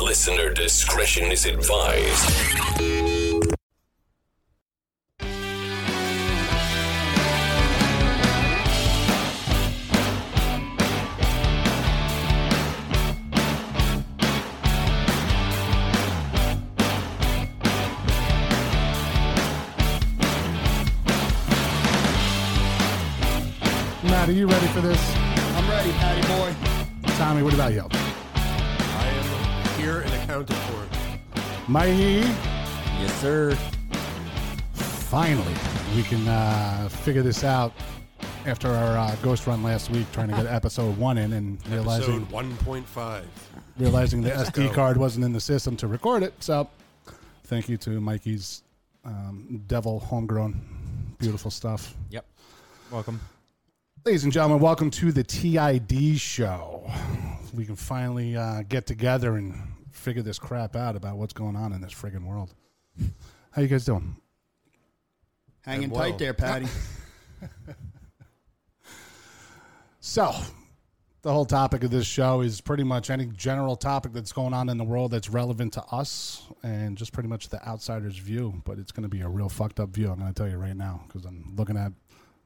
Listener discretion is advised. Matt, are you ready for this? I'm ready, Patty boy. Tommy, what about you? I am here and accounted for. Mighty. Yes, sir. Finally, we can uh, figure this out after our uh, ghost run last week, trying to get episode one in and realizing Episode 1.5. realizing the SD go. card wasn't in the system to record it. So, thank you to Mikey's um, Devil Homegrown. Beautiful stuff. Yep. Welcome. Ladies and gentlemen, welcome to the TID show. We can finally uh, get together and figure this crap out about what's going on in this friggin' world. How you guys doing? Hanging And well. tight there, Patty. So, the whole topic of this show is pretty much any general topic that's going on in the world that's relevant to us and just pretty much the outsider's view. But it's going to be a real fucked up view, I'm going to tell you right now, because I'm looking at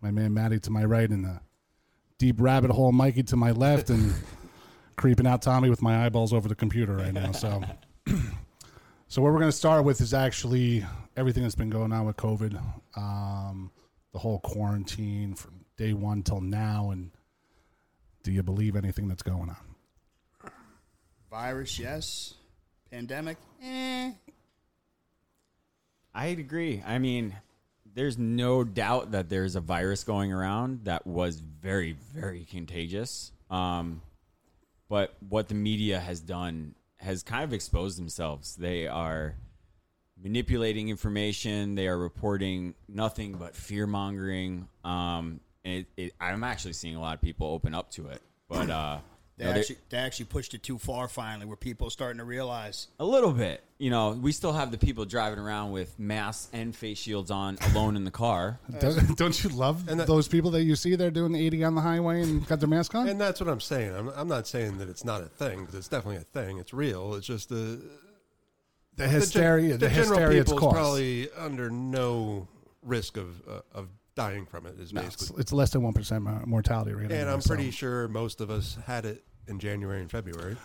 my man Matty to my right and the deep rabbit hole Mikey to my left and creeping out Tommy with my eyeballs over the computer right now. So. So what we're going to start with is actually everything that's been going on with COVID, um, the whole quarantine from day one till now, and do you believe anything that's going on? Virus, yes. Pandemic, eh. I agree. I mean, there's no doubt that there's a virus going around that was very, very contagious. Um, but what the media has done has kind of exposed themselves. They are manipulating information. They are reporting nothing but fear mongering. Um, and it, it, I'm actually seeing a lot of people open up to it, but uh, They, no, they- actually, they actually pushed it too far finally, where people are starting to realize a little bit. You know, we still have the people driving around with masks and face shields on, alone in the car. Don't, don't you love Uh, And that- those people that you see there doing 80 on the highway and got their mask on? And that's what I'm saying. I'm, I'm not saying that it's not a thing, because it's definitely a thing. It's real. It's just the, the the gen- hysteria, the, the general hysteria it's people is caused. probably under no risk of uh, of dying from it. Is No, it's, basically. it's less than 1% mo- mortality rate. and anyway, I'm so. pretty sure most of us had it in January and February.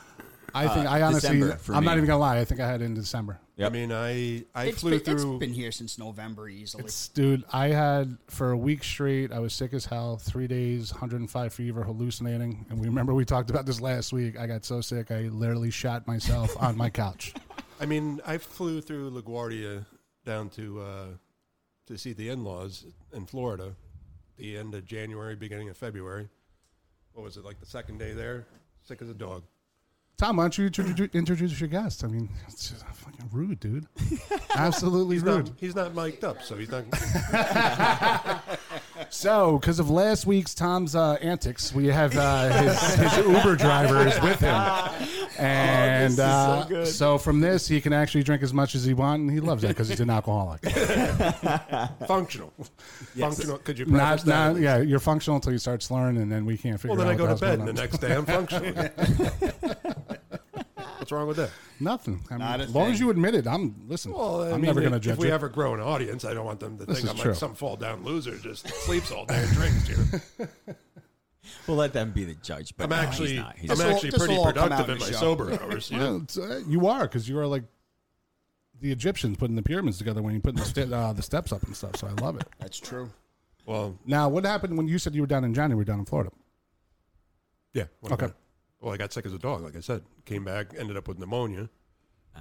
I uh, think, I honestly, December for I'm not me. even going to lie. I think I had it in December. Yep. I mean, I I it's flew been, through. it's been here since November easily. It's dude. I had for a week straight. I was sick as hell. Three days, 105 fever, hallucinating. And we remember we talked about this last week. I got so sick, I literally shot myself on my couch. I mean, I flew through LaGuardia down to uh, to see the in-laws in Florida, the end of January, beginning of February. What was it like the second day there? Sick as a dog. Tom, why don't you introduce, introduce your guest? I mean, it's just fucking rude, dude. Absolutely He's rude. not he's not mic'd up, so he's not. So, because of last week's Tom's uh, antics, we have uh, his, his Uber driver is with him, Oh, and uh, so, from this he can actually drink as much as he wants, and he loves it because he's an alcoholic. functional. Functional. Could you not, preface that at not least? yeah. You're functional until you start slurring, and then we can't figure Well, then out. I go what to the hell's bed, going and the on. next day I'm functional. What's wrong with that? Nothing. I mean, Not a as long as thing. you admit it, I'm listen. Well, I I'm mean, never if- going to judge If we you. ever grow an audience, I don't want them to This think is I'm true. like some fall down loser just sleeps all day and drinks here. We'll let them be the judge, but I'm no, actually, he's not. He's I'm This will- actually this will pretty all come out productive in in the my show. sober hours. you know? Well, it's, uh, you are because you are like the Egyptians putting the pyramids together when you put the, ste- uh, the steps up and stuff. So I love it. That's true. Well, Now, what happened when you said you were down in Johnny? We're down in Florida. yeah. when I Okay. got- Well, I got sick as a dog, like I said. Came back, ended up with pneumonia,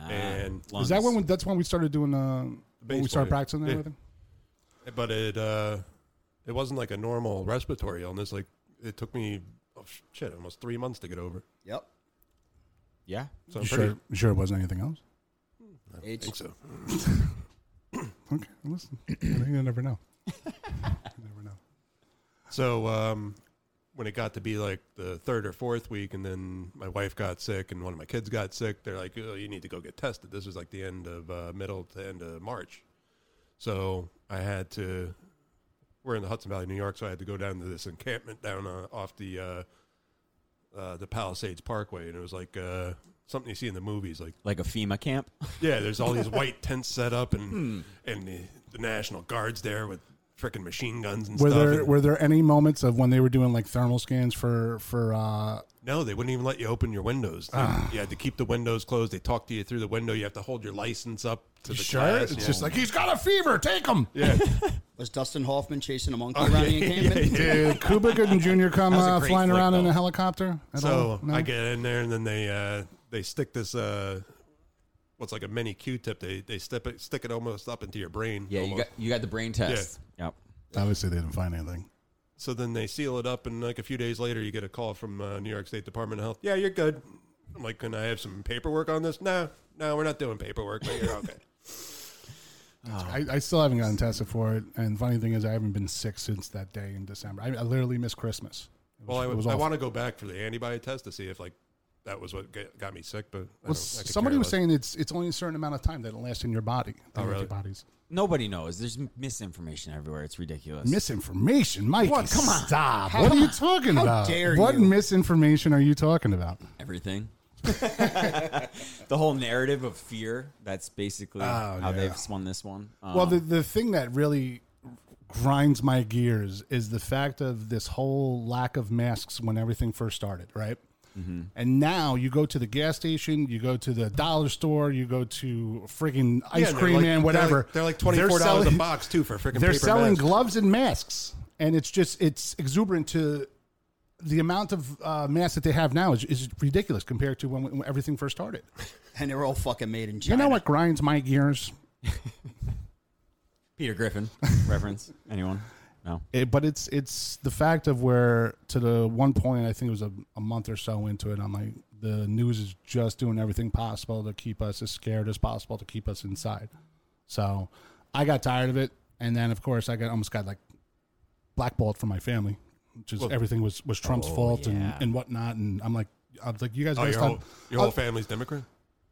and ah, Is that when? We, that's when we started doing. Uh, when we Baseball, started yeah. practicing and Yeah. everything. but it uh, it wasn't like a normal respiratory illness. Like it took me oh, shit almost three months to get over. Yep. Yeah. So I'm You pretty, sure, you sure it wasn't anything else. It's, think so. Okay, listen, you never know. you never know. So um, when it got to be like the third or fourth week, and then my wife got sick, and one of my kids got sick, they're like, oh, "You need to go get tested." This was like the end of uh, middle to end of March, so I had to. We're in the Hudson Valley, New York, so I had to go down to this encampment down uh, off the uh, uh, the Palisades Parkway, and it was like uh, something you see in the movies. Like, like a FEMA camp. yeah, there's all these white tents set up, and and the, the National Guard's there with freaking machine guns and Were stuff. there and- were there any moments of when they were doing like thermal scans for for uh, No, they wouldn't even let you open your windows. Ah. you had to keep the windows closed. They talk to you through the window. You have to hold your license up to the sure? class. It's Yeah. just like he's got a fever. Take him. yeah, Was Dustin Hoffman chasing a monkey around the encampment? Did Kubrick and Junior come was a uh, great flying flick, around in though. a helicopter? At So all? No? I get in there, and then they uh, they stick this uh, what's like a mini Q-tip. They they step it, stick it almost up into your brain. Yeah, you almost. got you got the brain test. Yep. obviously they didn't find anything. So then they seal it up, and like a few days later, you get a call from uh, New York State Department of Health. Yeah, you're good. I'm like, can I have some paperwork on this? No, no, we're not doing paperwork. But you're okay. Oh. I, I still haven't gotten tested for it, and funny thing is, I haven't been sick since that day in December. I, I literally missed Christmas. It was- well, I, it was I awful. want to go back for the antibody test to see if like that was what get, got me sick. But I Well, don't- I could somebody care was less. saying it's it's only a certain amount of time that it lasts in your body. The Oh, really? antibodies. Nobody knows. There's m- misinformation everywhere. It's ridiculous. Misinformation, Mike. What? Come on. Stop. what are you talking how about? dare what you. misinformation are you talking about? Everything. the whole narrative of fear. That's basically Oh, how yeah. they've spun this one. Um, Well, the, the thing that really grinds my gears is the fact of this whole lack of masks when everything first started, right? Mm-hmm. And now you go to the gas station, you go to the dollar store, you go to freaking Yeah, ice they're cream like- man, whatever. They're like, twenty four dollars a selling- box too for freaking. They're paper selling masks. gloves and masks, and it's just it's exuberant to the amount of uh, masks that they have now is, is ridiculous compared to when, when everything first started. And they were all fucking made in You China. know what grinds my gears? Peter Griffin reference. Anyone? No. It, but it's it's the fact of where to the one point I think it was a, a month or so into it. I'm like the news is just doing everything possible to keep us as scared as possible to keep us inside. So I got tired of it, and then of course I got almost got like blackballed from my family, which is everything was was Trump's fault yeah. and, and whatnot. And I'm like I was like you guys Oh, guys your time whole, your whole family's Democrat.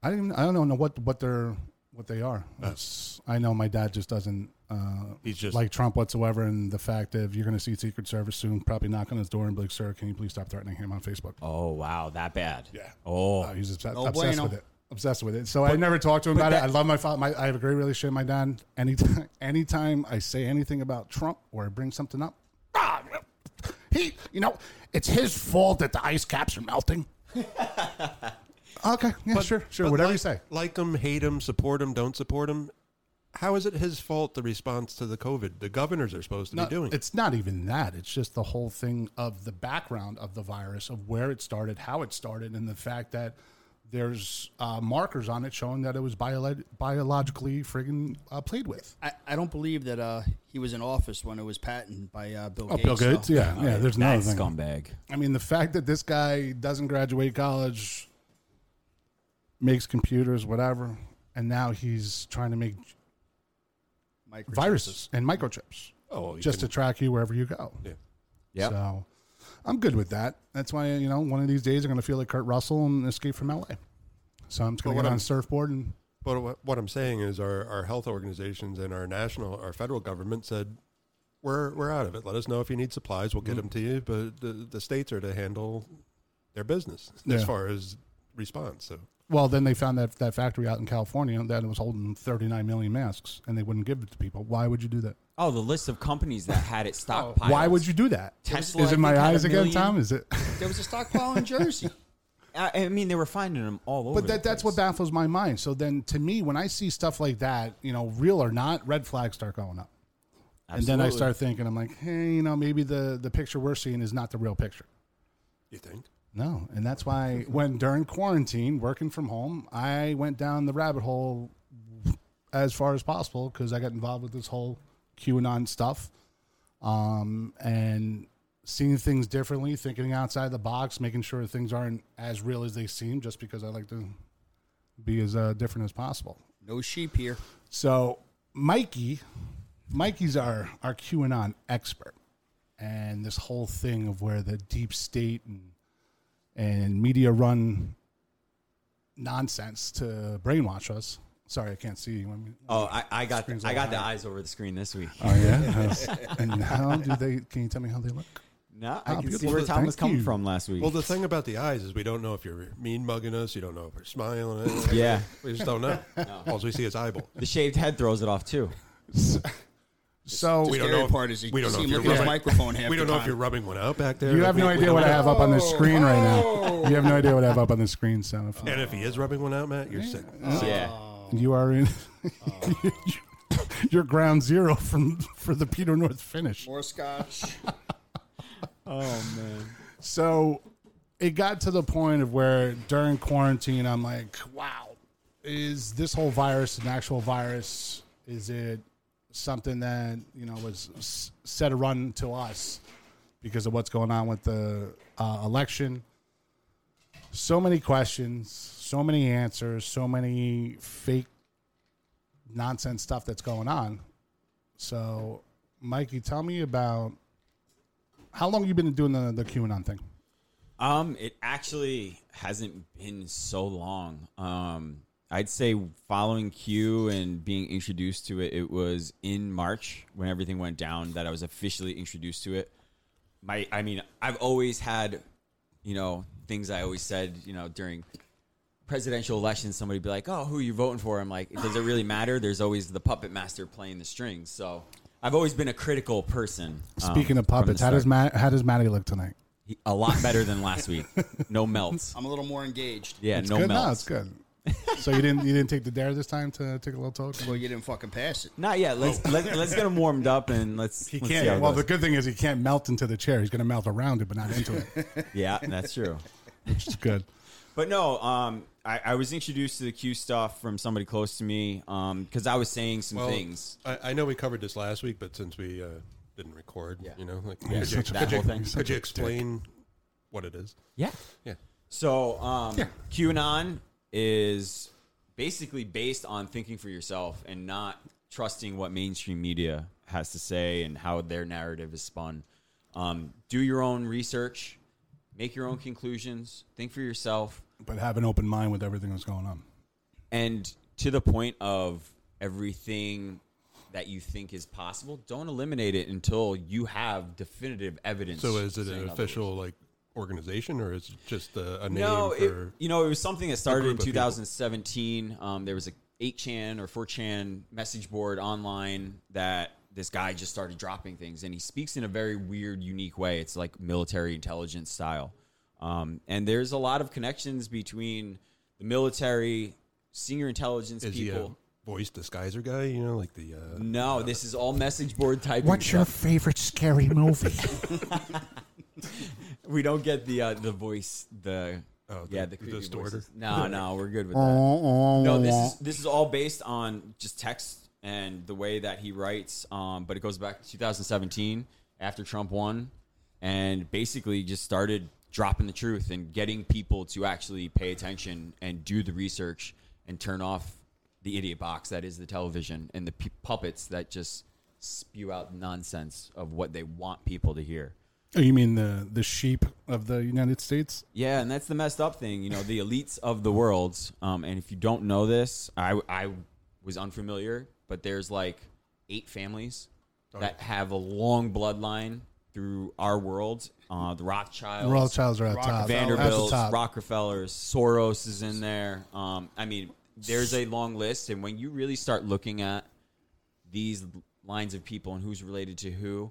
I didn't even- I don't know what what they're what they are. Uh, It's- I know my dad just doesn't. Uh, He's just like Trump whatsoever, and the fact that you're going to see Secret Service soon, probably knock on his door and be like, "Sir, can you please stop threatening him on Facebook?" Oh wow, that bad. Yeah. Oh, Uh, he's obsessed, No obsessed bueno. with it. Obsessed with it. So I never talked to him about it. I love my father. My, I have a great relationship with my dad. Anytime, anytime I say anything about Trump or I bring something up, "Ah, he, you know, it's his fault that the ice caps are melting. okay, yeah, sure, sure, But whatever like, you say. Like him, hate him, support him, don't support him. How is it his fault? The response to the COVID, the governors are supposed to No, be doing. Uh, It's not even that. It's just the whole thing of the background of the virus, of where it started, how it started, and the fact that there's uh, markers on it showing that it was biolo- biologically friggin' uh, played with. I, I don't believe that uh, he was in office when it was patented by uh, Oh, Bill Gates. though. yeah, yeah. There's that another thing. scumbag. I mean, the fact that this guy doesn't graduate college, makes computers, whatever, and now he's trying to make Microchips. viruses and microchips oh, you just can- to track you wherever you go. Yeah. So I'm good with that. That's why, you know, one of these days I'm going to feel like Kurt Russell and escape from LA. So I'm just going But to what get on I'm- a surfboard and But what, what I'm saying is, our, our health organizations and our national, our federal government said, we're we're out of it. Let us know if you need supplies. We'll get Mm-hmm. them to you. But the, the states are to handle their business as Yeah. far as response. So well, then they found that that factory out in California that was holding 39 million masks and they wouldn't give it to people. Why would you do that? Oh, the list of companies that had it stockpiled. Why would you do that? Tesla, Is I it my think, had a eyes again, million. Tom? Is it? There was a stockpile in Jersey. I, I mean, they were finding them all over. But that, that's what baffles my mind. So then, to me, when I see stuff like that, you know, real or not, red flags start going up. And then I Absolutely. start thinking, I'm like, hey, you know, maybe the the picture we're seeing is not the real picture. you think? No, and that's why when during quarantine, working from home, I went down the rabbit hole as far as possible because I got involved with this whole QAnon stuff, um, and seeing things differently, thinking outside the box, making sure things aren't as real as they seem, just because I like to be as uh, different as possible. No sheep here. So Mikey, Mikey's our our QAnon expert, and this whole thing of where the deep state and and media run nonsense to brainwash us. Sorry, I can't see you. I mean, Oh, I, I got Screen's I all Uh, got the high. eyes over the screen this week. oh yeah. and how do they? Can you tell me how they look? No, I Ah, can see beautiful. where Tom Thank was coming you. from last week. Well, the thing about the eyes is we don't know if you're mean mugging us. You don't know if you're smiling. At Yeah. we just don't know. All we see is eyeballs. the shaved head throws it off too. So We don't scary know. part is you we don't see know if him you're look at his rubbing- microphone half We don't the know time. if you're rubbing one up back there. you have We- no we idea don't what I know. have up on the screen right now. You have no idea what I have up on the screen, son. If And if he is rubbing one out, Matt, you're sick. Yeah. you are in, you're ground zero from for the Peter North finish. More scotch. So it got to the point of where during quarantine, I'm like, wow, is this whole virus an actual virus? Is it something that, you know, was s- set a run to us because of what's going on with the uh, election? So many questions, so many answers, so many fake nonsense stuff that's going on. So, Mikey, tell me about how long you been doing the, the QAnon thing? Um, it actually hasn't been so long. Um, I'd say following Q and being introduced to it, it was in March when everything went down that I was officially introduced to it. My, I mean, I've always had, you know, things I always said, you know, during presidential elections, somebody would be like, "Oh, who are you voting for?" I'm like, "Does it really matter?" There's always the puppet master playing the strings. So I've always been a critical person. um, Speaking of from the puppets, how does Matt, start. how does Matty look tonight? He- a lot better than last week? No melts. I'm a little more engaged. Yeah, It's no good. melts. No, it's good. so you didn't you didn't take the dare this time to take a little talk? Well, you didn't fucking pass it. Not yet. Let's let, let's get him warmed up and let's. Oh. He let's see how can't. it Well, the goes. good thing is he can't melt into the chair. He's going to melt around it, but not into it, yeah, that's true. which is good. But no, um, I, I was introduced to the Q stuff from somebody close to me, um, because I was saying some Well, things. I, I know we covered this last week, but since we uh, didn't record, you know, like, could, you, such a- that could you- whole thing. could you explain what it is? Yeah. Yeah. So um, QAnon is basically based on thinking for yourself and not trusting what mainstream media has to say and how their narrative is spun. Um, do your own research, make your own conclusions, think for yourself. But have an open mind with everything that's going on. and to the point of everything that you think is possible, don't eliminate it until you have definitive evidence. So is it saying an otherwise. official like organization, or is it just a, a name No, it, for? you know it was something that started group in of people? 2017. Um, there was a 8chan or 4chan message board online that this guy just started dropping things, and he speaks in a very weird, unique way. It's like military intelligence style, um, and there's a lot of connections between the military, senior intelligence is he people. a voice disguiser guy? You know, like the. Uh, No, this is all message board type. favorite scary movie? We don't get the uh, the voice. The Oh, yeah, the- the, the creepy distorted? voices. No, no, we're good with that. No, no, this is this is all based on just text and the way that he writes. Um, but it goes back to 2017 after Trump won, and basically just started dropping the truth and getting people to actually pay attention and do the research and turn off the idiot box that is the television and the p- puppets that just spew out nonsense of what they want people to hear. Oh, you mean the the sheep of the United States? Yeah, and that's the messed up thing. You know, the elites of the world. Um, and if you don't know this, I, I was unfamiliar, but there's like eight families that have a long bloodline through our world. Uh, the Rothschilds, Rothschilds are at top. At the Vanderbilts, top. Rockefellers, Soros is in there. Um, I mean, there's a long list, and when you really start looking at these lines of people and who's related to who,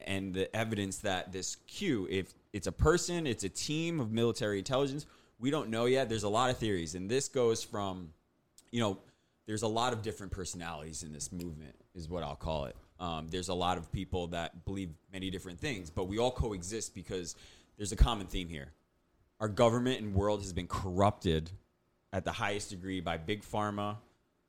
and the evidence that this Q, if it's a person, it's a team of military intelligence, we don't know yet. There's a lot of theories, and this goes from, you know, there's a lot of different personalities in this movement, is what I'll call it. Um, there's a lot of people that believe many different things, but we all coexist because there's a common theme here. Our government and world has been corrupted at the highest degree by big pharma,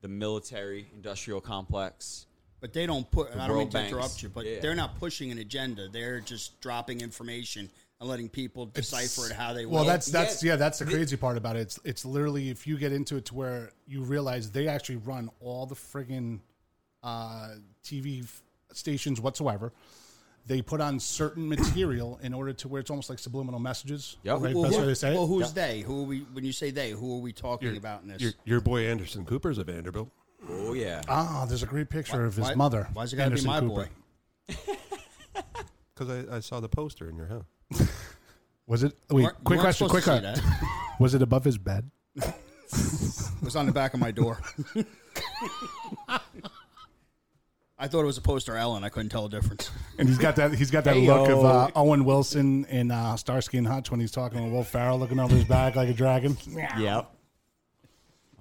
the military industrial complex, But they don't put. I don't mean World to Banks. interrupt you, but Yeah. they're not pushing an agenda. They're just dropping information and letting people decipher it how they Well, want. that's that's yeah. yeah, that's the crazy part about it. It's it's literally if you get into it to where you realize they actually run all the friggin' uh, TV f- stations whatsoever. They put on certain material in order to where it's almost like subliminal messages. Yep. right? Well, That's who- how they say it. well, who's they? Who are we? When you say they, who are we talking your- about in this? Your, your boy Anderson Cooper's a Vanderbilt. Oh yeah. Ah, there's a great picture of his Why- mother. Why's it got to Anderson be my Cooper. boy? Because I, I saw the poster in your house. Was it? Wait, Weren't- you quick weren't question. Quick supposed to question. see that. Was it above his bed? It was on the back of my door. I thought it was a poster Ellen. I couldn't tell the difference. And he's got that. He's got that look of uh, Owen Wilson in uh, Starsky and Hutch when he's talking to Will Farrell, looking over his back like a dragon. Yep.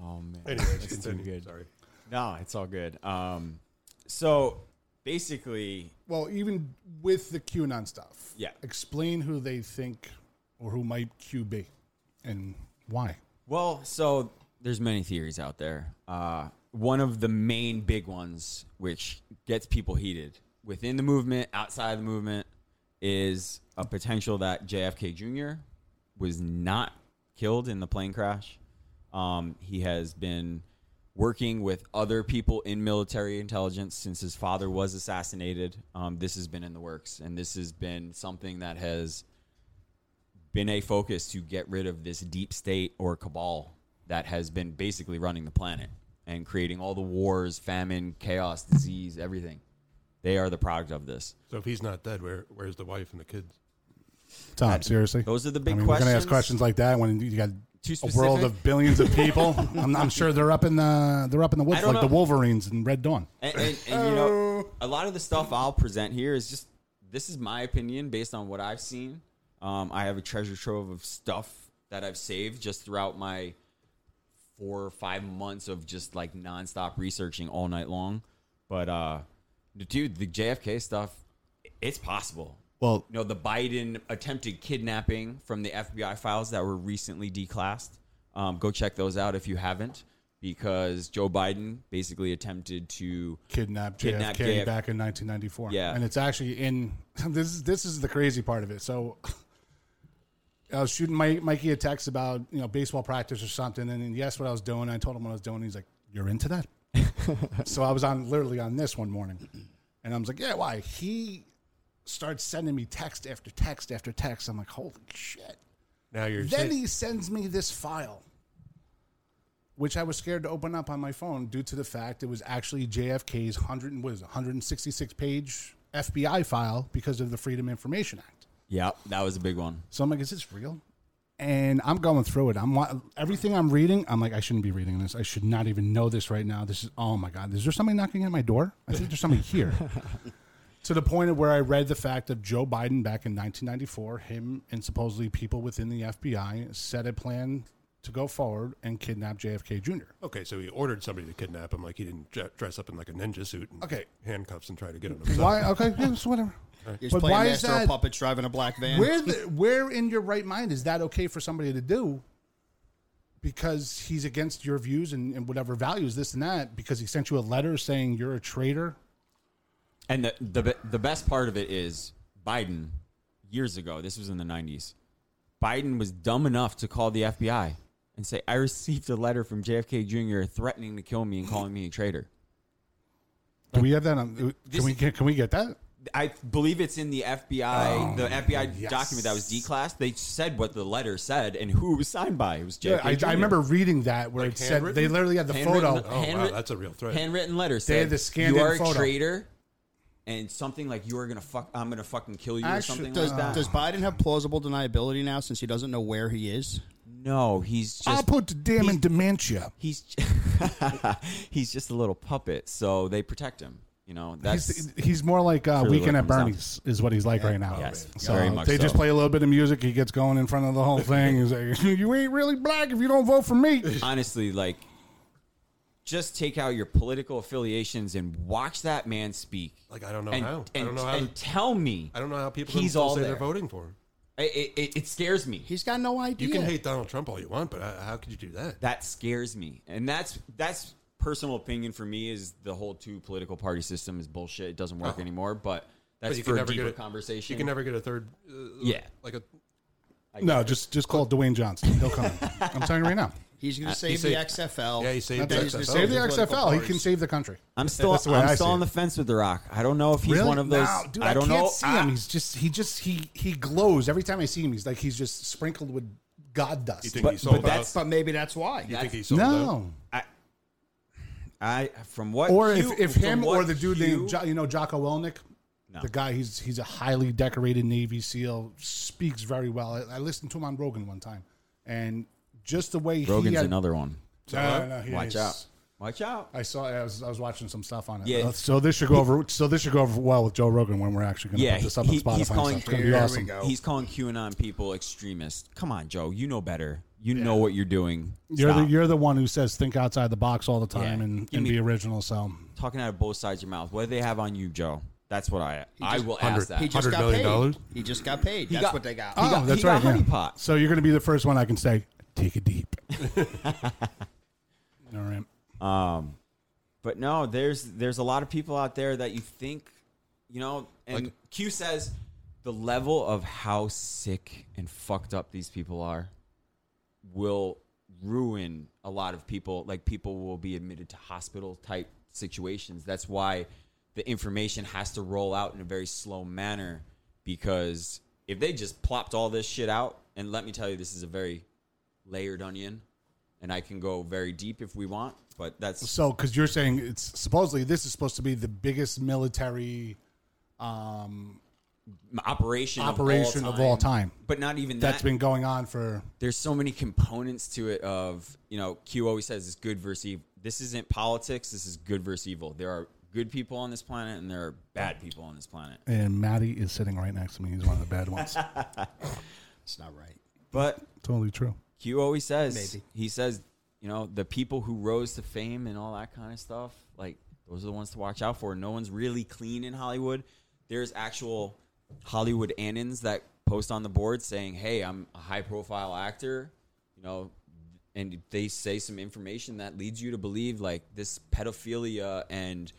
Oh man. Anyways, That's too continue. good. Sorry. No, it's all good. Um, so basically, Well, even with the QAnon stuff, Yeah. Explain who they think or who might Q be, and why. well, so there's many theories out there. Uh, one of the main big ones, which gets people heated within the movement, outside the movement, is a potential that JFK Jr. was not killed in the plane crash. Um, he has been working with other people in military intelligence since his father was assassinated. Um, this has been in the works, and this has been something that has been a focus to get rid of this deep state or cabal that has been basically running the planet and creating all the wars, famine, chaos, disease, everything. They are the product of this. So if he's not dead, where where's the wife and the kids? Tom, seriously, Those are the big I mean, We're gonna ask questions. questions like that when you got Too a world specific? of billions of people. I'm, I'm sure they're up in the they're up in the woods don't like the know. Wolverines in Red Dawn. And, and, and you know, a lot of the stuff I'll present here is just this is my opinion based on what I've seen. Um, I have a treasure trove of stuff that I've saved just throughout my four or five months of just like nonstop researching all night long. But uh, dude, the JFK stuff, it's possible. Well, You know, the Biden attempted kidnapping from the FBI files that were recently declassed. Um, go check those out if you haven't, because Joe Biden basically attempted to Kidnapped JFK Kidnapped JF. back in 1994. Yeah. and it's actually in this. Is, this is the crazy part of it. So. I was shooting Mike, Mikey a text about you know baseball practice or something, and then he asked what I was doing. I told him what I was doing. He's like, "You're into that." so I was on literally on this one morning, and I was like, "Yeah, why?" He starts sending me text after text after text. I'm like, "Holy shit!" Now you're Then saying- he sends me this file, which I was scared to open up on my phone due to the fact it was actually JFK's 100 and- what is it, 166 page FBI file because of the Freedom Information Act. Yeah, that was a big one. So I'm like, is this real? And I'm going through it. I'm wa- everything I'm reading. I'm like, I shouldn't be reading this. I should not even know this right now. This is oh my god. Is there somebody knocking at my door? I think there's somebody here. to the point of where I read the fact of Joe Biden back in 1994, him and supposedly people within the FBI set a plan to go forward and kidnap JFK Jr. okay, so he ordered somebody to kidnap him. Like he didn't dre- dress up in like a ninja suit. And Okay. handcuffs and try to get him. himself. Why? Okay, yeah, so whatever. He's But playing why is master of that- puppets driving a black van. Where the, where in your right mind is that okay for somebody to do? Because he's against your views and, and whatever values, this and that. Because he sent you a letter saying you're a traitor. And the, the be- the best part of it is Biden years ago. This was in the '90s. Biden was dumb enough to call the FBI and say, "I received a letter from JFK Jr. threatening to kill me and calling me a traitor." Do we have that? On, uh, can we can, can we get that? I believe it's in the FBI, Oh, the FBI document that was declassed. They said what the letter said and who it was signed by. It was JFK. Yeah, I, Jr. I remember reading that where it said they handwritten? literally had the Handwritten- photo. Oh wow, handwrit- that's a real threat. handwritten letter said They had the scanned you in are a photo." traitor and something like you are gonna fuck. I'm gonna fucking kill you Actually, or something does, like that. does Biden have plausible deniability now since he doesn't know where he is? no, he's just I put the damn in he's- dementia. he's he's just a little puppet, so they protect him. You know, that's He's, he's more like uh, Truly what Weekend at comes down Bernie's is what he's like right now. Yes, so very much they just so. play a little bit of music. He gets going in front of the whole thing. He's like, "You ain't really black if you don't vote for me." honestly like just take out your political affiliations and watch that man speak. Like I don't know And, how. and, I don't know how. and tell me, I don't know how people can He's still all say there. they're voting for him. it, it, it scares me. He's got no idea. You can hate Donald Trump all you want, but I, how could you do that? that scares me and that's that's personal opinion for me is the whole two political party system is bullshit it doesn't work anymore but that's Oh. But you for can a never deeper get a conversation You can never get a third. Uh, yeah like a No, just just call Dwayne Johnson. He'll come. in. I'm telling you right now. He's Uh, going to save saved- the XFL. Yeah, he saved Then the he's gonna XFL. Save the political XFL. He can parties. save the country. i'm still That's the way I i'm see still on it. the fence with the rock i don't know if he's one of those No, dude, i don't can't know See I- him. He's just he just he he glows every time I see him. He's like he's just sprinkled with god you dust. think But- he sold but that's- out? But maybe that's why. You think he sold out? no, I, from what or Hugh- if, if from him what or the dude Hugh- named jo, you know Jocko Willnick. The guy, he's he's a highly decorated Navy SEAL, speaks very well. I, I listened to him on Rogan one time, and just the way he Rogan's had, another one. No, no, no, he Watch is- out. Watch out. I saw. I was, I was watching some stuff on it. Yeah. Uh, So this should go over. So this should go over well with Joe Rogan when we're actually going to Yeah, put this he- up on he- Spotify. he's and calling- stuff. It's going to Here be we awesome. go. He's calling QAnon people extremists. Come on, Joe. You know better. You know what you're doing. You're the Stop. you're the one who says think outside the box all the time Yeah. and, Give and me- be original. So talking out of both sides of your mouth. What do they have on you, Joe? That's what I I will ask 100. that. He just $100 got million paid. dollars? He just got paid. That's got- what they got. Uh, he got- Oh, that's he got right. yeah. honey pot. So you're going to be the first one I can say take a deep. all right. But no, there's there's a lot of people out there that you think, you know, and Q says the level of how sick and fucked up these people are will ruin a lot of people. Like people will be admitted to hospital type situations. That's why the information has to roll out in a very slow manner because if they just plopped all this shit out, and let me tell you, this is a very layered onion, and I can go very deep if we want, but that's So because you're saying it's supposedly this is supposed to be the biggest military um, operation operation of all time But not even that. that's been going on for There's so many components to it. Of you know, Q always says it's good versus evil. This isn't politics. This is good versus evil. There are good people on this planet, and there are bad people on this planet. and Maddie is sitting right next to me. He's one of the bad ones. It's not right. But totally true. Q always says Maybe. he says you know the people who rose to fame and all that kind of stuff. Like those are the ones to watch out for. No one's really clean in Hollywood. There's actual Hollywood annons that post on the board saying, "Hey, I'm a high profile actor," you know, and they say some information that leads you to believe like this pedophilia and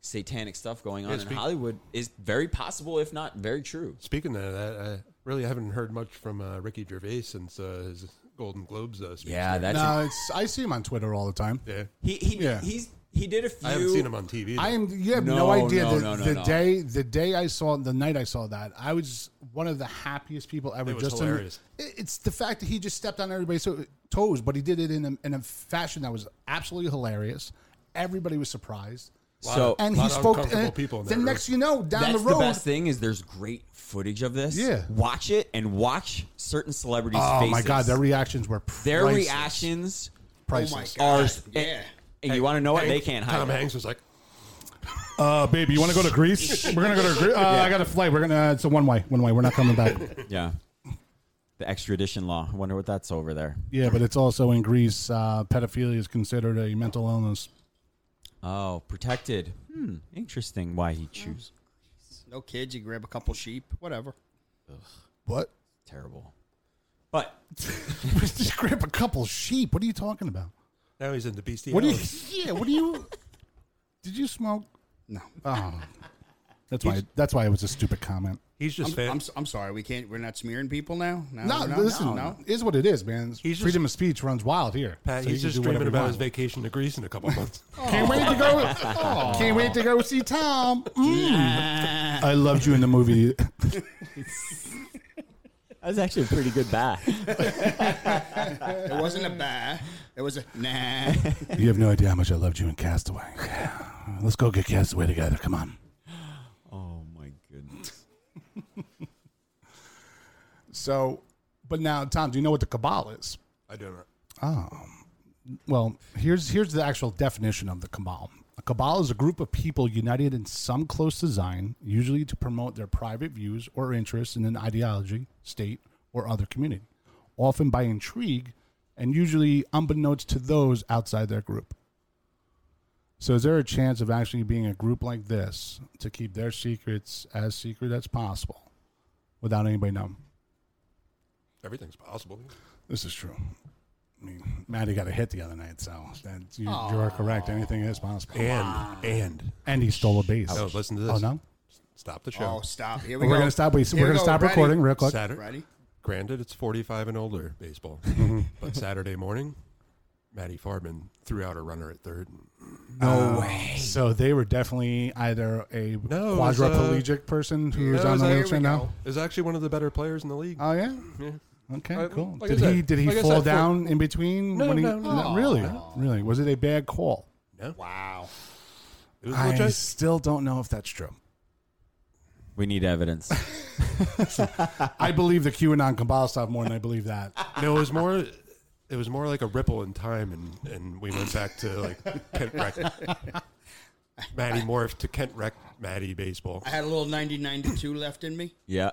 satanic stuff going on in speak- Hollywood is very possible, if not very true. Speaking of that, I really haven't heard much from uh, Ricky Gervais since uh, his Golden Globes. Uh, speech Yeah, there. that's No, it's I see him on Twitter all the time. Yeah. he. He Yeah. he's he did a few. I haven't seen him on TV. I though. am. You have no, No, idea. no, the no, no, the no. day, the day I saw, the night I saw that, I was one of the happiest people ever. It was just in- hilarious. it- it's the fact that he just stepped on everybody's to- toes, but he did it in a, in a fashion that was absolutely hilarious. Everybody was surprised, Lot so- of- and lot he of spoke. uncomfortable and people. in the that next, room. you know, down That's the road, best thing is there's great footage of this. Yeah. watch it and watch certain celebrities. oh faces. my god, their reactions were Their priceless. reactions Oh my Priceless. god. are. yeah. And you want to know what they can't hide? Tom it. Hanks was like, Uh, baby, you want to go to Greece? We're gonna go to Greece. Uh, I got a flight. We're gonna. It's a one way. One way. We're not coming back. Yeah, the extradition law. I wonder what that's over there. yeah, but it's also in Greece. Uh, pedophilia is considered a mental illness. Oh, protected. Hmm. Interesting. Why he choose? No kids. You grab a couple sheep. Whatever. What? Terrible. But just grab a couple sheep. What are you talking about? now he's into bestiality. What do you? Yeah. What do you? Did you smoke? No. Oh, that's why. That's why it was a stupid comment. He's just I'm, fan- I'm, s- I'm sorry. We can't. We're not smearing people now. No. No, we're not? listen. No. Is what it is, man. He's Freedom of speech runs wild here. Pat, So he's you can just do dreaming whatever about you his vacation to Greece in a couple months. want. Can't wait to go. Can't wait to go see Tom. Mm. I loved you in the movie. that was actually a pretty good bat. It wasn't a bah. It was a nah. You have no idea how much I loved you in Castaway. Let's go get Castaway together. Come on. oh my goodness. So, but now, Tom, do you know what the cabal is? I don't know. Um, Well, here's here's the actual definition of the cabal. A cabal is a group of people united in some close design, usually to promote their private views or interests in an ideology, state, or other community, often by intrigue and usually unbeknownst to those outside their group. So, is there a chance of actually being a group like this to keep their secrets as secret as possible without anybody knowing? Everything's possible. This is true. I mean, Maddie got a hit the other night, so that, you, you are correct. Anything is possible. And and And he stole a base. no, listen to this. Oh no! Stop the show. Oh, stop. Here we We're go. gonna stop. We, Here we're gonna we go. stop Ready? recording real quick. Saturday. Ready? Granted, it's 45 and older baseball, Mm-hmm. but Saturday morning, Maddie Farman threw out a runner at third. No way. So they were definitely either a No, it was, uh, quadriplegic person who's No, on it's the like- wheelchair now. Is actually one of the better players in the league. Uh, Oh yeah. Okay, Like- cool. Uh, like I did he said- did he like I fall said, for- down in between? No, when he, no, no. Really, really. Was it a bad call? no, Wow. it was I legit. still don't know if that's true. We need evidence. I believe the QAnon Kabbalah stuff more than I believe that. No, it was more. It was more like a ripple in time, and, and we went back to like Kent Rec. Maddie morphed to Kent Rec Maddie baseball. I had a little 1992 left in me. yeah.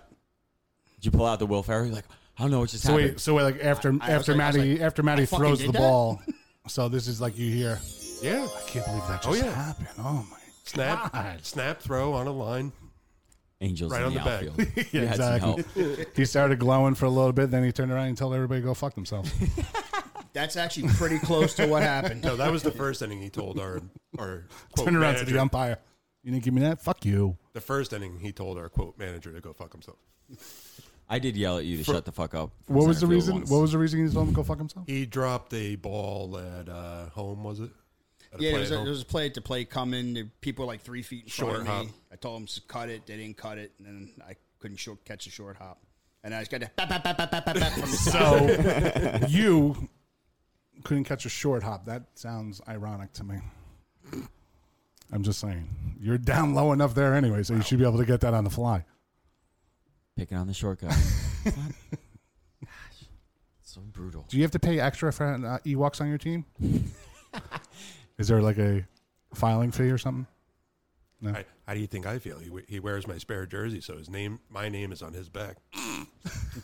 Did you pull out the Will Ferrell? You're like, I don't know what just So happened. wait, so wait, like after I was after like- I was Maddie like, after Maddie I fucking throws did the that? ball, so this is like you hear. Yeah, I can't believe that just Oh, yeah. happened. Oh my snap, God. snap, throw on a line. Angels right in on the, the back. outfield. You had some exactly. help. He started glowing for a little bit, then he turned around and told everybody to go fuck themselves. That's actually pretty close to what happened. No, that was the first inning he told our our quote, Turn around to manager- the umpire. You didn't give me that? Fuck you. The first inning he told our quote manager to go fuck himself. I did yell at you to shut the fuck up. from What was the center field reason? once. What was the reason he told him to go fuck himself? He dropped a ball at uh, home, was it? At a Yeah, play it was, at a, it home. was a play to play coming. The People were like three feet in front Short of me. hop. I told them to cut it. They didn't cut it, and then I couldn't short, catch a short hop. And I just got to bap, bap, bap, bap, bap, bap, bap from the side. So you couldn't catch a short hop. That sounds ironic to me. I'm just saying. You're down low enough there anyway, so you should be able to get that on the fly. picking on the shortcut? Gosh, so brutal. Do you have to pay extra for uh, Ewoks on your team? Is there like a filing fee or something? I, how do you think I feel? He, we- he wears my spare jersey, so his name, my name, is on his back.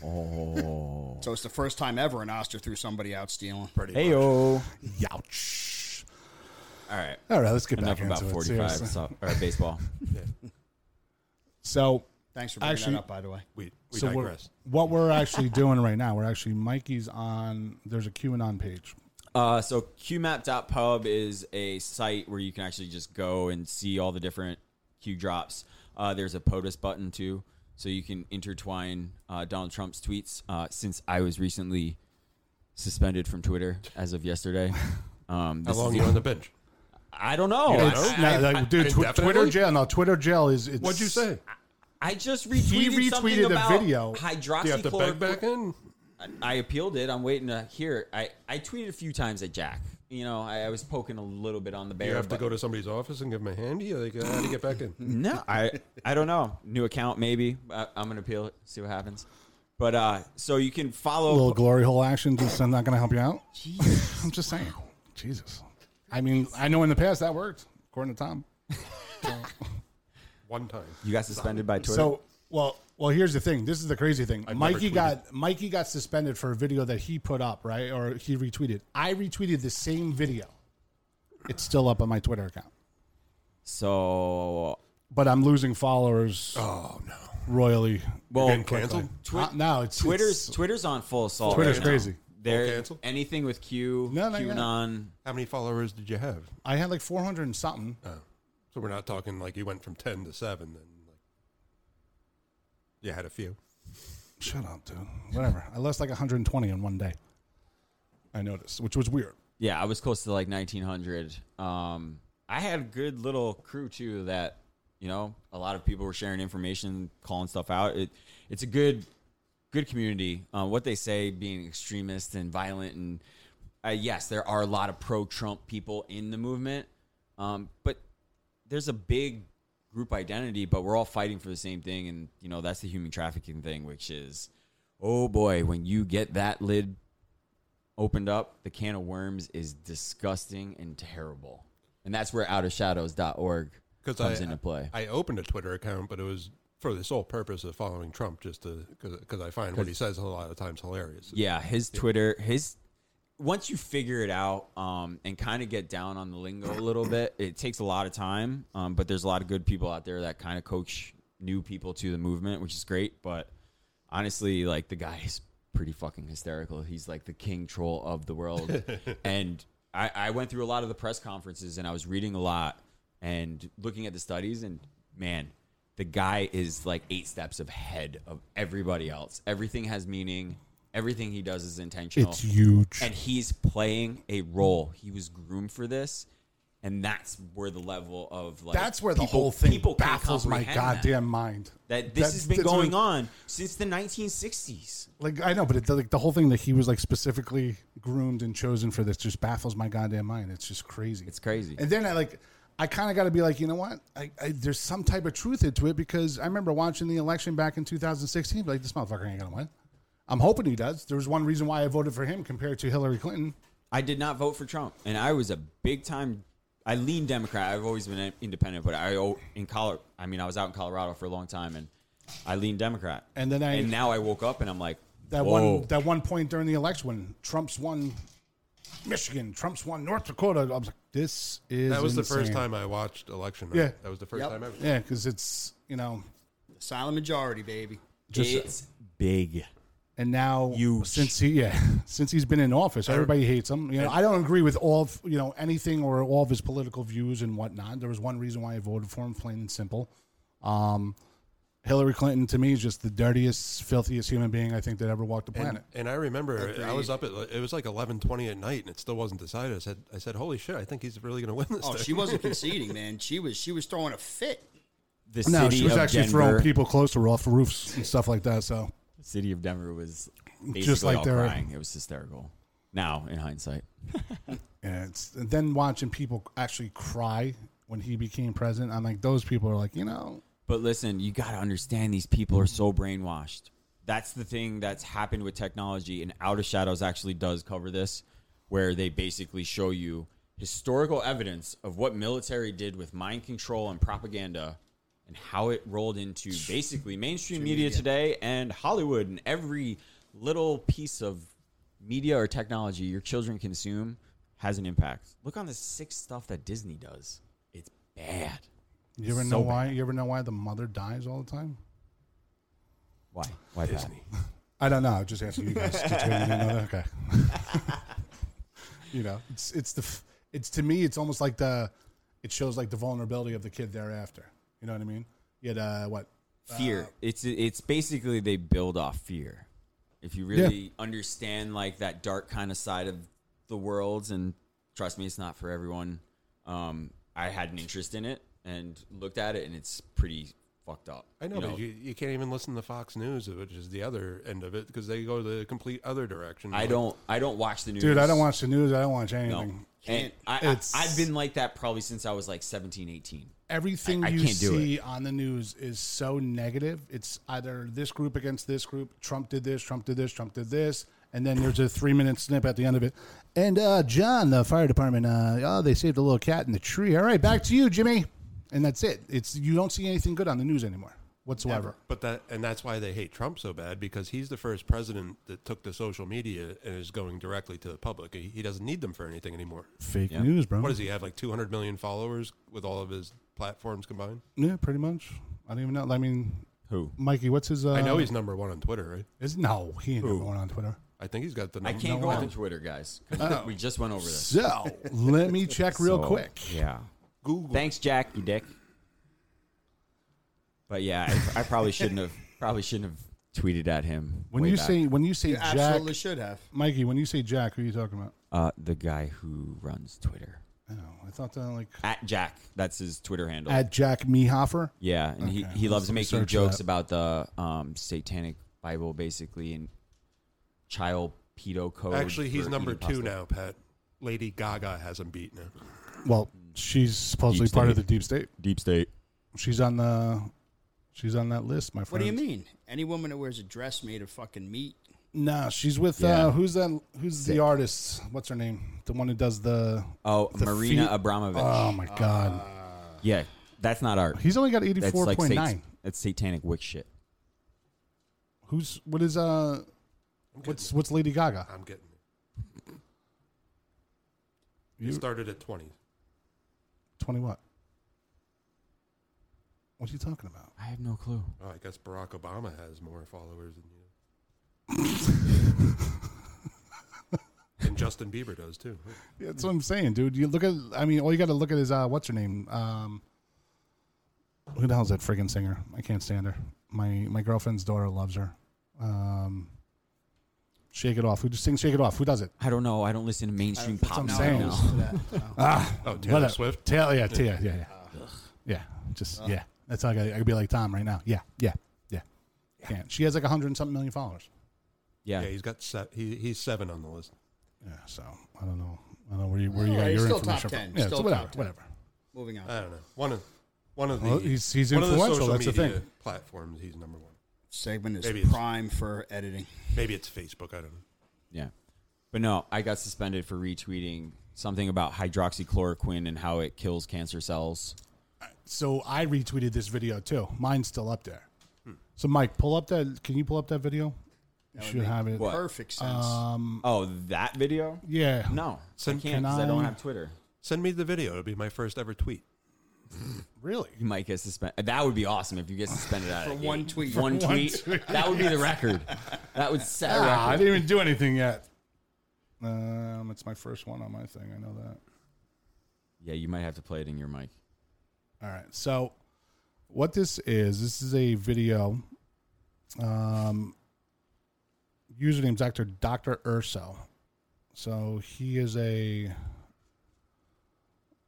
Oh, So it's the first time ever an Oster threw somebody out stealing. Pretty heyo. much. All Youch. right, All right, let's get enough back about into it. forty-five seriously. so, or baseball. So, Thanks for bringing Actually- that up, by the way. We we so we're, digress. what we're actually doing right now, we're actually Mikey's on. There's a QAnon page. Uh, so QMAP.pub is a site where you can actually just go and see all the different Q drops. Uh, there's a POTUS button too, so you can intertwine uh, Donald Trump's tweets. Uh, since I was recently suspended from Twitter as of yesterday, um, How this long is you on the bench? I don't know. I, It's- no, like, dude, tw- indefinitely? Twitter jail. No, Twitter jail is. It's, What'd you say? I just He retweeted, something retweeted a about video. Do you Do you have to beg hydroxychloroquine. back in? I appealed it. I'm waiting to hear. it. I I tweeted a few times at Jack. You know, I, I was poking a little bit on the bear. You have to but- go to somebody's office and give them a handy. Like, uh, how do you get back in? No, I I don't know. New account maybe. I, I'm gonna appeal it. See what happens. But uh, so you can follow. Little glory hole actions. Is that not going to help you out? I'm just saying. Jesus. I mean, I know in the past that worked, according to Tom. One time. you got suspended by Twitter. So well, well. Here's the thing. This is the crazy thing. never Mikey tweeted. got Mikey got suspended for a video that he put up, right? Or he retweeted. I retweeted the same video. It's still up on my Twitter account, so but I'm losing followers Oh no! royally. well, Getting canceled. Twi- Uh, no, it's Twitter's it's- Twitter's on full assault. Twitter's right now. crazy. They're Full cancel? anything with Q, No, not yet. QAnon. How many followers did you have? I had like 400 and something. Uh, So we're not talking like you went from ten to seven. Then like, you had a few. Shut up, dude. Whatever. I lost like 120 in one day. I noticed, which was weird. Yeah, I was close to like 1900. Um, I had a good little crew too. That you know, a lot of people were sharing information, calling stuff out. It it's a good good community. Uh, what they say, being extremist and violent, and uh, yes, there are a lot of pro-Trump people in the movement, um, but there's a big group identity. But we're all fighting for the same thing, and you know that's the human trafficking thing, which is, oh boy, when you get that lid opened up, the can of worms is disgusting and terrible. And that's where outershadows.org Because comes I, into play. I opened a Twitter account, but it was for the sole purpose of following Trump, just to because I find what he says a lot of times hilarious. yeah, his Twitter, his once you figure it out um, and kind of get down on the lingo a little bit, it takes a lot of time. Um, but there's a lot of good people out there that kind of coach new people to the movement, which is great. But honestly, like the guy is pretty fucking hysterical. He's like the king troll of the world. and I, I went through a lot of the press conferences and I was reading a lot and looking at the studies and man, the guy is like eight steps ahead of everybody else. Everything has meaning. Everything he does is intentional. It's huge. And he's playing a role. He was groomed for this. And that's where the level of like That's where the people- whole thing people can't baffles my comprehend that. goddamn mind. That this That- has been that's going what- on since the 1960s. Like I know, but it, like the whole thing that he was like specifically groomed and chosen for this just baffles my goddamn mind. It's just crazy. It's crazy. And then I like, I kind of got to be like, you know what? I, I, there's some type of truth into it because I remember watching the election back in 2016. Like this motherfucker ain't gonna win. I'm hoping he does. There was one reason why I voted for him compared to Hillary Clinton. I did not vote for Trump, and I was a big time. I lean Democrat. I've always been independent, but I o- in Colorado. I mean, I was out in Colorado for a long time, and I lean Democrat. And then I- and now I woke up and I'm like, That Whoa. one that one point during the election when Trump's won Michigan, Trump's won North Dakota. I was like, this is That was the first insane. time I watched election night. Yeah. That was the first Yep. time ever. Yeah, because it's you know The silent majority, baby. just uh, it's big. and now Huge. since he yeah since he's been in office everybody hates him you know i don't agree with all of, you know anything or all of his political views and whatnot there was one reason why i voted for him plain and simple um hillary clinton to me is just the dirtiest filthiest human being i think that ever walked the planet And I remember I was Agreed. up at like- it was like eleven twenty at night, and it still wasn't decided. I said, I said, "Holy shit! I think he's really going to win this." Oh, thing." she wasn't conceding, man. She was she was throwing a fit. The no city she was of actually Denver, throwing people closer off roofs and stuff like that so City of Denver was basically Just like all they're- crying. It was hysterical. Now, in hindsight, yeah, it's and then watching people actually cry when he became president i'm like those people are like you know But listen, you got to understand these people are so brainwashed. That's the thing that's happened with technology, and Outer Shadows actually does cover this, where they basically show you historical evidence of what military did with mind control and propaganda and how it rolled into basically mainstream media today and Hollywood and every little piece of media or technology your children consume has an impact. Look on the sick stuff that Disney does. It's bad. you ever So know bad. why you ever know why the mother dies all the time Why? Why Disney? I don't know. I'm just asking you guys. Did you already know that? Okay. you know, it's it's the f- it's to me, it's almost like the it shows like the vulnerability of the kid thereafter. You know what I mean? You had uh, what? fear. it's it's basically they build off fear. If you really understand like that dark kind of side of the worlds, and trust me, it's not for everyone. Um, I had an interest in it and looked at it, and it's pretty fucked up. I know, you but you, you can't even listen to Fox News, which is the other end of it, because they go the complete other direction. I Like, don't. I don't watch the news, Dude, I don't watch the news. I don't watch anything. No. And I, I, It's- I've been like that probably since I was like 17, 18. Everything I- I you can't do see on the news is so negative. It's either this group against this group. Trump did this. Trump did this. Trump did this. And then there's a three minute snip at the end of it. And uh, John, the fire department, uh, oh, they saved a little cat in the tree. All right, back to you, Jimmy. And that's it. It's you don't see anything good on the news anymore whatsoever. But that and that's why they hate Trump so bad because he's the first president that took to social media and is going directly to the public. He, he doesn't need them for anything anymore. Fake news, bro. What does he have? Like 200 million followers with all of his platforms combined. Yeah, pretty much. I don't even know. I mean, Who? Mikey, what's his? Uh, I know he's number one on Twitter, right? is no. He ain't going on Twitter. I think he's got the. I Number can't go way. on Twitter, guys. 'cause We just went over this So let me check real So, quick. Yeah. Google. Thanks, Jack. You dick. But yeah, I, I probably shouldn't have probably shouldn't have tweeted at him. When way you back. say when you say You Jack, absolutely should have. Mikey, when you say Jack, who are you talking about? uh, the guy who runs Twitter Oh, I thought that like at Jack, that's his Twitter handle. at Jack Mehoffer. yeah, and he, Okay, he loves let me making search jokes that. about the um, satanic Bible, basically, and child pedo code. Actually, he's for number eating two pasta. now, Pat. Lady Gaga has him beat now. Well, she's supposedly Deep part of the state. deep state. Deep state. She's on the she's on that list, my What friend. do you mean? Any woman that wears a dress made of fucking meat. Nah, she's with Yeah. uh, who's that? Who's the artist? What's her name? The one who does the. Oh, The Marina feet- Abramovich. Oh my god, yeah, that's not art. he's only got eighty Uh, That's four like point sat- nine. that's satanic wick shit. Who's what is uh, what's what's Lady Gaga? I'm getting it. You- It started at 20. Twenty what? What are you talking about? I have no clue. Oh, I guess Barack Obama has more followers than you. and Justin Bieber does too. Yeah, That's what I'm saying, dude. You look at, I mean, all you got to look at is uh, what's her name? Um, who the hell's that friggin' singer? I can't stand her. My my girlfriend's daughter loves her. Um, Shake it off. Who just sings Shake It Off? Who does it? I don't know. I don't listen to mainstream pop I'm music saying. now. Oh, Taylor What a- Swift. Ah, Taylor, yeah, Taylor, yeah, yeah, yeah. Just yeah. That's how I got. I could be like Tom right now. Yeah, yeah, yeah. Can't. She has like a hundred and something million followers. Yeah. Yeah, he's got se- he, he's seven on the list. Yeah. So I don't know. I don't know where you where you Alright, got your Oh, still top information 10, from. Yeah, still so whatever, top 10. whatever. Moving on. I don't know. One of one of the Well, he's- he's one of influential, The social that's the media thing. Platforms. He's number one. Segment is Maybe it's- prime for editing. Maybe it's Facebook. I don't know. Yeah. But no, I got suspended for retweeting something about hydroxychloroquine and how it kills cancer cells. So I retweeted this video too. Mine's still up there. So Mike, pull up that. Can you pull up that video? You should have it. What? Perfect Uh, sense. Oh, that video? Yeah. No, I Send- can't because I, don't have Twitter. Send me the video. It'll be my first ever tweet. Really? You might get suspended. That would be awesome if you get suspended out For of one tweet. One For one tweet. tweet. That would be the record. That would set a Ah, I record. didn't even do anything yet. Um, it's my first one on my thing. I know that. Yeah, you might have to play it in your mic. All right. So, what this is? This is a video. Um, username's actor Doctor Urso. So he is a.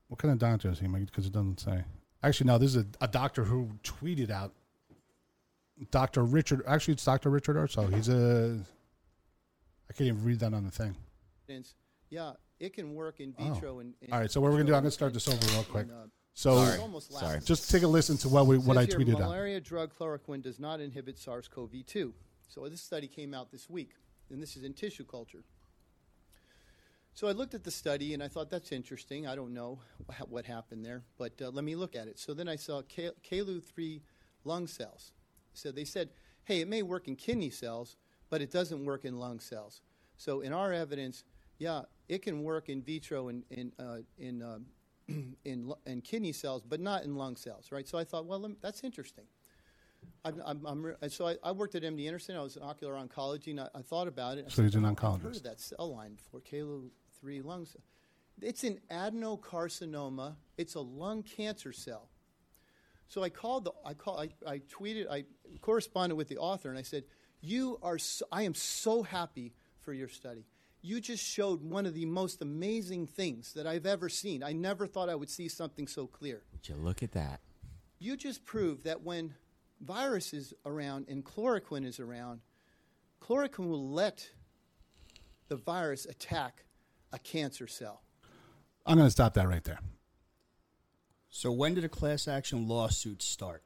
What kind of doctor is he? Because it doesn't say. Actually, no. This is a, a doctor who tweeted out. Doctor Richard. Actually, it's Doctor Richard Urso. He's a. I can't even read that on the thing. evidence. Yeah, it can work in vitro. And, and Oh. uh, All right, so what we're gonna do? I'm gonna start this over real quick. So Sorry. just take a listen to what we what I tweeted malaria on. drug chloroquine does not inhibit SARS-CoV-2. So this study came out this week, and this is in tissue culture. So I looked at the study and I thought that's interesting. I don't know wha- what happened there, but uh, let me look at it. So then I saw K- KLU3 lung cells. So they said, hey, it may work in kidney cells, but it doesn't work in lung cells. So in our evidence, yeah, it can work in vitro in in uh, in, um in lu- in kidney cells, but not in lung cells, right? So I thought, well, lem- that's interesting. I'm, I'm, I'm re- and so I, I worked at MD Anderson. I was in ocular oncology, and I, I thought about it. I So he's an I've heard oncologist. of that cell line before, KLO3 lung cell. It's an adenocarcinoma. It's a lung cancer cell. So I called the, I call, I, I tweeted, I corresponded with the author, and I said, "You are, so, I am so happy for your study. You just showed one of the most amazing things that I've ever seen. I never thought I would see something so clear." Would you look at that? you just proved that when virus is around and chloroquine is around, chloroquine will let the virus attack a cancer cell. I'm gonna stop that right there. So when did a class action lawsuit start?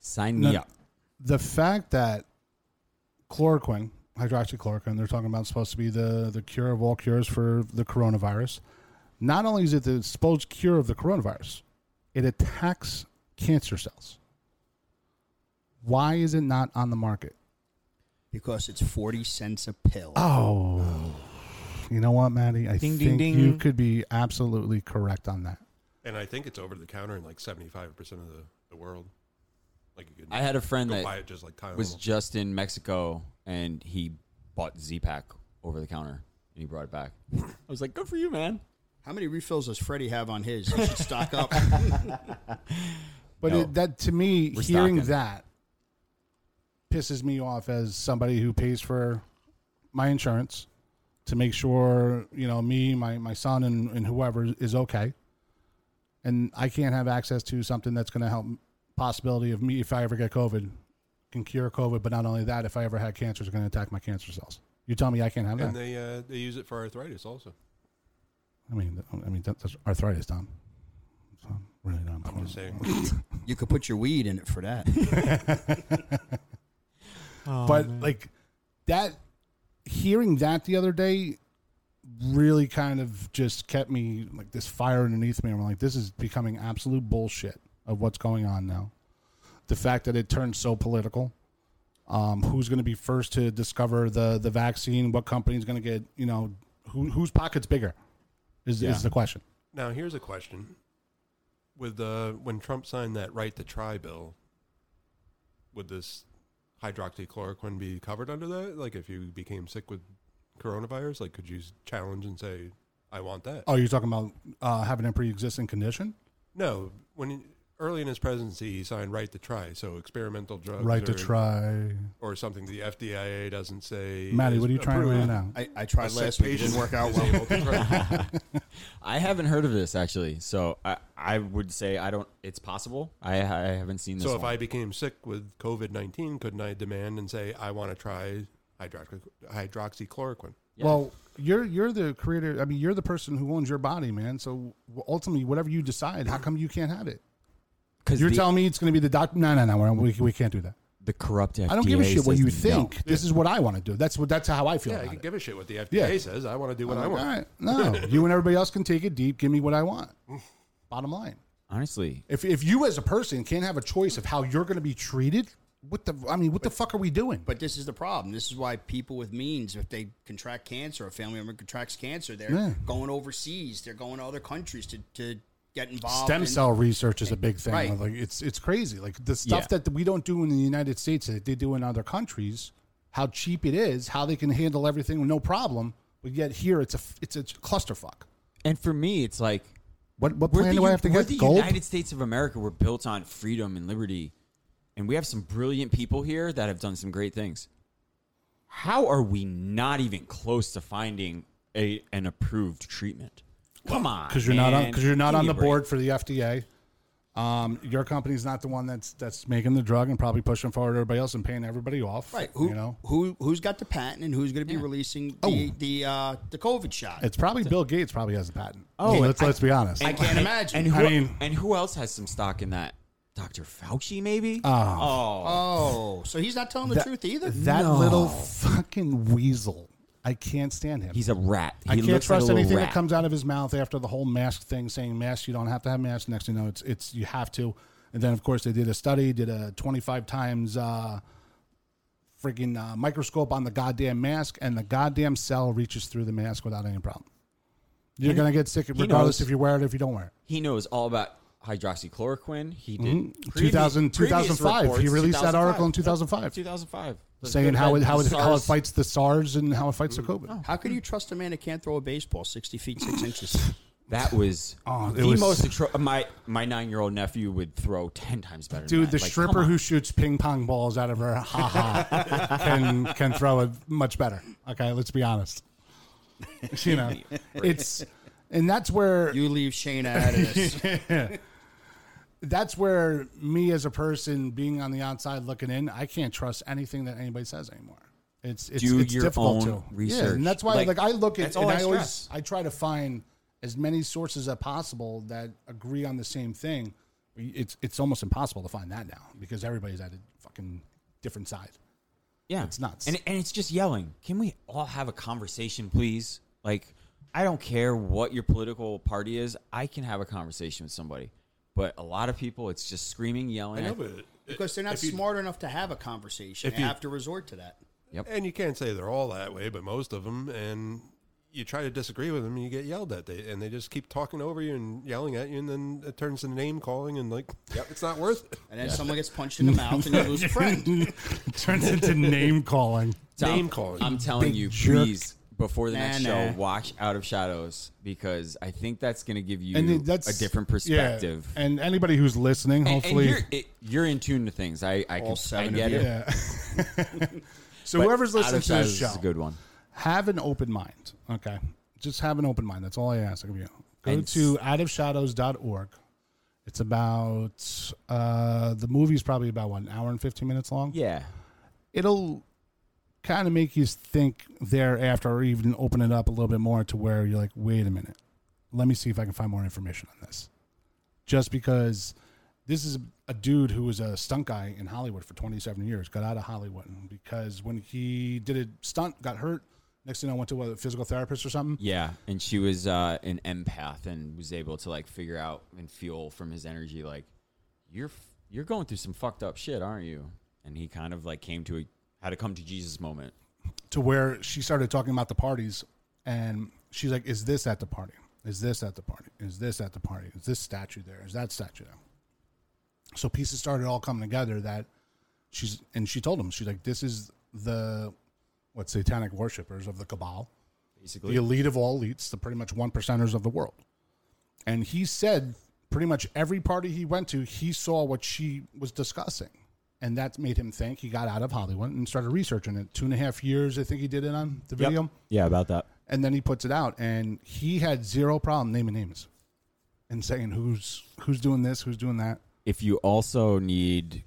Sign No, me up. The fact that chloroquine, hydroxychloroquine, they're talking about supposed to be the the cure of all cures for the coronavirus. Not only is it the supposed cure of the coronavirus, it attacks cancer cells. Why is it not on the market? Because it's forty cents a pill. Oh, you know what, Maddie? I Ding, ding, think you ding. could be absolutely correct on that. And I think it's over the counter in like seventy five percent of the, the world. Like you could I had a friend go that buy it just like Tylenol. Oh. was just in Mexico and he bought Z Pack over the counter and he brought it back. I was like, good for you, man. How many refills does Freddie have on his? He should stock up. But No. it, that to me, We're hearing stocking. that pisses me off as somebody who pays for my insurance to make sure you know me, my my son, and, and whoever is okay. And I can't have access to something that's going to help possibility of me if I ever get COVID can cure COVID. But not only that, if I ever had cancer, it's going to attack my cancer cells. You tell me I can't have that. and they uh, they use it for arthritis also. I mean, th- I mean that- that's arthritis, Tom. So I'm really not. I'm just saying. you could put your weed in it for that. but like that, hearing that the other day really kind of just kept me like this fire underneath me. I'm like, this is becoming absolute bullshit of what's going on now. The fact that it turned so political. Um, who's going to be first to discover the the vaccine? What company's going to get? You know, who whose pockets bigger? Is Yeah. is the question? Now here's a question: With uh, when Trump signed that right to try bill, would this hydroxychloroquine be covered under that? Like, if you became sick with coronavirus, like, could you s- challenge and say, "I want that"? Oh, you're talking about uh, having a pre-existing condition? No, when he- early in his presidency, he signed right to try, so experimental drugs, Right to or- try. or something the FDA doesn't say. Maddie, is what are you trying to approved. land out? I, I tried A sick last week. It patient didn't work out is well. able to try. I haven't heard of this actually, so I, I would say I don't. It's possible. I I haven't seen this. so if one. I became sick with COVID nineteen, couldn't I demand and say, "I want to try hydroxy- hydroxychloroquine"? Well, you're you're the creator. I mean, you're the person who owns your body, man. So ultimately, whatever you decide, how come you can't have it? Because You're the, telling me it's going to be the doctor? No, no, no. we're- We, we can't do that. the corrupt FDA I don't give a shit what says you no. think. This is what I want to do. That's what. That's how I feel. Yeah, I about could it. give a shit what the FDA Yeah. says. I want to do what I All want. right, no, you and everybody else can take it deep. Give me what I want. Bottom line, Honestly, if if you as a person can't have a choice of how you're going to be treated, what the? I mean, what the fuck are we doing? But this is the problem. This is why people with means, if they contract cancer, a family member contracts cancer, they're Yeah. going overseas. They're going to other countries to, to get involved. stem in- cell research is a big thing. Right. Like it's it's crazy. Like the stuff Yeah. that we don't do in the United States that they do in other countries. How cheap it is. How they can handle everything with no problem. But yet here it's a f- it's a clusterfuck. and for me, it's like What what we're plan the, do I have to we're get? the Gold. United States of America. We're built on freedom and liberty, and we have some brilliant people here that have done some great things. How are we not even close to finding a an approved treatment? Come on, because you're not on man. because you're not Give on the me a break. board for the FDA. Um, your company's not the one that's that's making the drug and probably pushing forward everybody else and paying everybody off. Right. Who, you know, Oh. who, who's got the patent and who's going to be releasing the, the, uh, the COVID shot? it's probably Bill Gates probably has a patent. Oh, Oh, let's I- let's be honest. I can't imagine. And who, I mean- and who else has some stock in that? Dr. Fauci, maybe? Ah. oh, so he's not telling the That- truth either? That No. little fucking weasel. I can't stand him. He's a rat. He I can't looks like a trust little anything rat. that comes out of his mouth after the whole mask thing, saying mask you don't have to have masks. Next thing you know, it's it's you have to. And then of course they did a study, did a twenty five times uh, freaking uh, microscope on the goddamn mask, and the goddamn cell reaches through the mask without any problem. You're gonna get sick regardless knows. if you wear it or if you don't wear it. He knows all about hydroxychloroquine. He did. Mm-hmm. previ- 2000, previous 2005. reports, he released that 2005. article in 2005, 2005. saying how it how it, how it SARS. fights the SARS and how it fights the COVID. How can you trust a man that can't throw a baseball 60 feet 6 inches? That was Oh, it the was- most. Atro- my my nine year old nephew would throw ten times better. Dude, than that. the Like, come stripper on. who shoots ping pong balls out of her haha can can throw it much better. Okay, let's be honest. You know, it's and that's where You leave Shane out of this. that's where me as a person being on the outside looking in, I can't trust anything that anybody says anymore. It's it's, Do it's your difficult own to Yeah, research. and that's why like, Like, I look at that's and all I I, always stress. I try to find as many sources as possible that agree on the same thing. It's it's almost impossible to find that now because everybody's at a fucking different side. Yeah, It's nuts. And and it's just yelling. Can we all have a conversation, please? Like, I don't care what your political party is. I can have a conversation with somebody. But a lot of people, it's just screaming, I yelling. know, I- but Because they're not if you- smart enough to have a conversation. If They you- have to resort to that. And you can't say they're all that way, but most of them. And you try to disagree with them, and you get yelled at. They and they just keep talking over you and yelling at you, and then it turns to name calling, and like, it's not worth it. And then someone gets punched in the mouth and you lose a friend. turns into name calling. Tom, Name calling. I'm telling you, jerk. please, before the Nah, next nah. show, watch Out of Shadows because I think that's going to give you And it- that's a different yeah, perspective. and anybody who's listening, And- and hopefully, you're, it, you're in tune to things. I, I, can, I seven of get you. it. yeah. so But whoever's Out listening of to this Shadows show, is a good one. have an open mind. Okay. Just have an open mind. That's all I ask of you. Go And- to outofshadows.org. It's about uh the movie's probably about what, an hour and fifteen minutes long. Yeah. It'll kind of make you think thereafter or even open it up a little bit more to where you're like, wait a minute. Let me see if I can find more information on this. Just because this is a dude who was a stunt guy in Hollywood for 27 years, got out of Hollywood because when he did a stunt, got hurt. Next thing I went to what, a physical therapist or something. Yeah, and she was uh, an empath and was able to like figure out and feel from his energy like you're f- you're going through some fucked up shit, aren't you? And he kind of like came to a had a come to Jesus moment. To where she started talking about the parties, and she's like, "Is this at the party? Is this at the party? Is this at the party? Is this statue there? Is that statue there?" So pieces started all coming together that she's and she told him she's like, "This is the what satanic worshippers of the cabal." Basically, the elite of all elites, the pretty much one percenters of the world. And he said pretty much every party he went to, he saw what she was discussing. And that made him think he got out of Hollywood and started researching it. Two and a half years, I think he did it on the video. yeah, about that. And then he puts it out and he had zero problem naming names and saying who's who's doing this, who's doing that. If you also need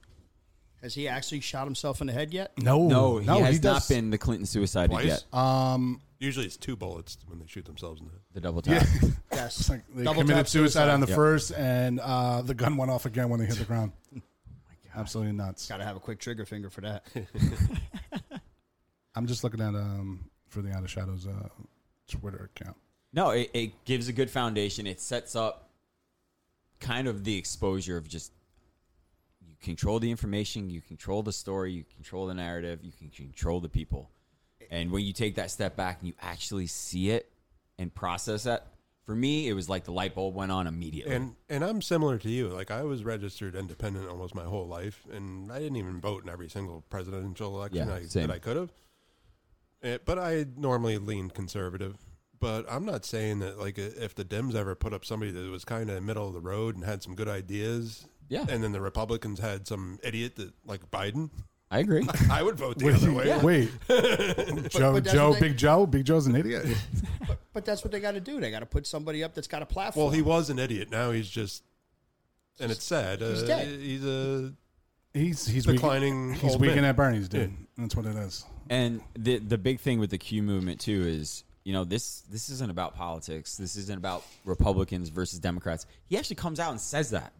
Has he actually shot himself in the head yet? No, no, he has does- not been the Clinton suicided Twice? yet. Um, Usually it's two bullets when they shoot themselves in the The double tap. It's like they Double committed tap suicide, suicide. on the Yep. first, and uh, the gun went off again when they hit the ground. Absolutely nuts. Got to have a quick trigger finger for that. I'm just looking at um for the Out of Shadows uh, Twitter account. No, it, it gives a good foundation. It sets up kind of the exposure of just you control the information, you control the story, you control the narrative, you can control the people. And when you take that step back and you actually see it and process that, for me, it was like the light bulb went on immediately. And and I'm similar to you. Like I was registered independent almost my whole life, and I didn't even vote in every single presidential election Yeah, I, same. that I could have. Eh, But I normally leaned conservative. But I'm not saying that like i- if the Dems ever put up somebody that was kind of middle of the road and had some good ideas, Yeah. and then the Republicans had some idiot that like Biden, I agree. I would vote the other way. Wait, Joe, but that's Joe, the thing. Big Joe, Big Joe's an idiot. But that's what they got to do. They got to put somebody up that's got a platform. Well, he was an idiot. Now he's just, and it's sad. He's uh, dead. He's a He's he's Declining Weak, he's old weakened man. at Bernie's, dude. That's what it is. And the the big thing with the Q movement too is you know this this isn't about politics. This isn't about Republicans versus Democrats. He actually comes out and says that,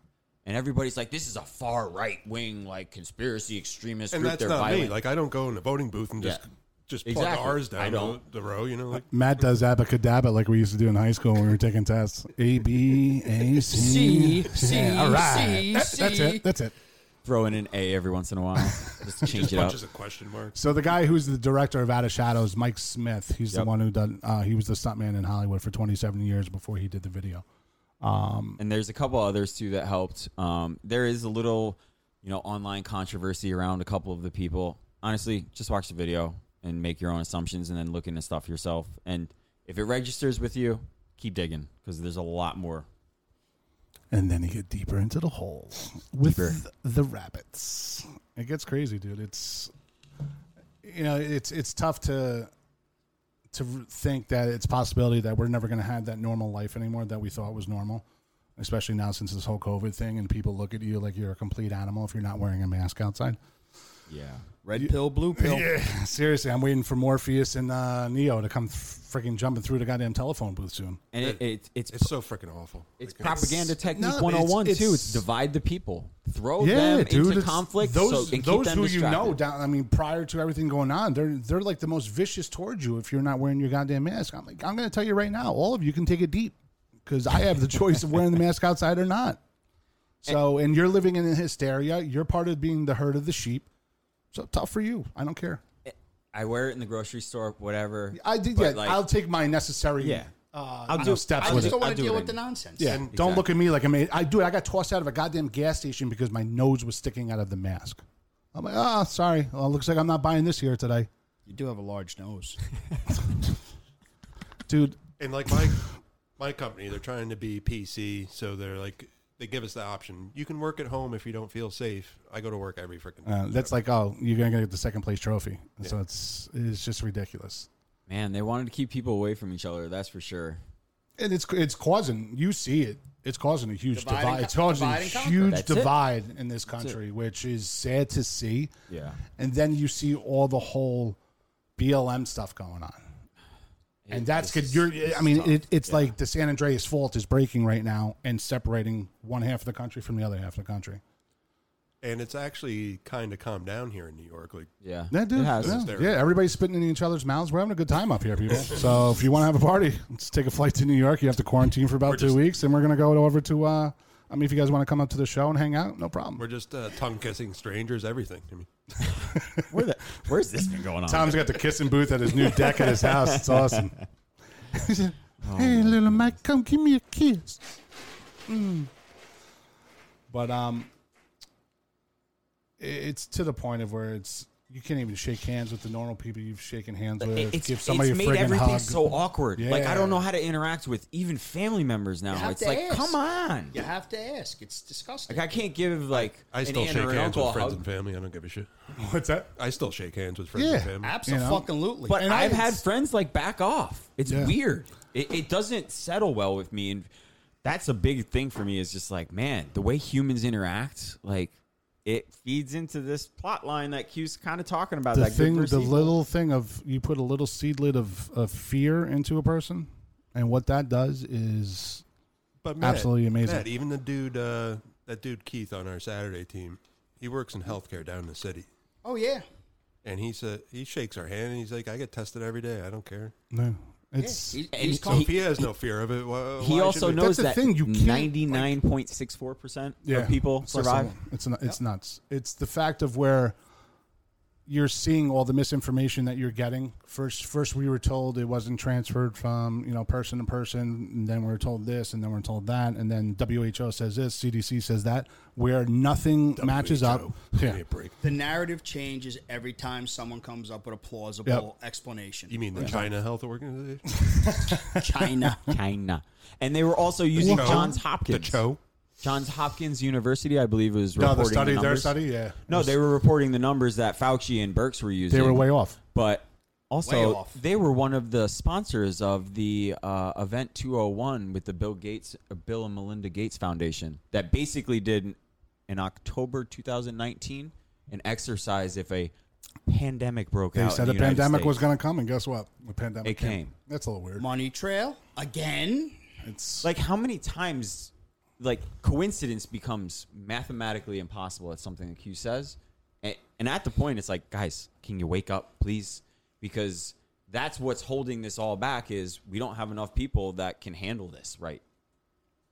and everybody's like, "This is a far right wing like conspiracy extremist and group. that's They're not violent." me. Like I don't go in the voting booth and just Yeah. just plug Exactly. ours down I don't. the row. You know, like Matt does abacadabra like we used to do in high school when we were taking tests. A B A C C, C, all right. C, That- that's C. it. That's it. Throw in an A every once in a while, just change it up. punches a question mark. So the guy who's the director of Out of Shadows, Mike Smith, he's the Yep. one who done. Uh, he was the stuntman in Hollywood for 27 years before he did the video. and there's a couple others too that helped. Um, there is a little, you know, online controversy around a couple of the people. Honestly, just watch the video and make your own assumptions, and then look into stuff yourself. And if it registers with you, keep digging because there's a lot more. And then you get deeper into the hole with the rabbits. It gets crazy, dude. It's you know, it's it's tough to to think that it's a possibility that we're never going to have that normal life anymore that we thought was normal, especially now since this whole COVID thing and people look at you like you're a complete animal if you're not wearing a mask outside. Yeah, Red pill, blue pill. Seriously, I'm waiting for Morpheus and uh, Neo to come freaking jumping through the goddamn telephone booth soon. and it, it, it's It's it's, so freaking awful. Like, propaganda technique no, it's- 101 too. it's- It's divide the people, throw yeah, them dude, into it's- conflict. Those, so, and those keep them who distracted. you know, down. I mean, prior to everything going on, they're they're like the most vicious towards you if you're not wearing your goddamn mask. I'm like, I'm gonna tell you right now, all of you can take it deep because I have the choice of wearing the mask outside or not. So, and you're living in hysteria. You're part of being the herd of the sheep. So tough for you. I don't care. I wear it in the grocery store, whatever. I did. But, Yeah, like, I'll take my necessary. Yeah. uh, I'll you do- know, steps I with just it. don't I'll want do to deal it with the anyway. nonsense. Yeah, And- don't Exactly. look at me like I made. I do it. I got tossed out of a goddamn gas station because my nose was sticking out of the mask. I'm like, ah, sorry. Well, looks like I'm not buying this here today, You do have a large nose. dude. and like my my company, they're trying to be PC, so they're like they give us the option. You can work at home if you don't feel safe. I go to work every freaking. Uh, that's like, oh, you're gonna get the second place trophy. So it's it's just ridiculous, Man, they wanted to keep people away from each other. That's for sure. and it's it's causing. You see it. It's causing a huge Divide divide. and co- it's causing divide a and conquer. huge That's it. divide in this country, which is sad to see. Yeah. and then you see all the whole BLM stuff going on. And that's good. You're, I mean, it, it's like the San Andreas fault is breaking right now and separating one half of the country from the other half of the country. And it's actually kind of calmed down here in New York. Like Yeah. That dude, It has. yeah, yeah, everybody's spitting in each other's mouths. We're having a good time up here, people. so if you want to have a party, let's take a flight to New York. You have to quarantine for about two weeks, and we're gonna go over to. Uh, I mean, if you guys want to come up to the show and hang out, no problem. we're just uh, tongue kissing strangers. Everything. I mean, Where the, where's this been going on? Tom's got the kissing booth at his new deck at his house. It's awesome. hey, little Mike, come give me a kiss. But um, i- it's to the point of where it's you can't even shake hands with the normal people you've shaken hands with. It- it's, give somebody a it's made friggin' everything hug. so awkward. Like Yeah. I don't know how to interact with even family members now. have It's to like, ask. come on. You have to ask. It's disgusting. Like I can't give like I an still aunt shake or an hands uncle with a friends hug. and family. I don't give a shit. What's that? I still shake hands with friends Yeah. and family. Absolutely. But And I- I've had friends like back off. It's Yeah. weird. It, it doesn't settle well with me, and that's a big thing for me. Is just like, man, the way humans interact, like it feeds into this plot line that Q's kind of talking about. the that good thing, versus the evil. little thing of you put a little seedlet of, of fear into a person, and what that does is But Matt, Absolutely amazing. Matt, even the dude, uh, that dude Keith on our Saturday team, he works in healthcare down in the city, Oh yeah. and he said he shakes our hand and he's like, "I get tested every day. I don't care." no, it's He's, And he's he- So calm. if he has no fear of it, why, He why also should we- knows the that thing, you can't, like- ninety nine point six four percent of people It's less survive. than one. It's nu- it's nuts. It's the fact of where you're seeing all the misinformation that you're getting. First, first we were told it wasn't transferred from you know person to person, and then we are told this, and then we are told that, and then WHO says this, CDC says that, where nothing matches up. So, give Yeah. me a break. The narrative changes every time someone comes up with a plausible explanation. You mean the China Health Organization? China? China, and they were also using Cho? Johns The Hopkins. Cho? Johns Hopkins University, I believe, was No, reporting the study, the their numbers. study, yeah, No, they were reporting the numbers that Fauci and Burks were using. they were way off. but Way also off. they were one of the sponsors of the uh, event 201 with the Bill Gates, uh, Bill and Melinda Gates Foundation that basically did in October 2019 an exercise if a pandemic broke They out. in said the a United pandemic was States. going to come, and guess what? The pandemic It came. That's a little weird. Money trail again? It's like how many times like coincidence becomes mathematically impossible at something that q says and, and at the point it's like guys can you wake up please because that's what's holding this all back is we don't have enough people that can handle this right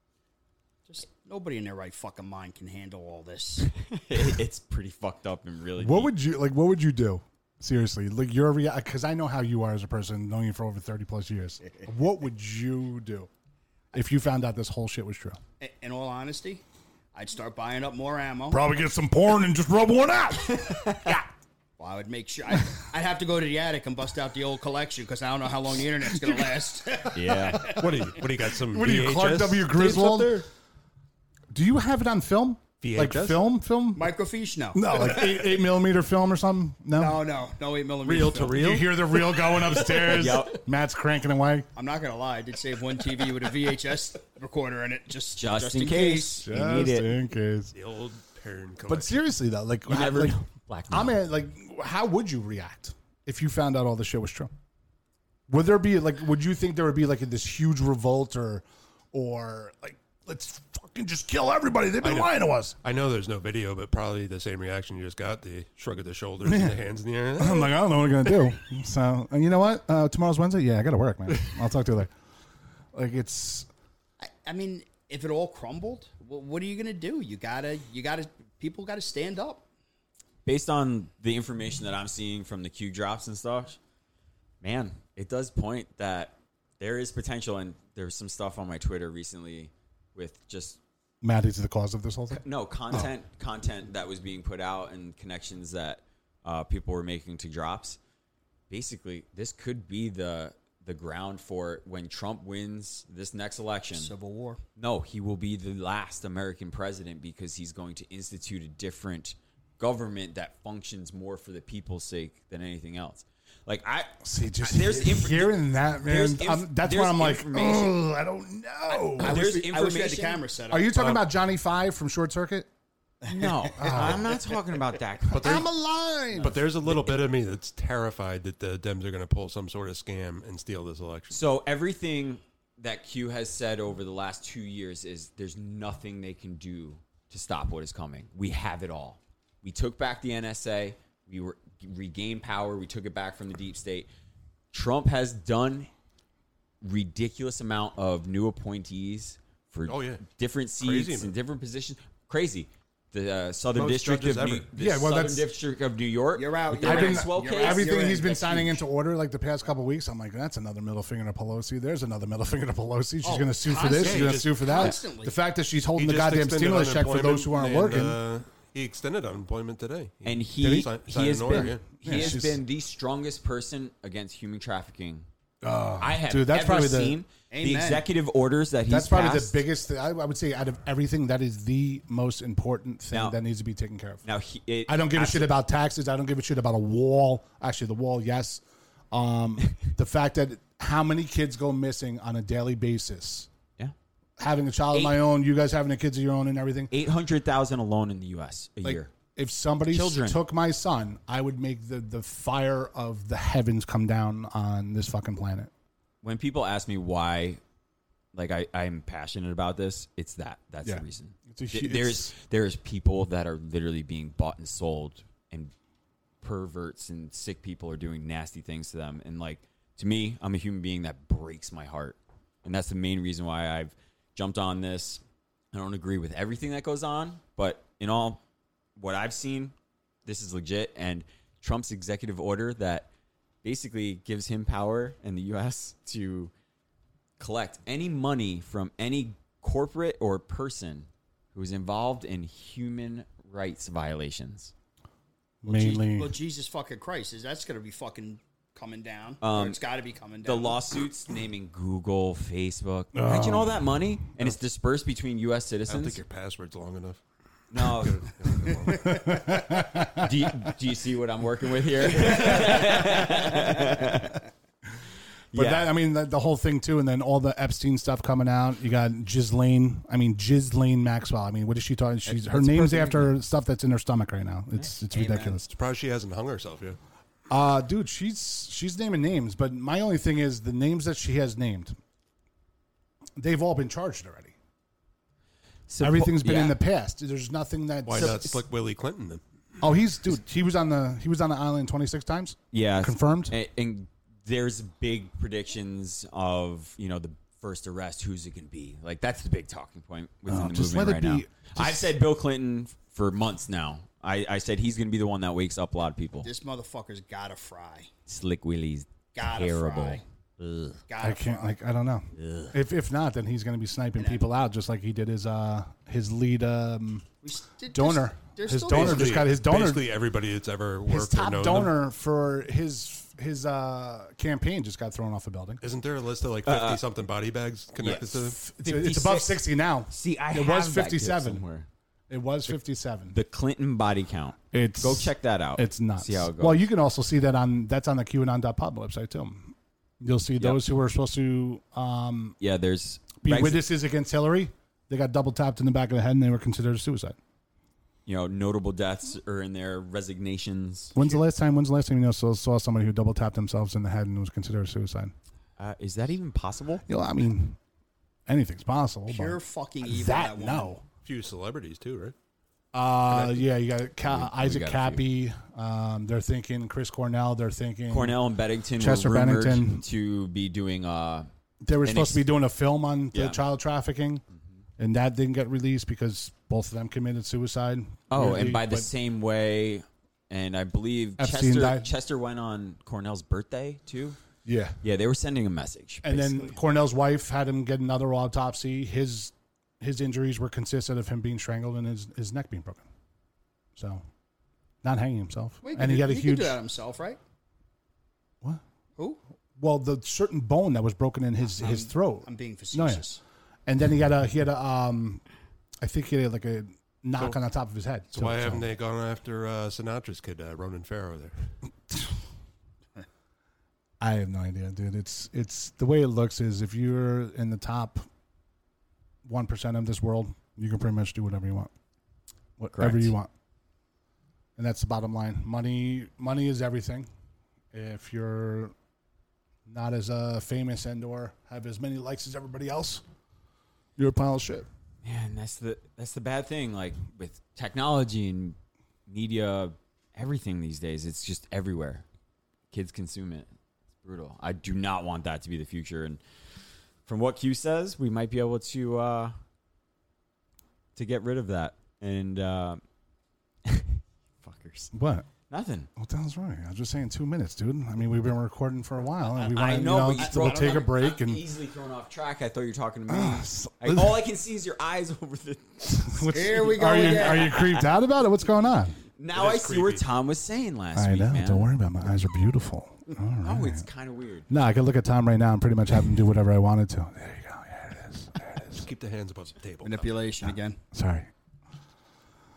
Just nobody in their right fucking mind can handle all this. It- it's pretty fucked up and really What deep. would you like? What would you do? Seriously, like your react because I know how you are as a person, knowing you for over thirty plus years. What would you do if you found out this whole shit was true? In- In all honesty, I'd start buying up more ammo. Probably get some porn and just rub one out. Well, I would make sure I'd, I'd have to go to the attic and bust out the old collection because I don't know how long the internet's gonna last. yeah What do you? What do you got? Some What are you, VHS Clark W. tapes up Griswold? there? do you have it on film? Like VHS? film, film? Microfiche? No, No, like eight, eight millimeter film or something. No, no, no, no eight millimeter. Reel to film. reel? You hear the reel going upstairs. Yep. Matt's cranking away. I'm not gonna lie, I did save one TV with a VHS recorder in it, just just, in, case, you need Just it in case. The old parent collection. But seriously though, like You never like, know. Black I mean, like, how would you react if you found out all this shit was true? Would there be like, would you think there would be like this huge revolt or, or like, let's fucking just kill everybody? They've been know. lying to us. I know there's no video, but probably the same reaction you just got the shrug of the shoulders and the hands in the air. I'm like, I don't know what I'm gonna do. so, and you know what? Uh, tomorrow's Wednesday. Yeah, I gotta work, man. I'll talk to you later. Like, it's I, I mean, if it all crumbled, wha- what are you gonna do? You gotta, you gotta, people gotta stand up. based on the information that I'm seeing from the Q drops and stuff, man, it does point that there is potential. And there's some stuff on my Twitter recently with just Maddie's the cause of this whole thing. no content, content that was being put out and connections that uh, people were making to drops. Basically, this could be the the ground for when Trump wins this next election. Civil war. No, he will be the last American president because he's going to institute a different government that functions more for the people's sake than anything else. Like I See, just Uh, There's inf- hearing that, man. there's inf- I'm- that's where there's I'm like, information. oh, I don't know. I- There's There's I wish we had the information- camera set up. Are you talking about Johnny Five from Short Circuit? no, Ah. I'm not talking about that. I'm alive. But there's a little bit of me that's terrified that the Dems are going to pull some sort of scam and steal this election. So everything that Q has said over the last two years is there's nothing they can do to stop what is coming. We have it all. We took back the NSA. We were regained power. We took it back from the deep state. Trump has done ridiculous amount of new appointees for Oh, yeah. different Crazy, seats man. and different positions. Crazy. The uh, Southern Most District judges of New, ever. the Yeah, well, Southern that's- District of New York. You're out. with the You're out. Maxwell You're case. out. everything You're he's right. been That's signing into order like the past couple weeks. I'm like, that's another middle finger to Pelosi. There's another middle finger to Pelosi. She's Oh, going to sue for this. constantly. She's going to Just sue for that. constantly. The fact that she's He holding the just goddamn extended stimulus check for unemployment those who aren't and, working. uh, he extended unemployment today. He- and Did Sign- he signed he has an order, been yeah. he Yeah, has she's- been the strongest person against human trafficking. I have Ah, dude, that's ever probably the- seen the, Amen. executive orders that he's that's probably passed. the biggest. Thing. I, I would say out of everything, that is the most important thing Now- that needs to be taken care of. Now he, it, I don't give a actually- shit about taxes. I don't give a shit about a wall. Actually, the wall, yes. Um, the fact that how many kids go missing on a daily basis. Yeah, Having a child of my own, you guys having the kids of your own, and everything. eight hundred thousand alone in the U.S. a year. if somebody Children. took my son, I would make the, the fire of the heavens come down on this fucking planet. when people ask me why like I, I'm passionate about this, it's that. That's Yeah. the reason. It's a Th- hu- there's there's people that are literally being bought and sold and perverts and sick people are doing nasty things to them. And like to me, I'm a human being that breaks my heart. And that's the main reason why I've jumped on this. I don't agree with everything that goes on, but in all what I've seen, this is legit. And Trump's executive order that basically gives him power in the US to collect any money from any corporate or person who is involved in human rights violations. Mainly, Je- well, Jesus fucking Christ, is that's gonna be fucking coming down? Or it's got to be coming The down. lawsuits naming Google, Facebook. Oh. Imagine all that money and it's dispersed between U.S. I don't think citizens. your password's long enough. No, do you, do you see what I'm working with here? but yeah. that I mean, that, the whole thing too, and then all the Epstein stuff coming out. You got Ghislaine. I mean, Ghislaine Maxwell. I mean, what is she talking? She's her That's name's perfect. after stuff that's in her stomach right now. It's it's ridiculous. Surprised she hasn't hung herself yet. Uh, dude, she's she's naming names, but my only thing is the names that she has named. They've all been charged already. Suppo- Everything's been in yeah. the past. There's nothing that. Why not slick Willie Clinton then? Oh, he's dude. He was on the he was on the island 26 times. Yeah, Confirmed? And, and there's big predictions of you know the first arrest. Who's it going to be? Like that's the big talking point within Oh, the just let movement right it now. be- I've just- said Bill Clinton for months now. I, I said he's going to be the one that wakes up a lot of people. this motherfucker's gotta fry. Slick Willie's Gotta terrible. fry. Ugh. Gotta I can't fry. like I don't know. If if not, then he's gonna be sniping people out just like he did his uh his lead um We s- did- donor. there's- there's His still- donor just got his donor Basically, everybody that's ever worked his or top known them. donor for his his uh campaign just got thrown off a building. Isn't there a list of Uh, like fifty something body bags connected to them? It's, it's above 56. sixty now. See, I it have was that gift 57. somewhere. It was 57. The Clinton body count. It's- go check that out. It's nuts. See how it goes. Well, you can also see that on that's on the QAnon.pub website too. You'll see those who were supposed to um, yeah, there's be Brexit- witnesses against Hillary. They got double tapped in the back of the head and they were considered a suicide. you know notable deaths or in their resignations. When's the last time? When's the last time you know saw, saw somebody who double tapped themselves in the head and was considered a suicide? Uh, is that even possible? You know, I mean, anything's possible. but Pure fucking evil. that, woman. no. few celebrities too, right? Uh, yeah, you got Ca- we Isaac got a Cappy. Um, they're thinking Chris Cornell. They're thinking Cornell and Bennington Chester were rumored Bennington. to be doing uh They were and supposed to be ex- doing a film on the Yeah. Mm-hmm. child trafficking, and that didn't get released because both of them committed suicide. oh Weirdly, and by the but same way and I believe Epstein Chester died. Chester went on Cornell's birthday too. yeah. Yeah, they were sending a message. And then basically. Cornell's wife had him get another autopsy. His his injuries were consistent of him being strangled and his, his neck being broken. So, not hanging himself. Well, and he he had could- a he could huge do that himself, right? what? Who? Well, the certain bone that was broken in his his throat. Um, I'm being No, yeah. facetious. And then he had a he had a um, I think he had like a knock on the top of his head. So why haven't they gone after uh, Sinatra's kid, uh, Ronan Farrow? There, I have no idea, dude. It's it's the way it looks is if you're in the top one percent of this world, you can pretty much do whatever you want, whatever Correct. you want, and that's the bottom line. Money, money is everything. If you're not as uh, famous and or have as many likes as everybody else, you're a pile of shit. Man, that's the that's the bad thing. Like with technology and media, everything these days, it's just everywhere. Kids consume it. It's brutal. I do not want that to be the future. And from what Q says, we might be able to uh, to get rid of that. And uh, fuckers, What? nothing. What the hell's wrong? I was just saying two minutes, dude. I mean, we've been recording for a while, and we want I to you know. know, but you we'll throw- take a I'm- break I'm and easily thrown off track. I thought you were talking to me. I- listen. all I can see is your eyes over the. Here we go Are you, again. are you creeped out about it? What's going on? Now I It see is what creepy. Tom was saying last I week. know. man. Don't worry about it. my eyes are beautiful. All right. Oh, it's kind of weird. No, I could look at Tom right now and pretty much have him do whatever I wanted to. There you go. Yeah, it is. just keep the hands above the table. Manipulation again. Sorry.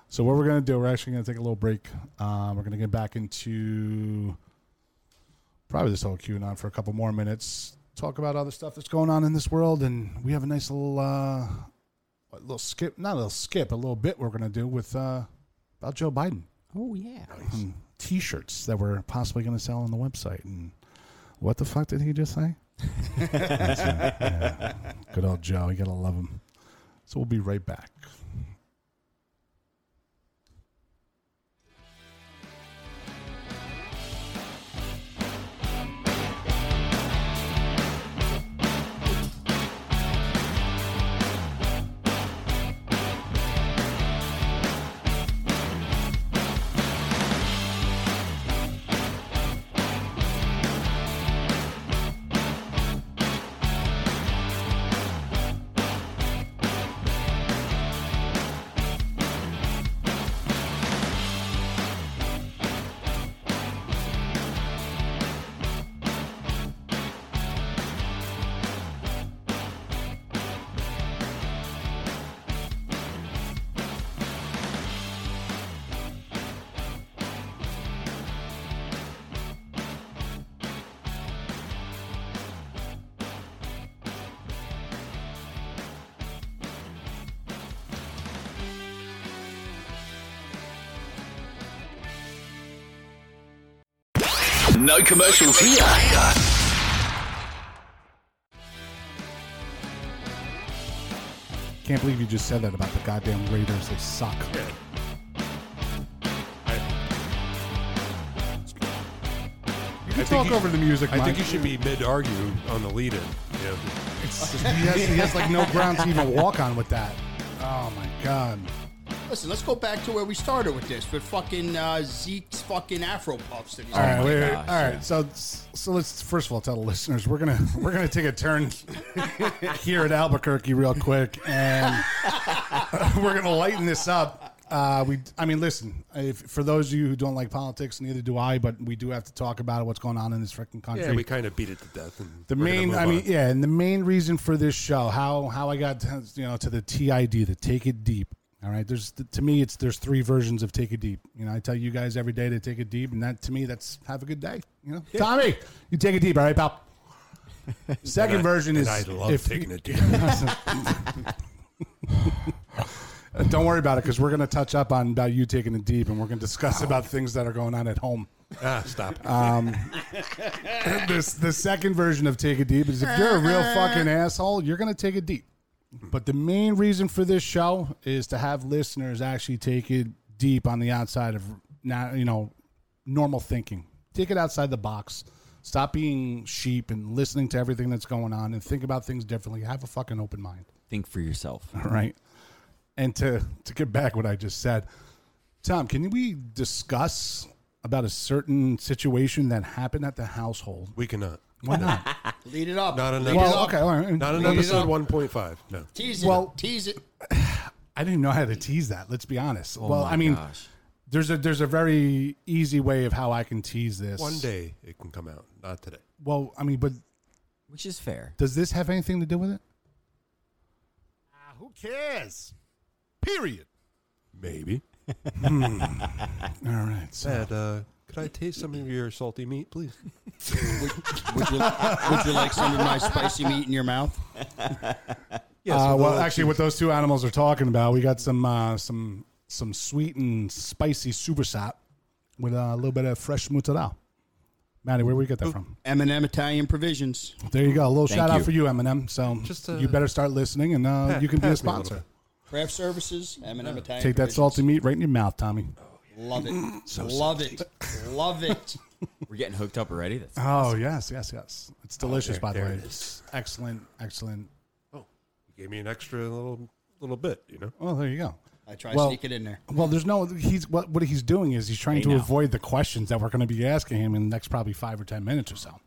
So what we're gonna do? We're actually gonna take a little break. Um, we're gonna get back into probably this whole QAnon for a couple more minutes. Talk about other stuff that's going on in this world, and we have a nice little uh, a little skip, not a little skip, a little bit we're gonna do with uh, about Joe Biden. Oh yeah. T-shirts that we're possibly going to sell on the website. And what the fuck did he just say? Yeah. Good old Joe. You gotta love him. So we'll be right back. No commercials here. Can't believe you just said that about the goddamn Raiders. They suck. You can I think talk you- over the music. I think Mike. you should be mid argue on the lead in. Yeah. He has, he has like no ground to even walk on with that. Oh my god. Listen, let's go back to where we started with this, with fucking uh, Zeke's fucking Afro puffs. That he's All right, wait, wait, gosh, all right. So, so let's first of all tell the listeners we're gonna we're gonna take a turn here at Albuquerque real quick, and we're gonna lighten this up. Uh, we, I mean, listen. If, for those of you who don't like politics, neither do I, but we do have to talk about what's going on in this freaking country. Yeah, we kind of beat it to death. And The we're gonna main, move I mean, on. yeah, and the main reason for this show, how how I got to, you know to the TID, the Take It Deep. All right, there's to me, it's there's three versions of Take It Deep. You know, I tell you guys every day to take it deep, and that to me, that's have a good day. You know, Tommy, you take it deep, all right, pal. Second And I- version and is I love if- taking it deep. Don't worry about it because we're going to touch up on about you taking it deep, and we're going to discuss about things that are going on at home. ah, stop. this the second version of take it deep is if you're a real fucking asshole, you're gonna take it deep. But the main reason for this show is to have listeners actually take it deep on the outside of not you know normal thinking. Take it outside the box. Stop being sheep and listening to everything that's going on and think about things differently. Have a fucking open mind. Think for yourself. Oh All right. And to to get back what I just said, Tom, can we discuss about a certain situation that happened at the household? we cannot. Why not? lead it up. Not an, Lead it Well, up. okay, all right. not an Well, episode 1.5. No. Tease it. Well- tease it. I didn't know how to tease that. Let's be honest. Oh well, my I mean, gosh. there's a there's a very easy way of how I can tease this. One day it can come out. Not today. Well, I mean, but Which is fair. does this have anything to do with it? Ah, who cares? Period. Maybe. All right. So Dad, uh, could I taste some of your salty meat, please? Would you, would you like some of my spicy meat in your mouth? Yes. Uh, with well, all that actually, what those two animals are talking about, we got some uh, some some sweet and spicy supersat with uh, a little bit of fresh mozzarella. Maddie, where we get that from? M&M Italian provisions. There you go. A little Thank shout out you. for you, Eminem. So Just, uh, you better start listening, and uh, pat- you can be a pat me a little sponsor. bit. Craft services, M&M Italian Take that provisions. salty meat right in your mouth, Tommy. Love it. Love it. Love it. We're getting hooked up already. That's Oh yes, yes, yes. It's delicious, there- by the there way. it is. Excellent, excellent. oh, you gave me an extra little little bit, you know? Well, there you go. I try to Well- sneak it in there. Well, there's no. He's what what he's doing is he's trying Hey, to now. avoid the questions that we're going to be asking him in the next probably five or ten minutes or so.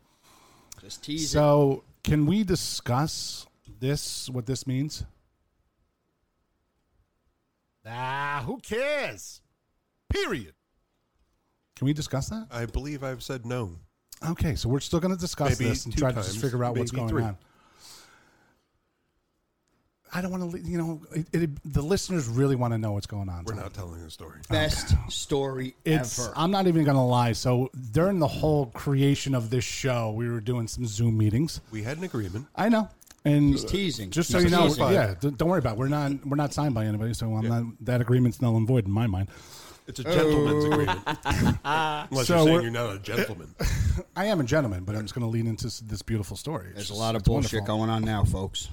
Just tease it. So, can we discuss this? What this means? Ah, who cares? Period. Can we discuss that? I believe I've said no. Okay, so we're still going to discuss Maybe this and two try to times, just figure out what's maybe going three. on. I don't want to, you know, it, it, the listeners really want to know what's going on. We're tonight. not telling the story. Best story It's. ever. I'm not even going to lie. So during the whole creation of this show, we were doing some Zoom meetings. We had an agreement. I know. And He's teasing. Just so He's you know, teasing. um, yeah. d- Don't worry about. It. We're not. We're not signed by anybody, so I'm not. That agreement's null and void in my mind. It's a gentleman's agreement. Unless Oh. So you're saying we're- you're not a gentleman. I am a gentleman, but I'm just going to lean into s- this beautiful story. It's There's a just- lot of it's bullshit wonderful. going on now, folks.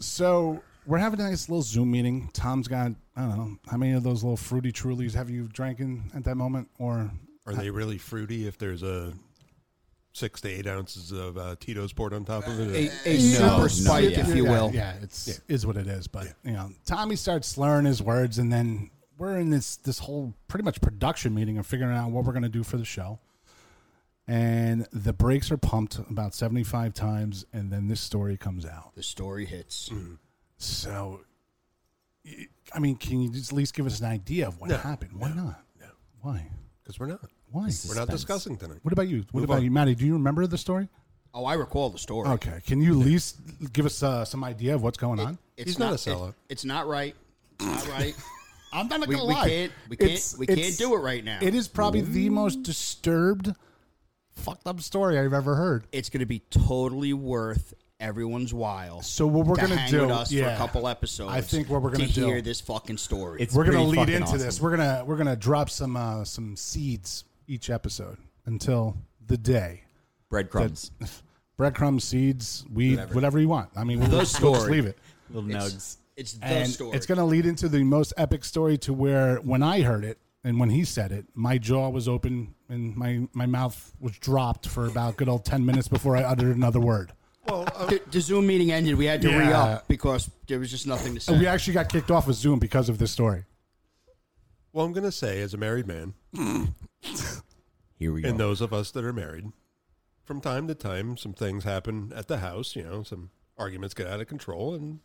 So we're having a nice little Zoom meeting. Tom's got I don't know how many of those little fruity trulies have you drinking at that moment, or Are they really fruity if there's a six to eight ounces of uh, Tito's poured on top of it? A, a No, super no, spike, yeah. if you yeah, will. Yeah, it's is what it is. But you know, Tommy starts slurring his words, and then we're in this this whole pretty much production meeting of figuring out what we're going to do for the show. And the brakes are pumped about seventy five times, and then this story comes out. The story hits. Mm. So, y- I mean, can you just at least give us an idea of what happened? Why not? No. Why? Because we're not. Why? We're not discussing tonight. What about you? What Move about on. you, Maddie? Do you remember the story? Oh, I recall the story. Okay. Can you at least give us uh, some idea of what's going on? It's He's not a it- sellout. it's not right. It's not right. I'm not we- gonna we lie. can't- we can't- It's- we can't it's- do it right now. It is probably the most disturbed, fucked up story I've ever heard. it's going to be totally worth everyone's while. So what we're to gonna hang do- with us for yeah. a couple episodes. I think what we're to gonna do- hear this fucking story. It's we're gonna pretty lead fucking into awesome. this. We're gonna we're gonna drop some uh, some seeds each episode until the day. breadcrumbs, Breadcrumbs, seeds, weed, whatever, you want. I mean, we'll, The we'll just story. leave it. little nugs. it's the and story. it's going to lead into the most epic story to where when I heard it and when he said it, my jaw was open and my, my mouth was dropped for about good old 10 minutes before I uttered another word. the, the Zoom meeting ended. We had to Yeah. re up because there was just nothing to say. And Uh, we actually got kicked off of Zoom because of this story. Well, I'm going to say, as a married man, Here we go. and those of us that are married, from time to time, some things happen at the house. You know, some arguments get out of control, and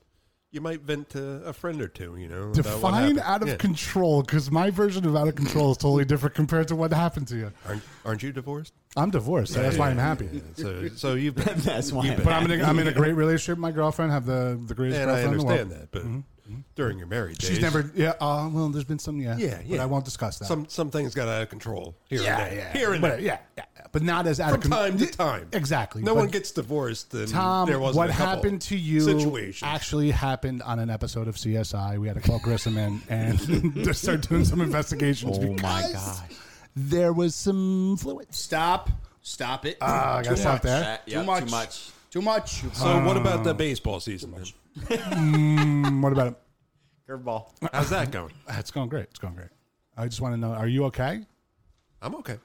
you might vent to a friend or two. You know, about what Define happened. out of Yeah. control because my version of out of control is totally different compared to what happened to you. Aren't, aren't you divorced? I'm divorced, so that's why I'm happy. So, so you've That's why. But I'm in, a, I'm in a great relationship. with My girlfriend have the, the greatest and I girlfriend in the understand world. that, but during your marriage, She's never, yeah. Uh, well, there's been some, yeah, Yeah, yeah. But I won't discuss that. Some some things got out of control here yeah, and there. yeah, Here and Whatever, there. yeah, yeah, yeah. but not as out From of con- time to time. Exactly. No but one gets divorced. And Tom, there wasn't what a couple happened to you situations. actually happened on an episode of CSI. We had to call Grissom in and just start doing some investigations. Oh my because gosh. There was some fluids. Stop. Stop it. Ah, I gotta stop there. Uh, yeah, too much. Too much. Too much. So what about Oh. the baseball season? then? Mm, what about it? Curveball. How's that going? Ah, It's going great. It's going great. I just want to know: Are you okay? I'm okay.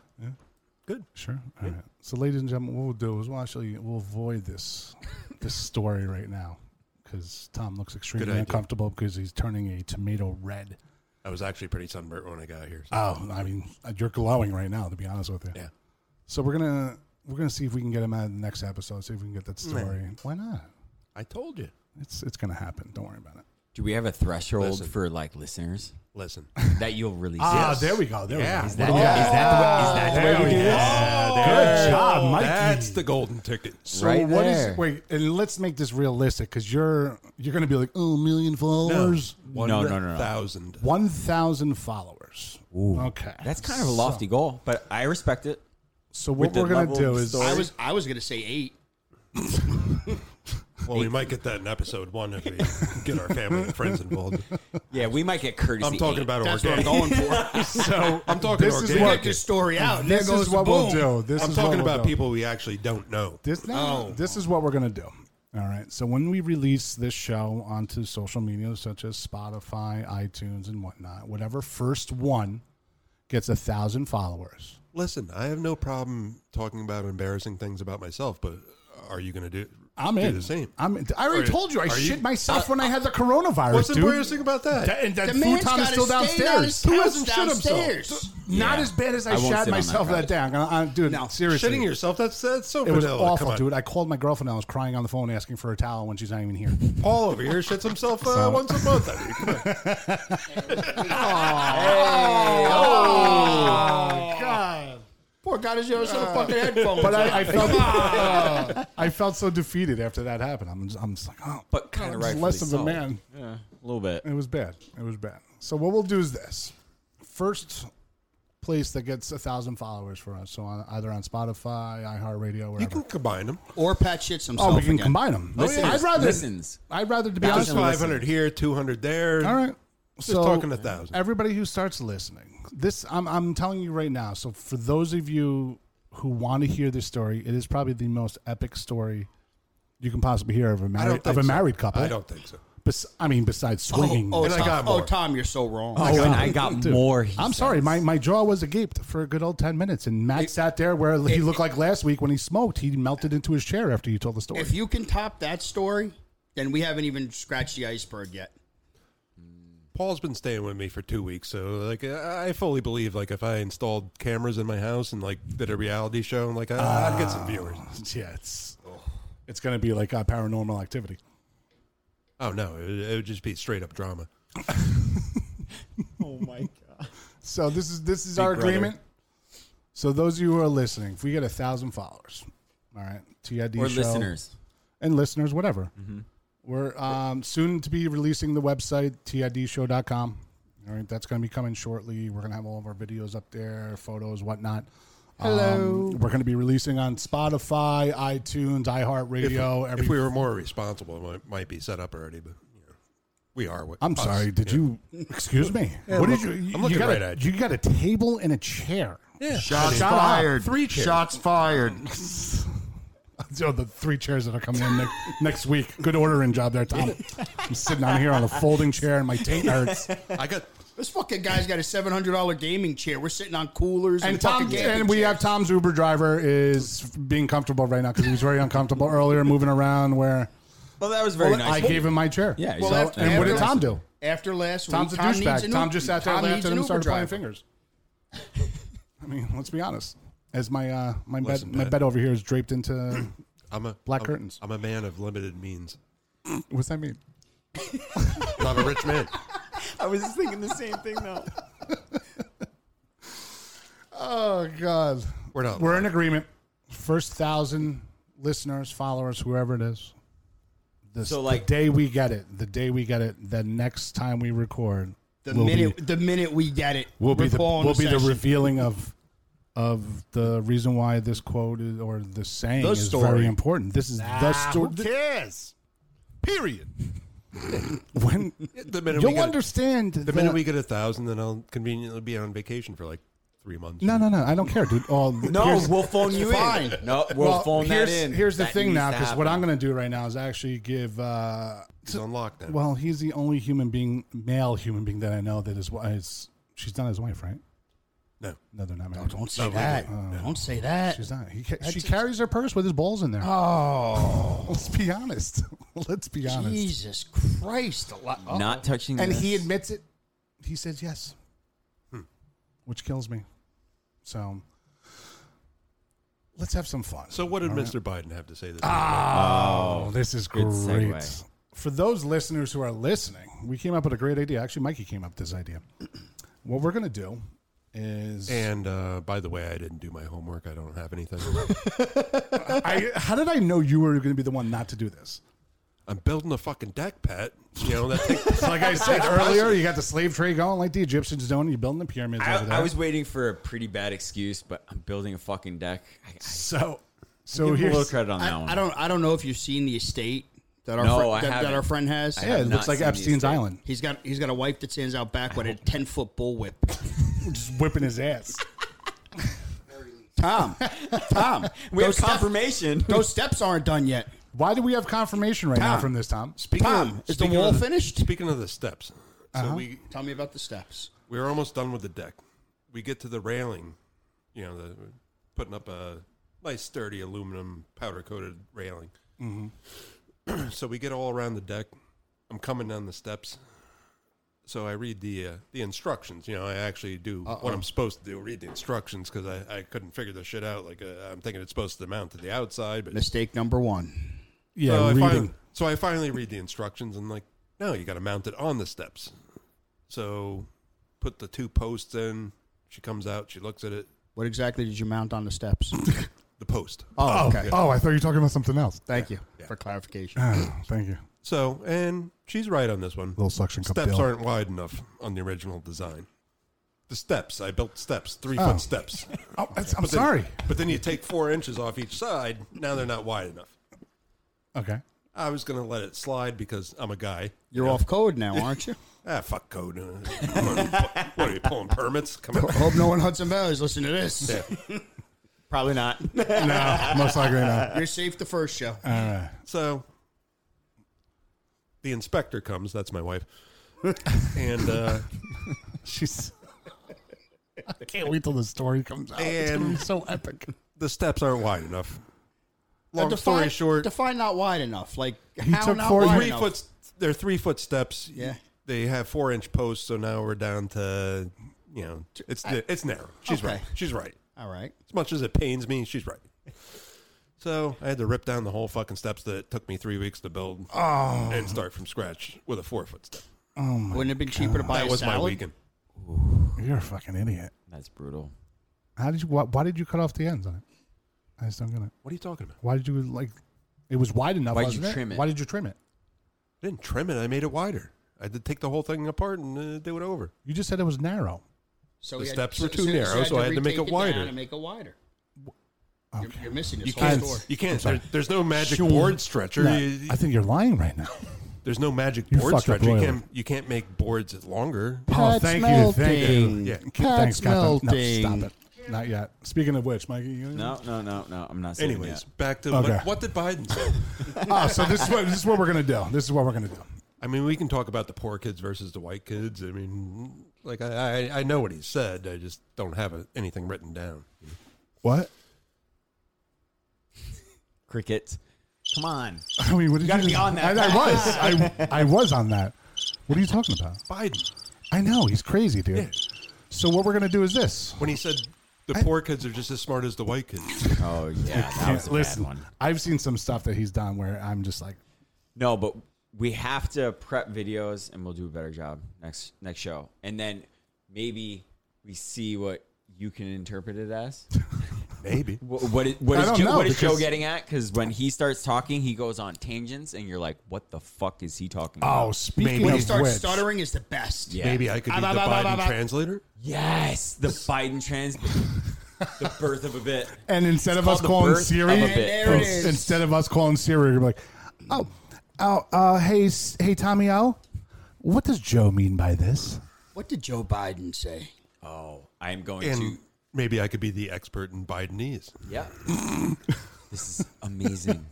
Good. Sure. All right. So, ladies and gentlemen, what we'll do is we'll actually we'll avoid this this story right now because Tom looks extremely idea. uncomfortable because he's turning a tomato red. I was actually pretty sunburnt when I got here. so- Oh, I mean, you're glowing right now. To be honest with you. yeah. So we're gonna we're gonna see if we can get him out of the next episode. See if we can get that story. Why not? I told you. It's it's gonna happen. Don't worry about it. Do we have a threshold Listen. for like listeners Listen. that you'll release? Ah, Yes. there we go. There Yeah. we go. Is That- is that the way, is that the way we do this? Good job, Mikey. That's the golden ticket. So Right what is- there. wait, and let's make this realistic because you're you're gonna be like, oh, million followers, One No, no, no, no. thousand. one thousand followers. Okay, That's kind of a lofty goal, but I respect it. So what With the we're gonna level do of is story. I was I was gonna say eight. Well, we might get that in episode one if we get our family and friends involved. Yeah, we might get courtesy. I'm talking eight. about That's what I'm organic. going for. so I'm talking This is organic. what- Get your story out. and this there goes is the what we'll boom. do. This I'm is what talking we'll about do. people we actually don't know. This no, this is what we're gonna do. All right. So when we release this show onto social media, such as Spotify, iTunes, and whatnot, whatever first one gets a thousand followers. Listen, I have no problem talking about embarrassing things about myself, but are you going to do? I'm do in. the same. I'm. In. I already Are- told you. I are you- Uh, shit myself when I had the coronavirus, What's dude. embarrassing about that? That, and that The man's futon is gotta still stay downstairs. down Who his hasn't house shit himself? downstairs. So- Not as bad as I, I won't shad sit on myself that that day. I'm gonna, I, dude, No. seriously, Shitting yourself? That's that's so it was vanilla. Come awful, on. dude. I called my girlfriend. I was crying on the phone, asking for a towel when she's not even here. Paul over here shits himself uh, once a month. I mean, come on. Oh, Oh, Poor guy is yours the fucking headphones. But I, I felt I felt so defeated after that happened. I'm just, I'm just like, oh, But kinda I'm just rightfully less of a so. man. Oh, Yeah, a little bit. It was bad. It was bad. So what we'll do is this: first place that gets a thousand followers for us, so on, either on Spotify, iHeartRadio, wherever. you can combine them. or Pat shits himself. oh, we can again. combine them. Listens, I'd rather listens. I'd rather to be honest. There's 500 here, 200 there. All right. Just talking a thousand. Everybody who starts listening, this I'm I'm telling you right now. So for those of you who want to hear this story, it is probably the most epic story you can possibly hear of a I married don't of a think so. married couple. I don't think so. Bes- I mean, besides swinging. Oh, And I Tom, got oh, more. Tom, you're so wrong. Oh, I got, I got more. he I'm sorry, says. my, my jaw was agape for a good old ten minutes, and Matt sat there where he looked like last week when he smoked. He melted into his chair after you told the story. If you can top that story, then we haven't even scratched the iceberg yet. Paul's been staying with me for two weeks, so like I I fully believe like if I installed cameras in my house and like did a reality show, like I, I'd get Ah, some viewers. yeah, it's it's gonna be like uh, paranormal activity. Oh no, it, it would just be straight up drama. So this is this is Big our brother. agreement. So those of you who are listening, if we get a thousand followers, all right, TID or show, listeners. and listeners, whatever. Mm-hmm. We're um, soon to be releasing the website tidshow.com. All right, that's going to be coming shortly. We're going to have all of our videos up there, photos, whatnot. Hello. we're going to be releasing on Spotify, iTunes, If, iHeartRadio. if every, we were more responsible, it might, might be set up already, but you know, we are. What, I'm us. sorry. Did Yeah. you? Excuse me. what did you? looking- you I'm looking got right a, at you. got a table and a chair. Yeah. Shots Shut up. fired. Three chairs. Shots fired. So the three chairs that are coming in next, next week. Good ordering job there, Tom. I'm sitting on here on a folding chair, and my taint hurts. I got This fucking guy's got a seven hundred dollar gaming chair. We're sitting on coolers and, and Tom fucking and gaming we chairs. have Tom's Uber driver is being comfortable right now because he was very uncomfortable earlier, moving around. Where Well, that was very I nice. gave him my chair. Yeah, So- exactly. and what did Yeah. Tom do? after last Tom's a week, Tom needs douchebag. an Tom Uber- just sat there Tom laughed needs at an him and Uber started playing driver. fingers. I mean, let's be honest. As my uh, my Listen, bed my Pat. bed over here is draped into. I'm a Black I'm- curtains. I'm a man of limited means. what's that mean? Not a rich man. I was just thinking the same thing though. Oh God, We're not. we're in agreement. First thousand listeners, followers, whoever it is. This, So, like- the day we get it, the day we get it, the next time we record, The will be- minute the minute we get it, will be we're the calling will be the session. revealing of of the reason why this quote is, or this saying The is story. very important. This is the story. Who cares? Period. when the minute we you'll get, understand the minute we get a thousand, then I'll conveniently be on vacation for like three months. No, no, no. I don't care, dude. Oh, No, here's- we'll phone you fine. in. No, we'll well, phone here's, that in. Here's the That thing needs now, to because what I'm happen. going to do right now is actually give. Uh, He's on lockdown. well, he's the only human being, male human being that I know that is. Is she's not his wife, right? no. No, they're not Oh, married. don't say that. don't say that. Oh. She's not. He, ca- she carries her purse with his balls in there. Oh, Let's be honest. Let's be honest. Jesus Christ! A lot- oh. Not touching. And this. he admits it. He says yes, Hmm. which kills me. So let's have some fun. So what did Mr. Biden have to say this? Oh, this is Good great. segue. For those listeners who are listening, we came up with a great idea. Actually, Mikey came up with this idea. What we're going to do is And uh, by the way, I didn't do my homework. I don't have anything. I, how did I know you were going to be the one not to do this? I'm building a fucking deck, Pat. You know that. Like I said earlier, you got the slave trade going like the Egyptians doing. You're building the pyramids over there. I, I was waiting for a pretty bad excuse, but I'm building a fucking deck. I, I so so give him a little here's credit on that one. I, I don't. I don't know if you've seen the estate that our No, fri- I that, that haven't. our friend has. yeah, it have looks not like seen these Epstein's things. Island, He's got he's got a wife that stands out back with a ten foot bullwhip. just whipping his ass. Tom, Tom, We have those, step- confirmation. those steps aren't done yet. Why do we have confirmation right now Tom. from this Tom? Tom, is the speaking wall of finished? Speaking of the steps, so Uh-huh. we Tell me about the steps. we were almost done with the deck. We get to the railing. You know, the, putting up a nice sturdy aluminum powder coated railing. so we get all around the deck. I'm coming down the steps. So I read the uh, the instructions. You know, I actually do what I'm supposed to do. Read the instructions because I, I couldn't figure this shit out. Like uh, I'm thinking it's supposed to mount to the outside, but Mistake number one. Yeah, so I, reading. finally, so I finally read the instructions and like, no, you got to mount it on the steps. So put the two posts in. She comes out. She looks at it. What exactly did you mount on the steps? The post. Oh, okay. Oh, I thought you were talking about something else. Thank you for clarification. Oh, thank you. So and she's right on this one. Little suction cup steps deal. aren't wide enough on the original design. The steps. I built steps, three Oh. foot steps. Oh, that's- I'm But then- sorry. But then you take four inches off each side. Now they're not wide enough. Okay. I was gonna let it slide because I'm a guy. You're off code now, aren't you? Ah, fuck code. Uh, what are you pulling permits? Come on. Hope no one Hudson Valley's listening to this. Probably not. No, most likely not. You're safe the first show. Uh, So the inspector comes. That's my wife, and uh, She's. I can't wait till the story comes out. It's gonna be And- so epic. the steps aren't wide enough. Long Define- story short, define not wide enough. Like how took not four- wide three enough? foot. They're three foot steps. Yeah. they have four inch posts. So now we're down to you know it's it's narrow. She's Okay. right. She's right. All right. As much as it pains me, she's right. So I had to rip down the whole fucking steps that it took me three weeks to build Oh. and start from scratch with a four foot step. Wouldn't it have been cheaper to buy Oh That a was salad? my weekend. You're a fucking idiot. That's brutal. How did you? Why, why did you cut off the ends on it? I just don't get it. What are you talking about? Why did you like? It was wide enough. Why did you wasn't trim it? Why did you trim it? I didn't trim it. I made it wider. I did take the whole thing apart and uh, do it over. You just said it was narrow. So The we had- steps were so- too so- narrow, you so I had to make retake it wider. down and make it wider. You're, you're missing this You whole can't. store. You can't. There, there's no magic Sure. board stretcher. Nah, You- I think you're lying right now. there's no magic You board fucking stretcher. You broiler. can't. You can't make boards longer. Oh, Cat's thank you, thank you. melting. Yeah. Thanks, Cat's Captain. No, melting. stop it. Not yet. Speaking of which, Mikey. You No, no, no, no. I'm not saying Anyways, that. back to Okay. what, what did Biden say? Oh, so this is what this is what we're gonna do. This is what we're gonna do. I mean, we can talk about the poor kids versus the white kids. I mean, like I, I, I know what he said. I just don't have a, anything written down. What? Cricket. Come on. I mean, what did you gotta be on that. I, I was. I, I was on that. What are you talking about? Biden, I know he's crazy, dude. So what we're gonna do is this. when he said the poor kids are just as smart as the white kids, Oh yeah, that was a bad one. I've seen some stuff that he's done where I'm just like, No, but we have to prep videos, and we'll do a better job next next show. And then maybe we see what you can interpret it as. maybe. What, what is, what I is, don't Joe, know, what is Joe because- getting at? Because when he starts talking, he goes on tangents, and you're like, "What the fuck is he talking about?" oh, speaking Maybe. of When When you start which, stuttering is the best. Yeah. Maybe I could be Ah, the bah, bah, bah, bah, Biden bah. translator. Yes, the Biden trans, the birth of a bit. and instead of called us the calling birth of Siri, a bit. There it ins- is. instead of us calling Siri, you're like, oh, oh, uh, hey, S- hey, Tommy O, what does Joe mean by this? What did Joe Biden say? Oh, I'm going And to. maybe I could be the expert in Bidenese. Yeah, this is amazing.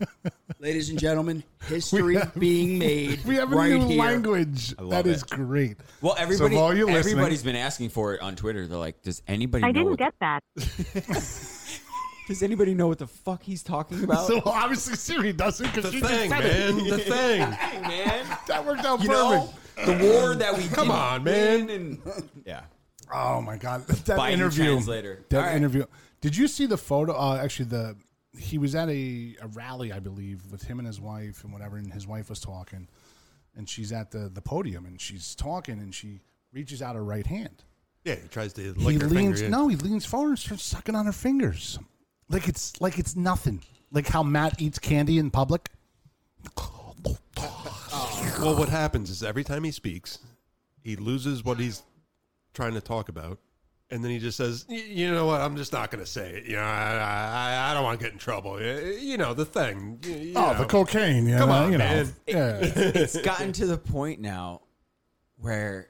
Ladies and gentlemen, history being made We have a right new here. language. love That is it. great. Well, everybody, while you're listening- everybody's been asking for it on Twitter. They're like, "Does anybody? know I didn't what get that. The, does anybody know what the fuck he's talking about?" So obviously Siri doesn't The because she thing, just said it. man. The thing. Hey, man, That worked out you know perfect. the war that we come on, man. and yeah, Oh my god, that Biden interview. translator. That All right. interview. Did you see the photo? Uh, actually, the he was at a, a rally, I believe, with him and his wife and whatever, and his wife was talking, and she's at the the podium and she's talking and she reaches out her right hand. Yeah, he tries to lick he her leans. finger. in. No, he leans forward and starts sucking on her fingers, like it's like it's nothing. Like how Matt eats candy in public. Oh, Well, what happens is every time he speaks, he loses what he's trying to talk about, and then he just says, "Y- "You know what? I'm just not going to say it. You know, I, I, I don't want to get in trouble. Y- You know, the thing. Y- you Oh, know. the cocaine. Yeah, Come on, you know. man. Yeah. it's gotten to the point now where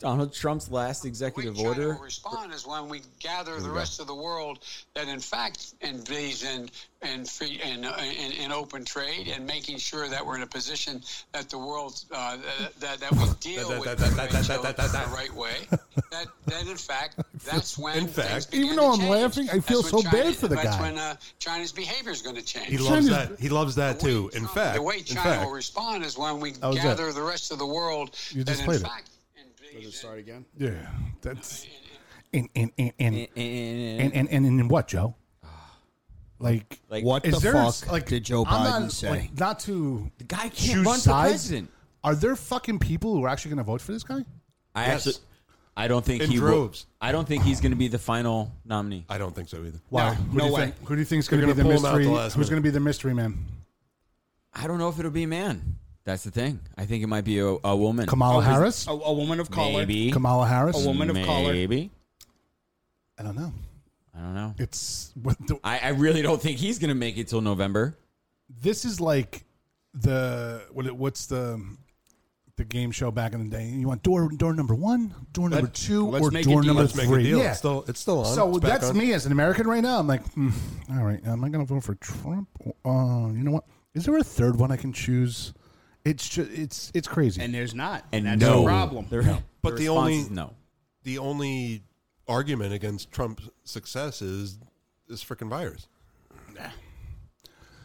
Donald Trump's last executive we try order. to respond is when we gather the rest of the world that in fact envies in in free in, in, in open trade and making sure that we're in a position that the world uh, that, that that we deal That- with that- that- that- that- differential that- that- that- the right way. That that in fact that's when In things fact- begin Even to though I'm change. laughing, I feel That's when so China- bad for the that's guy. when uh, China's behavior is going to change. he loves China's- that. He loves that too. In Trump- fact, the way in China fact, will respond is when we was it. gather the rest of the world You that just in played it. fact envies Does it start again? yeah, that's. And and and and and, and and and, and what, Joe? Like, Like, What is the there fuck did Joe I'm Biden not, say? Like, not to the guy choose can't run for sides. president. Are there fucking people who are actually going to vote for this guy? I Yes. actually, I don't think In he droves. Will, I don't think he's going to be the final nominee. I don't think so either. Why? No, who no do you way. Think, who do you think is They're going to be the gonna pull him out mystery? the last who's minute. going to be the mystery man? I don't know if it'll be a man. That's the thing. I think it might be a, a woman. Kamala Oh, is- Harris. A, a woman of color. maybe Kamala Harris. a woman of color. Maybe I don't know. I don't know. It's what the, I, I really don't think he's going to make it till November. this is like the what? it- What's the the game show back in the day. You want door door number one, door number two, let's or make a door deal. number Let's make a three. deal. Yeah. It's still- it's still on. So It's back that's on. me as an American right now. I'm like, hmm, all right, am I going to vote for Trump? Uh, you know what? Is there a third one I can choose? It's just, it's it's crazy. and there's not, And that's no the problem. The- But the response only- is no. the only argument against Trump's success is this freaking virus.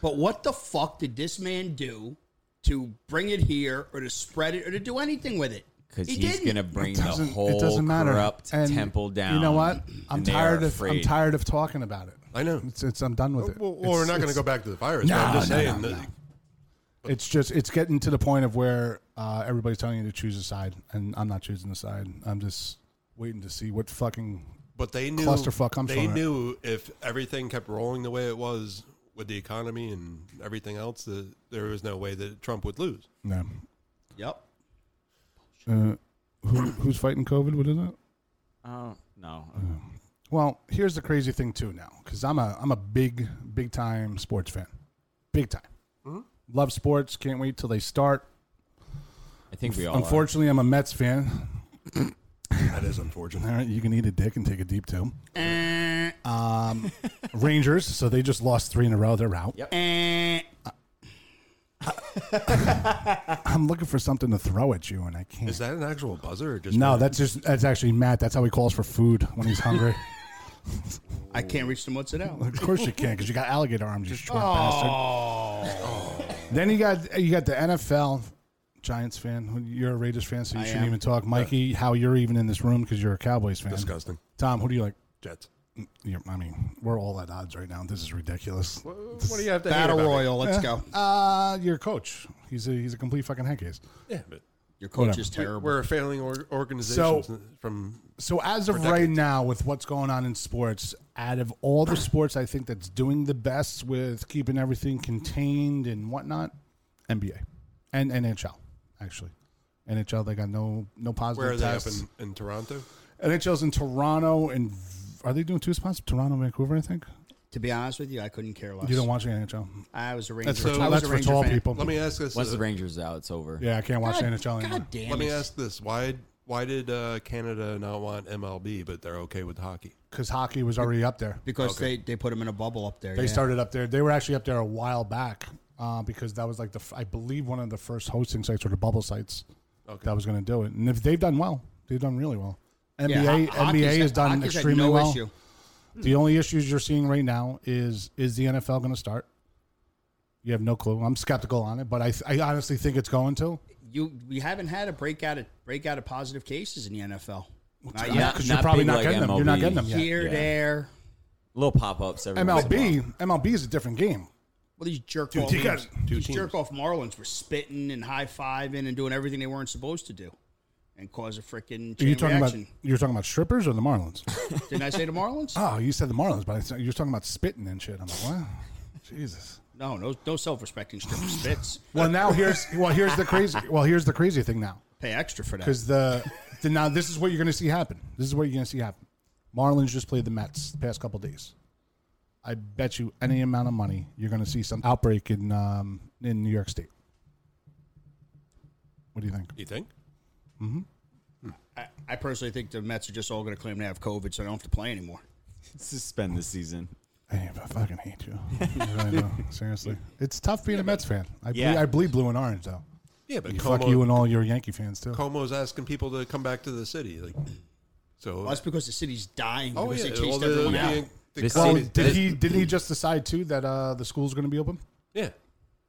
But what the fuck did this man do to bring it here, or to spread it, or to do anything with it? Because He he's didn't. going to bring the doesn't- whole corrupt And temple down. You know what? I'm and they tired are of I'm afraid. tired of talking about it. I know. It's, it's I'm done with it. Uh, Well, well, we're It's- not going to it's- go back to the virus. No, but I'm just no, saying no, that It's just it's getting to the point of where uh, everybody's telling you to choose a side, and I'm not choosing a side. I'm just waiting to see what fucking. But they knew Clusterfuck comes they from it. knew if everything kept rolling the way it was with the economy and everything else, that there was no way that Trump would lose. No. Yep. Uh, who, who's fighting COVID? What is it? Oh, no. Mm. Well, here's the crazy thing too now, because I'm a I'm a big big time sports fan, big time. Love sports. Can't wait till they start. Oh, I think we all are. Unfortunately, I'm a Mets fan. That is unfortunate. All right, you can eat a dick and take a deep too. Eh, Rangers, so they just lost three in a row. They're out. Yep. eh. I'm looking for something to throw at you, and I can't. Is that an actual buzzer or just no, that's just that's actually Matt. That's how he calls for food when he's hungry. I can't reach the mozzarella. of course you can, because you got alligator arms, you short bastard. Then you got you got the NFL. Giants fan. who- You're a Raiders fan, so you I shouldn't am. even talk. Mikey, how you're even in this room because you're a Cowboys fan. Uh, disgusting? Tom, who do you like? Jets. You're, I mean, we're all at odds right now. This is ridiculous. What do you have to Oh, Battle hate about Royal, let's go. Uh, your coach. He's a he's a complete fucking head case. It? Yeah, but Your coach whatever. is terrible. we're a failing or- organization from So as of For right decades. now, with what's going on in sports, out of all the sports, I think that's doing the best with keeping everything contained and whatnot, NBA and NHL actually. NHL they got no no positive where are they up tests. in, in Toronto? NHL's in Toronto and v- are they doing two spots? Toronto, Vancouver, I think. to be honest with you, I couldn't care less. You don't watch the NHL. I was a Ranger. That's for, I tall was that's a for Ranger tall fan. people. Let me ask this. Once uh, the Rangers out, it's over. yeah, I can't watch the NHL anymore. God damn let me it. ask this: Why why did uh, Canada not want MLB, but they're okay with hockey? because hockey was already up there. Because they, they put him in a bubble up there. They yeah. started up there. They were actually up there a while back uh, because that was like the f- I believe one of the first hosting sites or the bubble sites Okay. that was going to do it. And if they've done well, they've done really well. Yeah, NBA ho- NBA hockey's- has done hockey's had extremely no well. issue. The only issues you're seeing right now is is the NFL going to start? You have no clue. I'm skeptical on it, but I I honestly think it's going to. You we haven't had a breakout of breakout of positive cases in the NFL. Not Yeah, yet. Because not you're probably big not like getting them. You're not MLB. getting them yet. Here, Yeah. there. Little pop ups. MLB MLB is a different game. Well, these jerk Dude, off, you got two these teams. jerk off Marlins were spitting and high fiving and doing everything they weren't supposed to do, and cause a freaking Are chain you talking about reaction. you're talking about strippers or the Marlins? Didn't I say the Marlins? Ah. Oh, you said the Marlins, but I thought you were talking about spitting and shit. I'm like, wow, Jesus. No, no, no self respecting stripper spits. Well, now here's well here's the crazy well here's the crazy thing now Pay extra for that. because the, the now this is what you're going to see happen. This is what you're going to see happen. Marlins just played the Mets the past couple days. I bet you any amount of money you're going to see some outbreak in um, in New York State. What do you think? You think? I, I personally think the Mets are just all going to claim they have COVID, so they don't have to play anymore. Suspend the season. Hey, I fucking hate you. I know, seriously, it's tough being a Mets fan. I Yeah. bleed, I bleed blue and orange though. Yeah, but Fuck you and all your Yankee fans too. Como's asking people to come back to the city. Like, so Well, that's because the city's dying. oh because yeah, they well, chased the- everyone the- out. the This Well, Well, city- did he didn't he just decide too that uh, the school's going to be open? Yeah,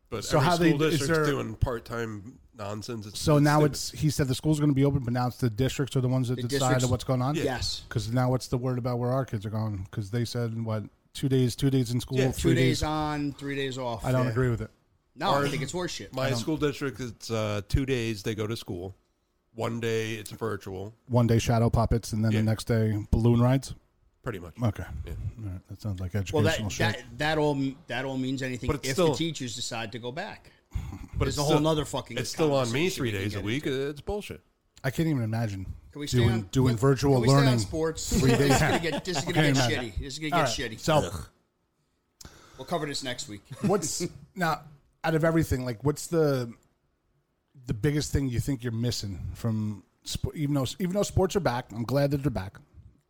but So every how they- school is district's there- doing part time nonsense. It's, So now stupid. it's he said the school's going to be open, but now it's the districts are the ones that The decide districts- what's going on. Yes. because now what's the word about where our kids are going? Because they said what two days, two days in school, Yeah, three Two days on, three days off. I don't Yeah. agree with it. No, I think it's horseshit. my school district. It's uh, two days they go to school, one day it's virtual, One day shadow puppets, and then Yeah. the next day balloon rides. pretty much. Okay, All right, that sounds like well, educational that, shit. that that all that all means anything But if it's still- the teachers decide to go back. But There's a whole nother fucking It's still on me conversation three we can days get a week. It's bullshit. I can't even imagine Can we stay doing on, doing can- virtual can we Stay learning. on sports. Three days. this is gonna get, this is gonna Okay, get man. shitty. This is gonna All get right, shitty. So. We'll cover this next week. what's now out of everything like what's the the biggest thing you think you're missing from sp- even though even though sports are back? I'm glad that they're back.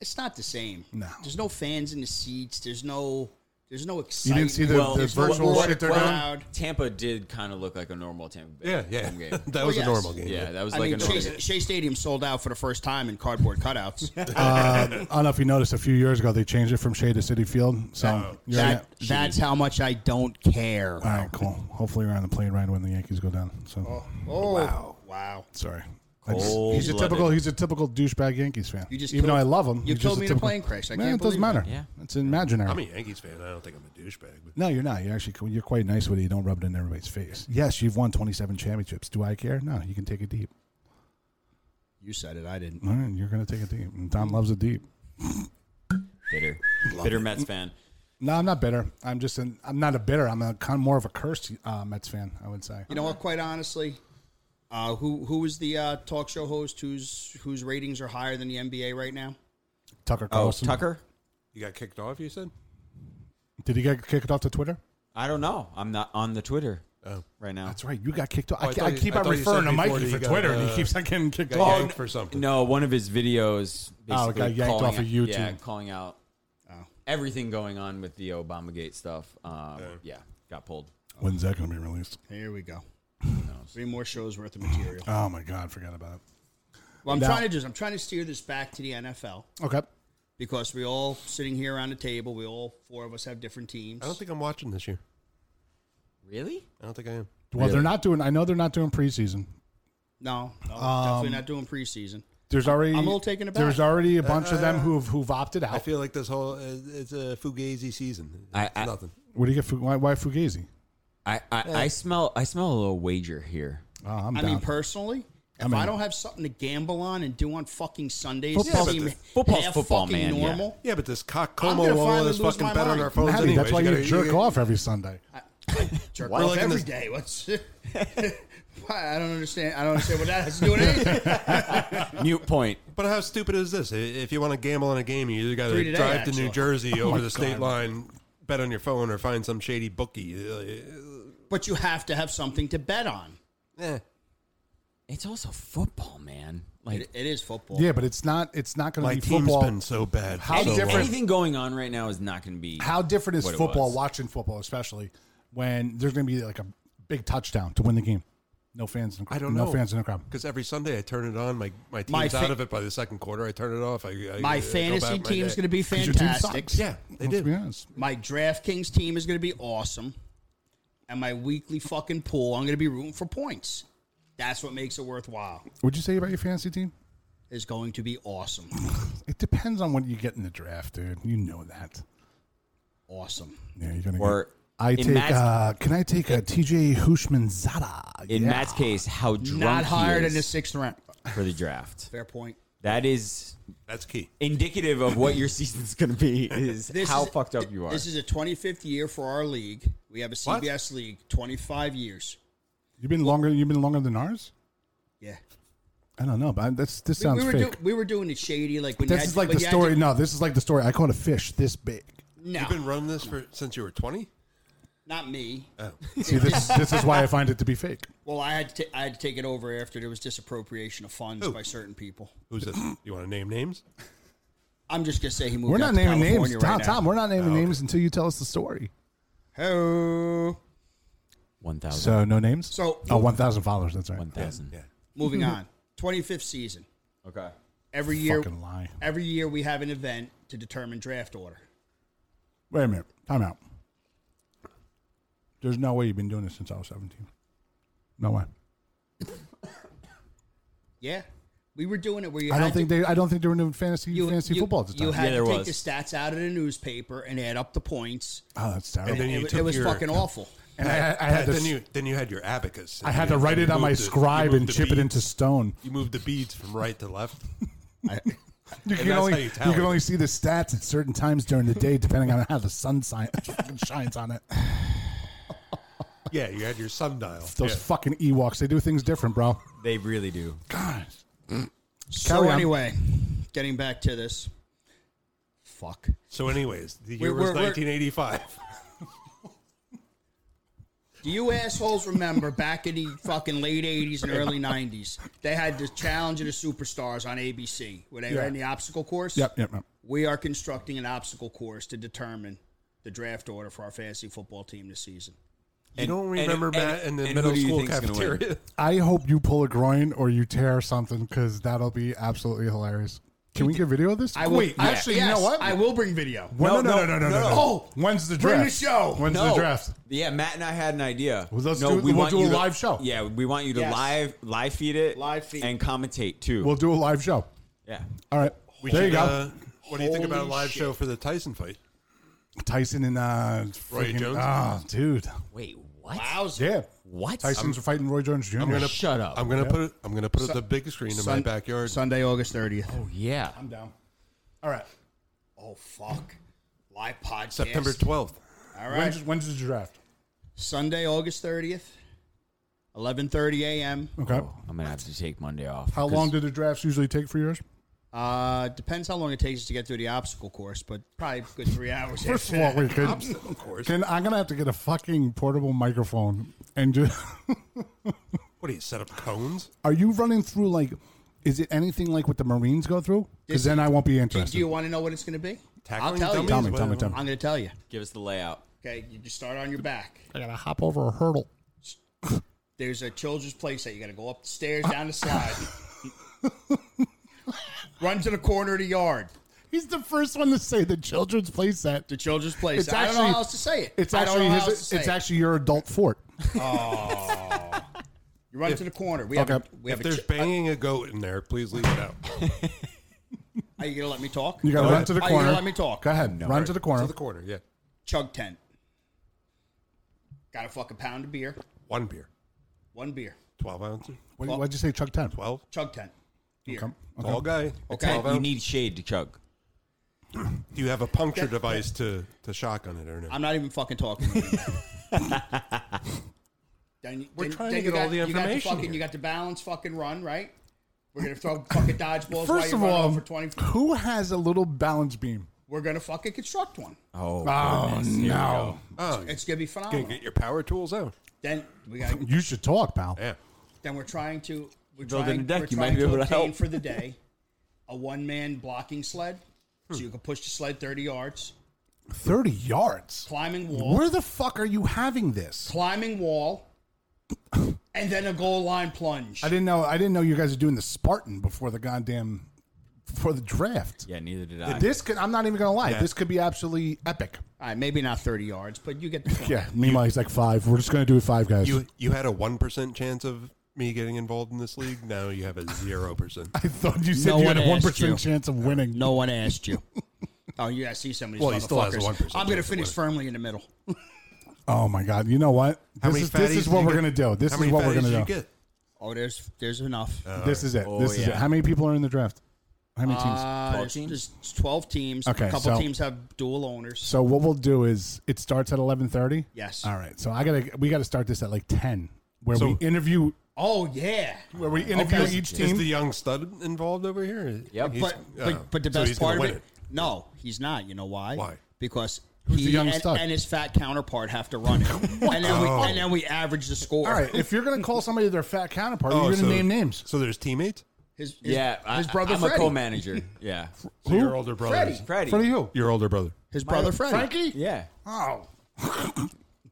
It's not the same. No. There's no fans in the seats. There's no. There's no You excitement. didn't see the, Well, the it's not virtual what- shit they're what- doing. Loud. Tampa did kind of look like a normal Tampa Bay Yeah, yeah. home game. that Well, was yes. a normal game. Yeah, that was I like mean, a normal. Shea, Shea Stadium sold out for the first time in cardboard cutouts. Uh, I don't know if you noticed a few years ago they changed it from Shea to City Field. So you're in that, it. that's how much I don't care. all right, cool. Hopefully you're on the plane ride when the Yankees go down. So Oh, wow. Wow. sorry. I just- he's a Cold-blooded. typical he's a typical douchebag Yankees fan. You just even killed- though I love him, you he's killed just me in a typical- plane crash. I Man, can't it doesn't believe matter. it. Yeah. it's imaginary. I'm a Yankees fan. I don't think I'm a douchebag, but no, you're not. You're actually you're quite nice with it. You don't rub it in everybody's face. Yes, you've won 27 championships. Do I care? No, you can take it deep. You said it. I didn't. All right, you're gonna take it deep. And Don loves it deep. bitter, bitter Mets fan. No, I'm not bitter. I'm just an, I'm not a bitter. I'm a kind of more of a cursed uh, Mets fan. I would say. You know what? Quite honestly, uh, who who is the uh, talk show host whose whose ratings are higher than the NBA right now? Tucker Oh, Carlson. Tucker. you got kicked off. You said Did he get kicked off to Twitter? I don't know. I'm not on the Twitter right now. Oh, That's right. You got kicked off. Oh, I I, thought I you- keep I on thought you referring said to before Mikey that for you got, Twitter, and uh, he keeps on getting kicked got off. yanked for something. No, one of his videos. Oh, it got basically yanked calling off of out- YouTube. Oh. Yeah, calling out everything going on with the Obamagate stuff. Um, yeah, got pulled. When's that going to be released? Here we go. Three more shows worth of material. Oh my God, forgot about it. What I'm Now- trying to do is I'm trying to steer this back to the NFL Okay. because we all sitting here around the table. We all four of us have different teams. I don't think I'm watching this year. Really? I don't think I am. Well, they're not doing. I know they're not doing preseason. no, no definitely not doing preseason. Um, There's already. I'm a little taken aback. There's already a bunch of them who've who've opted out. I feel like this whole uh, it's a fugazi season. I- It's I- nothing. Where do you get Fu- why, why Fugazi? I, I, I smell I smell a little wager here. Oh, I'm I down. mean, personally, if I, mean- don't have something to gamble on and do on fucking Sundays, Football- to Yeah, seem but football's half football, fucking man, yeah. Normal. Yeah, but this cock I'm Como gonna wall finally is lose fucking my bet on mind. our phones Matty, anyway. that's why you, gotta- jerk gotta- off every Sunday. jerk Why off like every this- day. What's why? I don't understand. I don't understand what that has to do with anything. Mute point. But how stupid is this? I- If you want to gamble on a game, you either got Three to today, drive to actually. New Jersey over the state line, bet on your phone, or find some shady bookie. Uh, but you have to have something to bet on. eh. It's also football, man. It, Like it is football. Yeah, but it's not. It's not going My to be team's football. been so bad. for How so different- long. anything going on right now is not going to be How different is what it football? was. Watching football, especially when there's going to be like a big touchdown to win the game. No fans. In, I don't no know. fans in the crowd. Because every Sunday I turn it on, my my team's My fa- out of it by the second quarter. I turn it off. I, I My I go fantasy about my team's day. going to be 'Cause your team fantastic. sucks. Yeah, they Let's do. be honest. My DraftKings team is going to be awesome. And my weekly fucking pool, I'm going to be rooting for points. That's what makes it worthwhile. Would you say about your fantasy team? Is going to be awesome. It depends on what you get in the draft, dude. You know that. Awesome. Yeah, you're gonna. Or get, I in take. Matt's- uh, can I take a TJ Hushman Zada? in Matt's case how drunk Not he higher than is the sixth round. for the draft. Fair point. That is That's key. indicative of what your season's going to be. Is how is- fucked up you are. This is a 25th year for our league. We have a What? CBS league, 25 years. You've been longer. You've been longer than ours. Yeah. I don't know, but that's this We, sounds we were fake. do, we were doing it shady, like when you this had- is like when the you had story. to- no, this is like the story. I caught a fish this big. no, You've been running this for since you were twenty. not me. See, this this is why I find it to be fake. Well, I had to ta- I had to take it over after there was disappropriation of funds by certain people. Who's this? You want to name names? I'm just gonna say he moved. We're not out to naming names, California Tom. right Oh, Tom, we're not naming names until you tell us the story. Now. Hey. One thousand. So no names. So- oh, one thousand followers. That's right. One thousand. Yeah. Moving on. 25th season. Okay. Every year, Fucking lie. every year we have an event to determine draft order. Wait a minute. Time out. There's no way you've been doing this since I was seventeen. No way. Yeah, we were doing it where you. I had don't think to, they. I don't think they were doing fantasy you, fantasy you- football at the time. You had Yeah, there to take was. the stats out of the newspaper and add up the points. oh, that's terrible. And then It, you was- took it was your- fucking awful. And I, I had then to. you then you had your abacus. I had to write it on my scribe and chip it into stone. You moved the beads from right to left. You can that's only how you you, tally. can only see the stats at certain times during the day, depending on how the sun si- fucking shines on it. Yeah, you had your sundial. Those fucking Ewoks, they do things different, bro. They really do. God, So Carry on. anyway, getting back to this. Fuck. So, anyways, the year We're- was we're- we're- 1985. Do you assholes remember back in the fucking late '80s and early '90s? They had the Challenge of the Superstars on ABC, where they Yeah. ran the obstacle course. Yep, yep, yep. We are constructing an obstacle course to determine the draft order for our fantasy football team this season. you don't remember and- Matt in the and who middle do you school think's gonna win? cafeteria? I hope you pull a groin or you tear something because that'll be absolutely hilarious. Can we get video of this? I will, Wait, I- actually, you yes, know what? I will bring video. When- no, no, no, no, no, no, no. no. When's the draft? Bring the show. When's the draft? Yeah, Matt and I had an idea. Well, let's do- we'll want do a you to- live show. Yeah, we want you to Yes. live live feed it, Live feed. and commentate too. We'll do a live show. yeah, All right. We there should, you go. Uh, what do you think about a Holy live shit. show for the Tyson fight? Tyson and uh, Roy freaking- Jones? Ah, dude. wait, what? Wowza. Yeah. What? Tyson's fighting Roy Jones junior Shut Oh, up. I'm gonna put it. I'm gonna put it the big screen in my Sun- backyard. Sunday, August 30th. oh yeah, I'm down. All right. Oh, fuck. Live podcast. September 12th. All right. When's, when's the draft? Sunday, August 30th, 11.30 a.m. Okay. I'm gonna have to take Monday off. How 'cause long do the drafts usually take for yours? Uh, depends how long it takes us to get through the obstacle course, but probably a good three hours. First after of all, that. we could. Of course. Can, I'm gonna have to get a fucking portable microphone and just. What do you set up cones? Are you running through like? Is it anything like what the Marines go through? Because then I won't be interested. Do you want to know what it's going to be? Tackling I'll tell you. dummies? Tell me, What- tell me, tell me. I'm going to tell you. Give us the layout. Okay, you just start on your back. I gotta hop over a hurdle. There's a children's play set. You got to go up the stairs, down the slide. Run to the corner of the yard. He's the first one to say the children's play set. The children's play It's set. I don't know actually- how else to say it. It's I don't actually know how else his, to say it's it. actually your adult fort. You run to the corner. We have Okay. a, we have If a there's chi- banging a goat in there, please leave it out. Are you gonna let me talk? You gotta Go run ahead. to the Are you corner. gonna let me talk? Go ahead. Run to the corner. to the corner. Yeah, Chug tent. Got a fucking pound of beer. one beer, One beer. twelve ounces, What, why'd you say, Chuck Ten? twelve. Chug tent. Beer. Okay. Tall guy. Okay. Twelve You ounce. need shade to chug. Do you have a puncture device to to shotgun it or no? I'm not even fucking talking. to you. then, you- We're trying to then- then you get all got- the You got, the information fucking, here. you got the balance fucking run right. We're gonna throw fucking dodgeballs. while First you of run all, for twenty. who has a little balance beam? We're gonna fucking construct one. Oh, Oh no! Oh, you It's gonna be gotta phenomenal. get your power tools out. Then we got. You should talk, pal. Yeah. Then we're trying to. We're Building trying, a deck, we're you might trying be able to obtain help. for the day a one man blocking sled, so Hmm. you can push the sled thirty yards. Thirty yards. Climbing wall. Where the fuck are you having this? climbing wall, and then a goal line plunge. I didn't know. I didn't know you guys are doing the Spartan before the goddamn before the draft. yeah. Neither did I. This could. I'm not even gonna lie. This could be absolutely epic. All right, maybe not thirty yards, but you get the point. Yeah, me he's like five. We're just gonna do it five guys. You you had a one percent chance of me getting involved in this league. Now you have a zero percent. I thought you said No you had a one one asked you. percent chance of winning. No one asked you. oh, you guys see some of these Well, he still has a motherfuckers. 1% I'm going to chance of finish winning. firmly in the middle. Oh my god! You know what? How This many is this fatties is did what you we're get? gonna do. This How is many what we're fatties did gonna you do. get? Oh, there's there's enough. This is it. Oh, This is it. yeah. How many people are in the draft? How many teams? Uh, there's, teams? there's twelve teams. Okay, a couple so- teams have dual owners. So what we'll do is it starts at eleven thirty. Yes. All right. So I gotta we gotta start this at like ten, where So- we interview Oh yeah. where we interview Okay. each Is team. the young stud involved over here? Yep. He's- But, uh, but but the so best he's gonna part of win it, No, he's not. You know why? Why? Because Who's he the young and, stud? and his fat counterpart have to run it, and then we and then we average the score. All right. If you're gonna call somebody their fat counterpart, Oh, you're gonna so- name names. So there's teammates. His, his, yeah, his I- brother I'm Freddie. a co-manager. Yeah, So your older brother. Freddie. Freddie. Freddie who? Your older brother. His brother Freddie. Frankie. Yeah. Oh.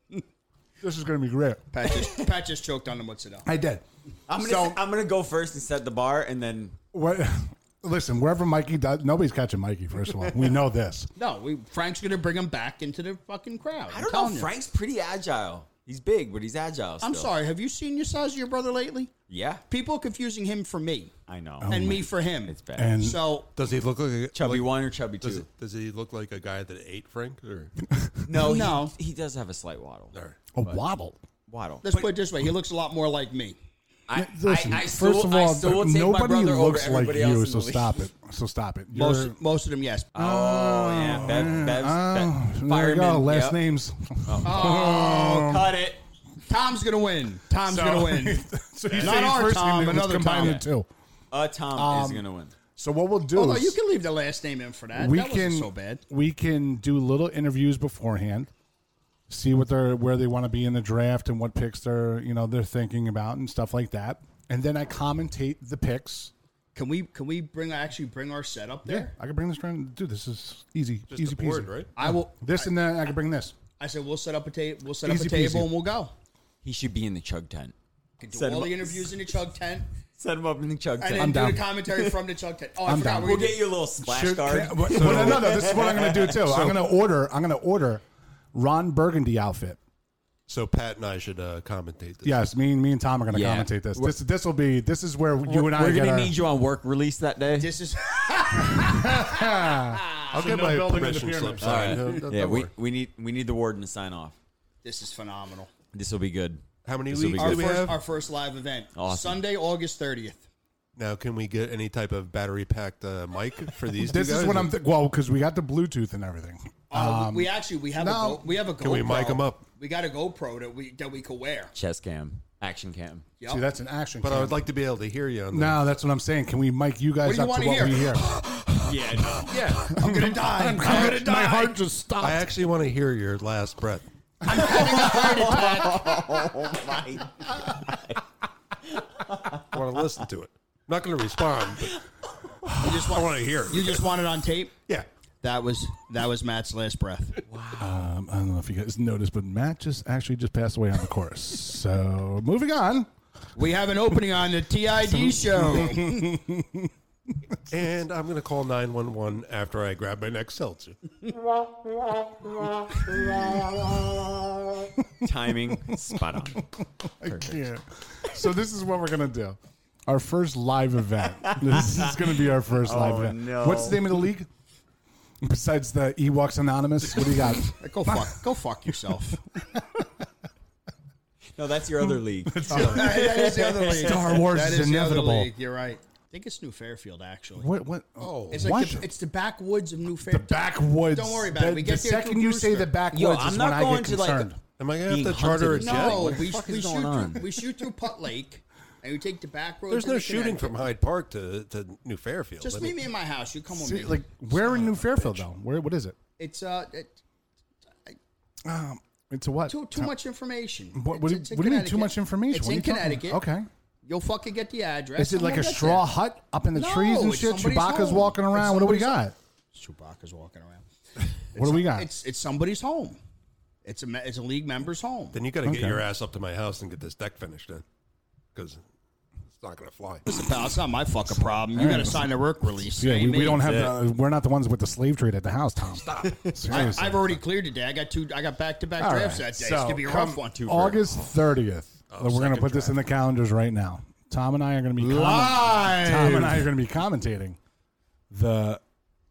this is gonna be great. Pat just, Pat just choked on the mozzarella. I did. I'm gonna So- I'm gonna go first and set the bar, and then What? Listen, wherever Mikey does, nobody's catching Mikey. First of all, we know this. No, we, Frank's gonna bring him back into the fucking crowd. I don't I'm know. telling you. Frank's pretty agile. He's big, but he's agile. I'm still. sorry. Have you seen your size of your brother lately? Yeah, People are confusing him for me I know. and me for him. Oh it's bad. And So Does he look like a chubby like- one or chubby Does, two? it- does he look like a guy that ate Frank or? No, No. He, he does have a slight waddle. or- a waddle. Waddle. let's put it this way: he looks a lot more like me. I, Listen, I, I still, first of I all, still will take my nobody brother looks over like everybody else you, in so the league. stop it. So stop it. Most You're- most of them, yes. Oh, yeah, Bev, Bev's, Oh, Bev, there we go. fireman, Last yep. names. Oh, cut it. Tom's gonna win. Tom's gonna win. so you Not our Tom, another combine Tom. the two. Uh, Tom is Um, gonna win. So what we'll Oh, do Although is you can leave the last name in for that. we that can wasn't so bad. we can do little interviews beforehand, see what they're where they want to be in the draft and what picks they're you know they're thinking about and stuff like that. And then I commentate the picks. Can we can we bring actually bring our setup there? I can bring this around. Dude, this is easy, Just easy the board, peasy. right? I will. This and that. I can bring this. I said we'll set up a table. We'll set up Easy a table peasy. and we'll go. He should be in the chug tent. Can do Set all him the up. interviews in the chug tent, Set him up in the chug and tent. then I'm do down. the commentary from the chug tent. Oh, I I'm forgot. down. we're we'll gonna get you a little splash Should- guard. can- what- what- no, no, this is what I'm going to do too. I'm going to order. I'm going to order Ron Burgundy outfit. So Pat and I should uh, commentate this. Yes, me and me and Tom are going to Yeah. commentate this. This this will be this is where you and I We're get gonna our, need you on work release that day. This is I'll get no my building in the permission pyramid. slip signed. All right. Don't- don't yeah, we, worry. we need we need the warden to sign off. this is phenomenal. This will be good. How many This will be leagues good. Our do we first, have? our first live event, Awesome. Sunday, August thirtieth. Now, can we get any type of battery packed uh, mic for these? This two is guys? what I'm th- well because we got the Bluetooth and everything. Uh, we, we actually we have a Um, no. Go, we have a GoPro. Can we mic 'em up? We got a GoPro that we that we could wear. Chess cam, action cam. Yep. See, that's an action. But I cam. would like to be able to hear you on that. No, that's what I'm saying. Can we mic you guys do you up to wanna what hear? we hear? Yeah, no. yeah, I'm gonna die. I'm, gonna die. My heart just stopped. I actually want to hear your last breath. I want to listen to it. I'm not going to respond. But I just want to hear. it. You just want it on tape. yeah. That was that was Matt's last breath. Um, I don't know if you guys noticed, but Matt just actually just passed away on the course. so moving on. We have an opening on the TID show. And I'm going to call 911 after I grab my next seltzer. Timing spot on. Yeah. So this is what we're gonna do. Our first live event. This is gonna be our first live event. no. What's the name of the league? Besides the Ewoks Anonymous, what do you got? go fuck go fuck yourself. No, that's your other league. that is the other league. Star Wars That is the other inevitable. league. You're right. I think it's New Fairfield actually. What? What? Oh, It's what? like the, it's the backwoods of New the Fairfield. backwoods. Don't worry about it. The- We the get there second through you say Brewster. the backwoods Yo, is I'm when not I going get to, like, concerned. Am I going to have Being to charter a hunted jet? and shot. no, What the we, fuck we is shoot going on? through, we shoot through Putt Lake, and we take the back road. There's to no the shooting Connecticut. from Hyde Park to, to New Fairfield. I Just mean, meet me in my house. You come with See, me. like where in New Fairfield though? Where? What is it? it's uh, it, It's a what? too too much information. What, what, It's- do you- it's in what do you mean too Connecticut. much information? It's What are in you talking about? Connecticut. Okay. You'll fucking get the address. Is it and like we'll a get straw there. hut up in the No, trees and it's shit? somebody's Chewbacca's home. walking It's around. What do we somebody's- got? Chewbacca's walking around. What do we got? It's it's somebody's home. It's a me- it's a league member's home. Then you got to Okay. get your ass up to my house and get this deck finished then. Because it's not going to fly. Listen, pal, it's not my fucking problem. You All got to right. sign a work release. Yeah, Hey, we, we me. don't have. The, we're not the ones with the slave trade at the house, Tom. Stop. I, Seriously. I've already cleared today. I got two. I got back to back All drafts right, that day. so it's gonna be a rough one. Too August thirtieth. we're gonna second put this in the calendars right now. Tom and I are gonna be comment- Live! Tom and I are gonna be commentating the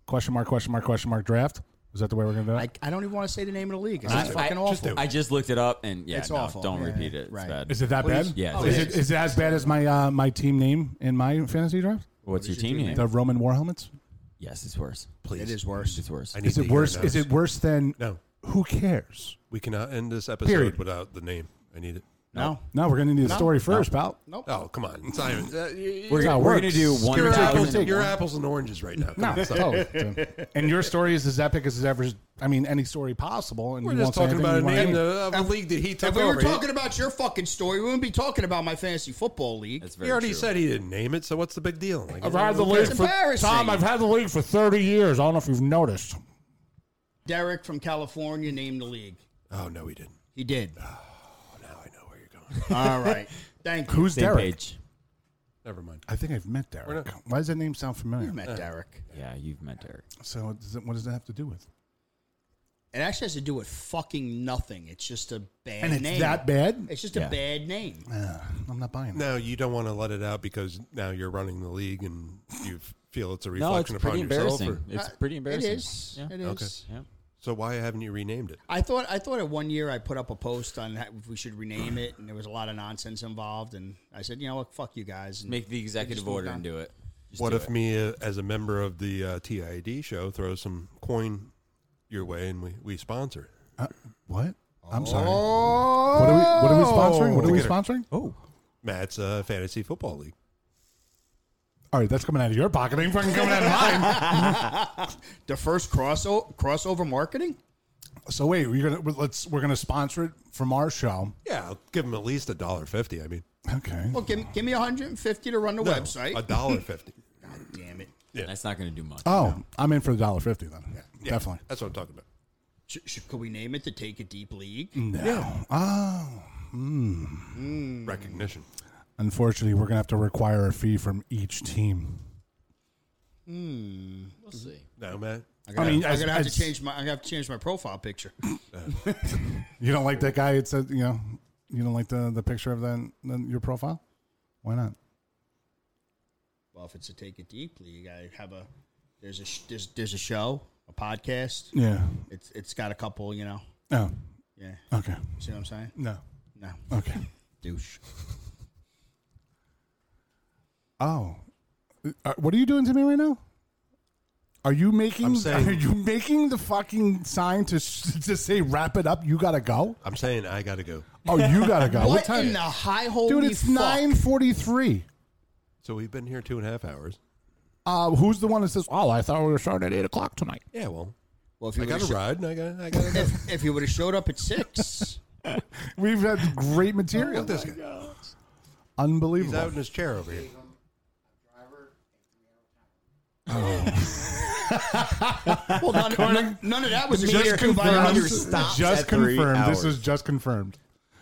question mark question mark question mark draft. Is that the way we're gonna do it? I, I don't even want to say the name of the league. It's I, just fucking I- awful. I just looked it up and yeah, It's no, awful. don't Yeah, repeat it. It's right. bad. is it that bad? Yeah, Is it it is it as bad as my uh, my team name in my fantasy draft? What's your team name? The Roman War Helmets. Yes, it's worse. Please. It is worse. It's worse. I need Is to it hear worse? Is those. it worse than? No. Who cares? We cannot end this episode Period. without the name. I need it. No. No, we're gonna need the story first, pal. Oh, come on. Simon. Uh, you- We're, how it gonna- we're gonna works. do one you're, apples, thousand. you're apples and oranges right now. Come No, on, stop. and your story is as epic as ever. I mean, any story possible. And We're you just won't say talking about a anything you name wanna- of a league that he took If we over. were He- talking about your fucking story, we wouldn't be talking about my fantasy football league. That's He very already true. said he didn't name it, so what's the big deal? Like, I've had the That's league for embarrassing. Tom. I've had the league for thirty years. I don't know if you've noticed. Derek from California named the league. oh, no, he didn't. He did. Oh, now I know where you're going. All right. Thank you. Who's Same Derek? page. Never mind. I think I've met Derek. not- Why does that name sound familiar? You met Derek. Yeah, you've met Derek. So it doesn't- what does that have to do with? It actually has to do with fucking nothing. It's just a bad And it's name. that bad? It's just Yeah. a bad name. Uh, I'm not buying that. No, you don't want to let it out because now you're running the league and you feel it's a reflection No, it's upon pretty yourself. embarrassing. or- It's Uh, pretty embarrassing. It is. Yeah. It is. Okay. yeah. so why haven't you renamed it? I thought I thought at one year I put up a post on that if we should rename it, and there was a lot of nonsense involved. And I said, you know what, fuck you guys. And Make the executive just moved order on. and do it. Just what do if it. me, uh, as a member of the uh, TID show, throw some coin your way and we, we sponsor it? Uh, what? I'm sorry. What are we? What are we sponsoring? What are we sponsoring? Oh, Matt's uh, fantasy football league. All right, that's coming out of your pocket. Ain't fucking coming out of mine. the first crossover crossover marketing. So wait, we're gonna let's we're gonna sponsor it from our show. Yeah, I'll give them at least a dollar fifty. I mean, Okay. Well, give, give me 150 to run the website. a dollar fifty. God damn it. That's not going to do much. oh, I'm in for the dollar fifty then. Definitely. That's what I'm talking about. Sh- sh- could we name it to take a deep league? Mm. No. Oh. Hmm. Recognition. Unfortunately, we're gonna have to require a fee from each team. We'll see. No man. I I'm gonna, Hmm. I mean, am as- gonna have as- to change my. I'm gonna have to change my profile picture. You don't like that guy? It said you know you don't like the the picture of that then your profile. Why not? well, if it's a take it deep league, I have a. There's a sh- there's, there's a show, a podcast. Yeah. It's it's got a couple. You know. Oh. Yeah. Okay. See what I'm saying? No. No. Okay. Douche. Oh. Uh, what are you doing to me right now? Are you making I'm saying- are you making the fucking sign to s- to say wrap it up? You gotta go. I'm saying I gotta go. Oh, you gotta go. What in the high hole, Dude, it's nine forty three. So we've been here two and a half hours. Uh, who's the one that says, "Oh, I thought we were starting at eight o'clock tonight"? Yeah, well, Well, if I you got got to sh- ride, and I got I got to if, if you would have showed up at six, We've had great material. Oh, Look at this guy. He's out Unbelievable. in his chair over here. well, none, none, none of that was Just just confirmed. confirmed. stops just at three confirmed. This hours. is just confirmed.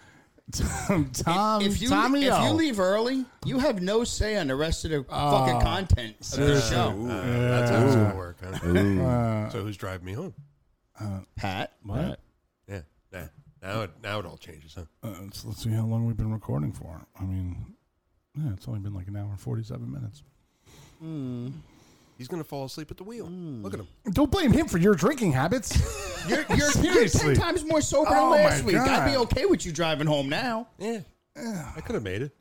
Tom, Tom, If you Tommy, if you O. leave early, you have no say on the rest of the fucking content of the show. Uh, That's how it's gonna work. Huh? so who's driving me home? Pat, What? Yeah, nah. Now it now it all changes, huh? Uh, let's, let's see how long we've been recording for. I mean, yeah, it's only been like an hour and forty-seven minutes. He's gonna fall asleep at the wheel. Mm. Look at him. Don't blame him for your drinking habits. you're you're, you're Seriously. ten times more sober Oh, than last my week. I'd be God. okay with you driving home now. Yeah, I could have made it.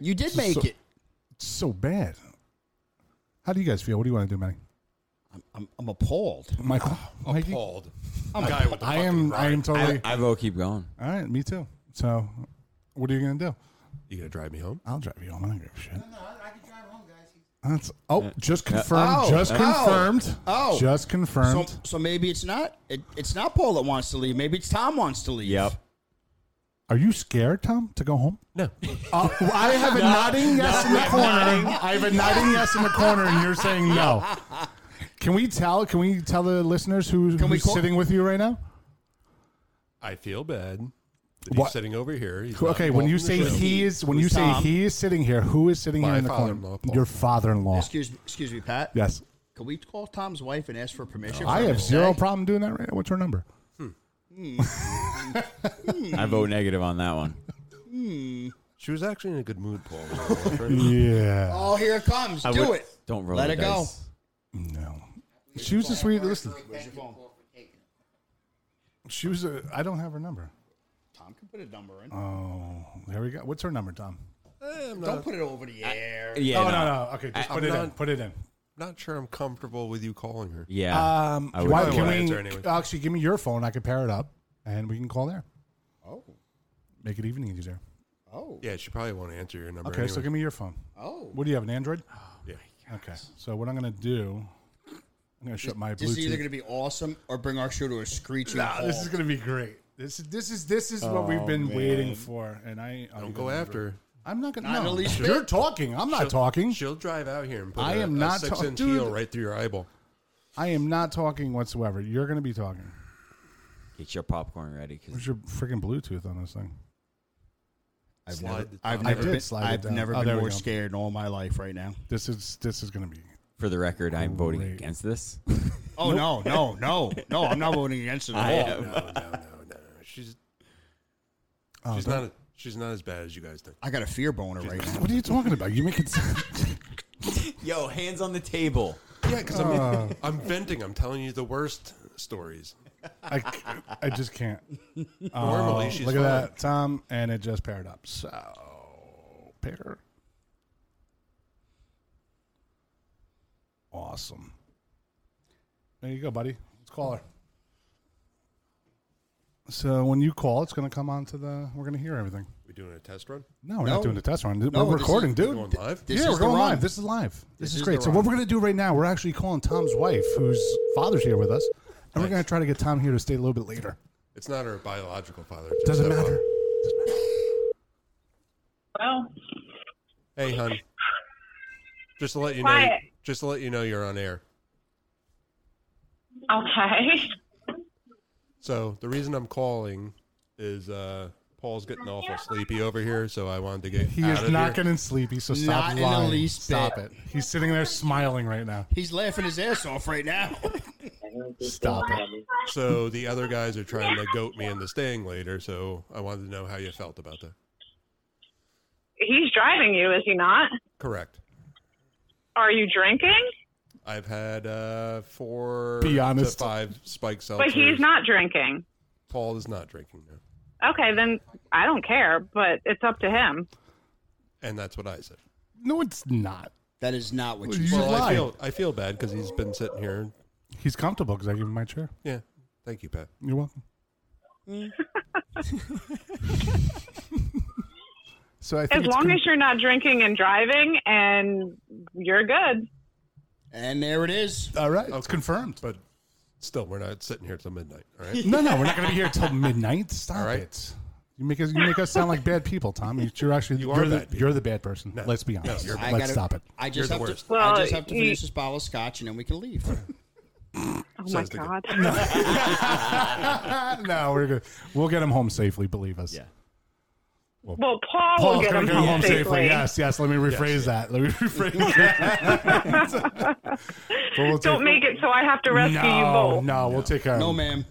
You did make So- it. it's so bad. How do you guys feel? What do you want to do, Manny? I'm, I'm, I'm appalled. Michael, Mikey? Appalled. Guy with the I fucking am. I ride. am totally. I vote keep going. all right, me too. So, what are you gonna do? You gonna drive me home? I'll drive you home. I don't give a shit. That's oh, just confirmed. Oh, just oh, confirmed. oh. just So, confirmed. so maybe it's not it, it's not Paul that wants to leave. Maybe it's Tom wants to leave. Yep. Are you scared, Tom, to go home? No. Uh, I have a nodding yes in the corner. I have a nodding yes in the corner, and you're saying no. Can we tell? Can we tell the listeners who, who's we call- sitting with you right now? I feel bad. That he's What? sitting over here. He's not Okay, when involved you in the say show. he is, when you Who's say Tom? he is sitting here, who is sitting My here in the corner? father-in-law, Paul. Your father-in-law. Excuse me, excuse me, Pat. Yes, Can we call Tom's wife and ask for permission? for I him have to zero stay? problem doing that right now. What's her number? I vote negative on that one. She was actually in a good mood, Paul. Girlfriend. Yeah, Oh, here it comes. Do would- it. Don't roll. Let the it go. dice. no, she was a sweet. Listen, she was a. I don't have her number. Tom can put a number in. There we go. What's her number, Tom? Oh, Eh, I'm Don't not, put it over the air. Oh, Yeah. no. no. Okay, just I'm not- Put it in. not sure I'm comfortable with you calling her. Yeah. Um, I would why- do can we it. uh, Answer anyway. actually give me your phone? I can pair it up, and we can call there. Oh, make it even easier. Oh, Yeah, she probably won't answer your number. Okay, so anyway. give me your phone. oh. What do you have? An Android? Yeah. Okay. So what I'm gonna do? I'm gonna shut my This is either Bluetooth. going to be awesome or bring our show to a screeching Nah, halt. this is gonna be great. This is this is this is what we've been waiting for, and I I'll Oh, Don't be go the- after her. I'm not gonna. Not no. a leash You're bit. talking. I'm not talking. She'll drive out here and put I a- am a not six ta- inch dude. heel right through your eyeball. I am not talking whatsoever. You're gonna be talking. Get your popcorn ready. 'cause- Where's your freaking Bluetooth on this thing? I've Slide never, the I've top. I never did been, slide it I've down. never Oh, there been we more go. scared in all my life right now. This is this is gonna be. for the record, I'm voting Great. against this. Oh, no, no, no, no. I'm not voting against it at all. No, no, no, no. She's Oh, she's not she's not as bad as you guys think. I got a fear boner right now. What are you talking about? You make it. sound- Yo, hands on the table. Yeah, because Ah. I'm I'm venting. I'm telling you the worst stories. I, I just can't. Um, Normally she's Look fine. at that, Tom, and it just paired up. So pair. Awesome. There you go, buddy. Let's call her. So when you call, it's going to come onto the. We're going to hear everything. We doing a test run? No, we're No. not doing the test run. No, we're this recording, is- dude. Going live? This yeah, is we're the going run. live. This is live. This, This is is great. the So what run. we're going to do right now, we're actually calling Tom's wife, whose father's here with us, And we're going to try to get Tom here to stay a little bit later. It's not our biological father. it's Doesn't just our- matter. Well, Hey, hon. Just to let you know, Quiet. just to let you know, you're on air. okay. So the reason I'm calling is uh, Paul's getting awful sleepy over here, so I wanted to get He out is of not here. getting sleepy, so stop Not in the lying. least stop bit. it. He's sitting there smiling right now. He's laughing his ass off right now. Stop it. So the other guys are trying to goat me into staying later. So I wanted to know how you felt about that. He's driving you, is he not? Correct. Are you drinking? I've had uh, four Be honest. to five spike seltzers. But he's not drinking. Paul is not drinking now, Okay, then I don't care, but it's up to him. and that's what I said. No, it's not. that is not what you You said. Well, I lied. feel I feel bad because he's been sitting here. He's comfortable because I gave him my chair. Yeah. Thank you, Pat. You're welcome. Mm. so I think As it's long con- as you're not drinking and driving and you're good. And there it is. all right, it's confirmed. But still, we're not sitting here till midnight. All right. No, no, we're not going to be here till midnight. Stop All right. it. You make us you make us sound like bad people, Tom. You- You're actually You you are are the, bad people. you're the bad person. No. Let's be No, honest. you're Let's bad. I gotta, stop it. I You're just the have worst. to. Well, I just have to you- finish this bottle of scotch and then we can leave. Oh Sounds my like a- god. no, we're good. We'll get him home safely. Believe us. Yeah. Well, Paul will Paul's get gonna him get home safely. Yes, yes. Let me rephrase that. Let me rephrase that. But we'll Don't take- make it so I have to rescue no, you both. No, we'll take care. No, of him. ma'am.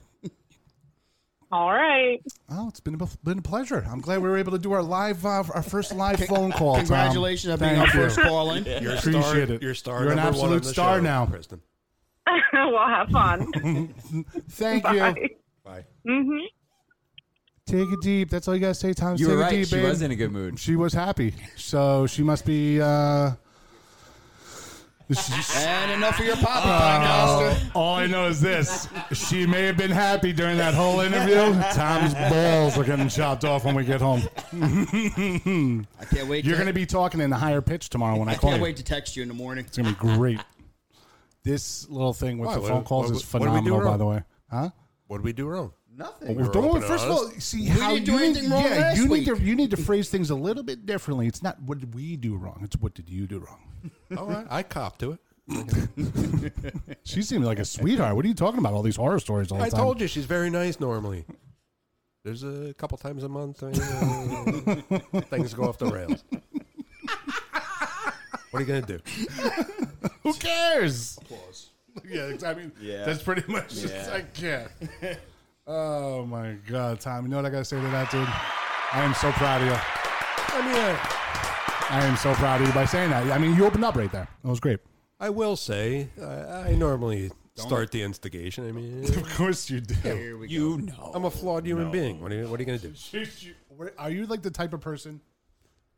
All right. Oh, it's been a, been a pleasure. I'm glad we were able to do our live uh, our first live phone call. Tom. Congratulations on being Thank our you. first call in. You're a Appreciate star, it. You're a star. You're an number one on absolute the star show, now. Kristen. we'll have fun. Thank you. Bye. Bye. Take it deep. That's all you gotta say, Tom. You Take were it right. deep, She babe. was in a good mood. She was happy, so she must be. Uh, And enough Ah. of your poppy time, Oh. Costa. all I know is this: she may have been happy during that whole interview. Tom's balls are getting chopped off when we get home. I can't wait. You're to, gonna be talking in a higher pitch tomorrow when I, I call can't you. wait to text you in the morning. It's gonna be great. This little thing with Why? the What- phone calls what- is what did we do phenomenal, by wrong? the way. Huh? What did we do wrong? Well, Nothing. we're doing- first of all, see how didn't do you anything wrong Yeah, last you week. need to you need to phrase things a little bit differently. It's not what did we do wrong. It's what did you do wrong. all right. I copped to it. She seemed like a sweetheart. What are you talking about? All these horror stories all the I time. told you she's very nice normally. There's a couple times a month uh, things go off the rails. What are you gonna do? Who cares? Applause. Yeah, I mean, that's pretty much. Just, I can't. oh my god, Tom! You know what I gotta say to that dude? I am so proud of you. I mean, I, I am so proud of you by saying that. I mean, you opened up right there. That was great. I will say I, I normally start the instigation. I mean, Of course you do. Here we You know. I'm a flawed human being. What are you, what are you gonna do? Are you like the type of person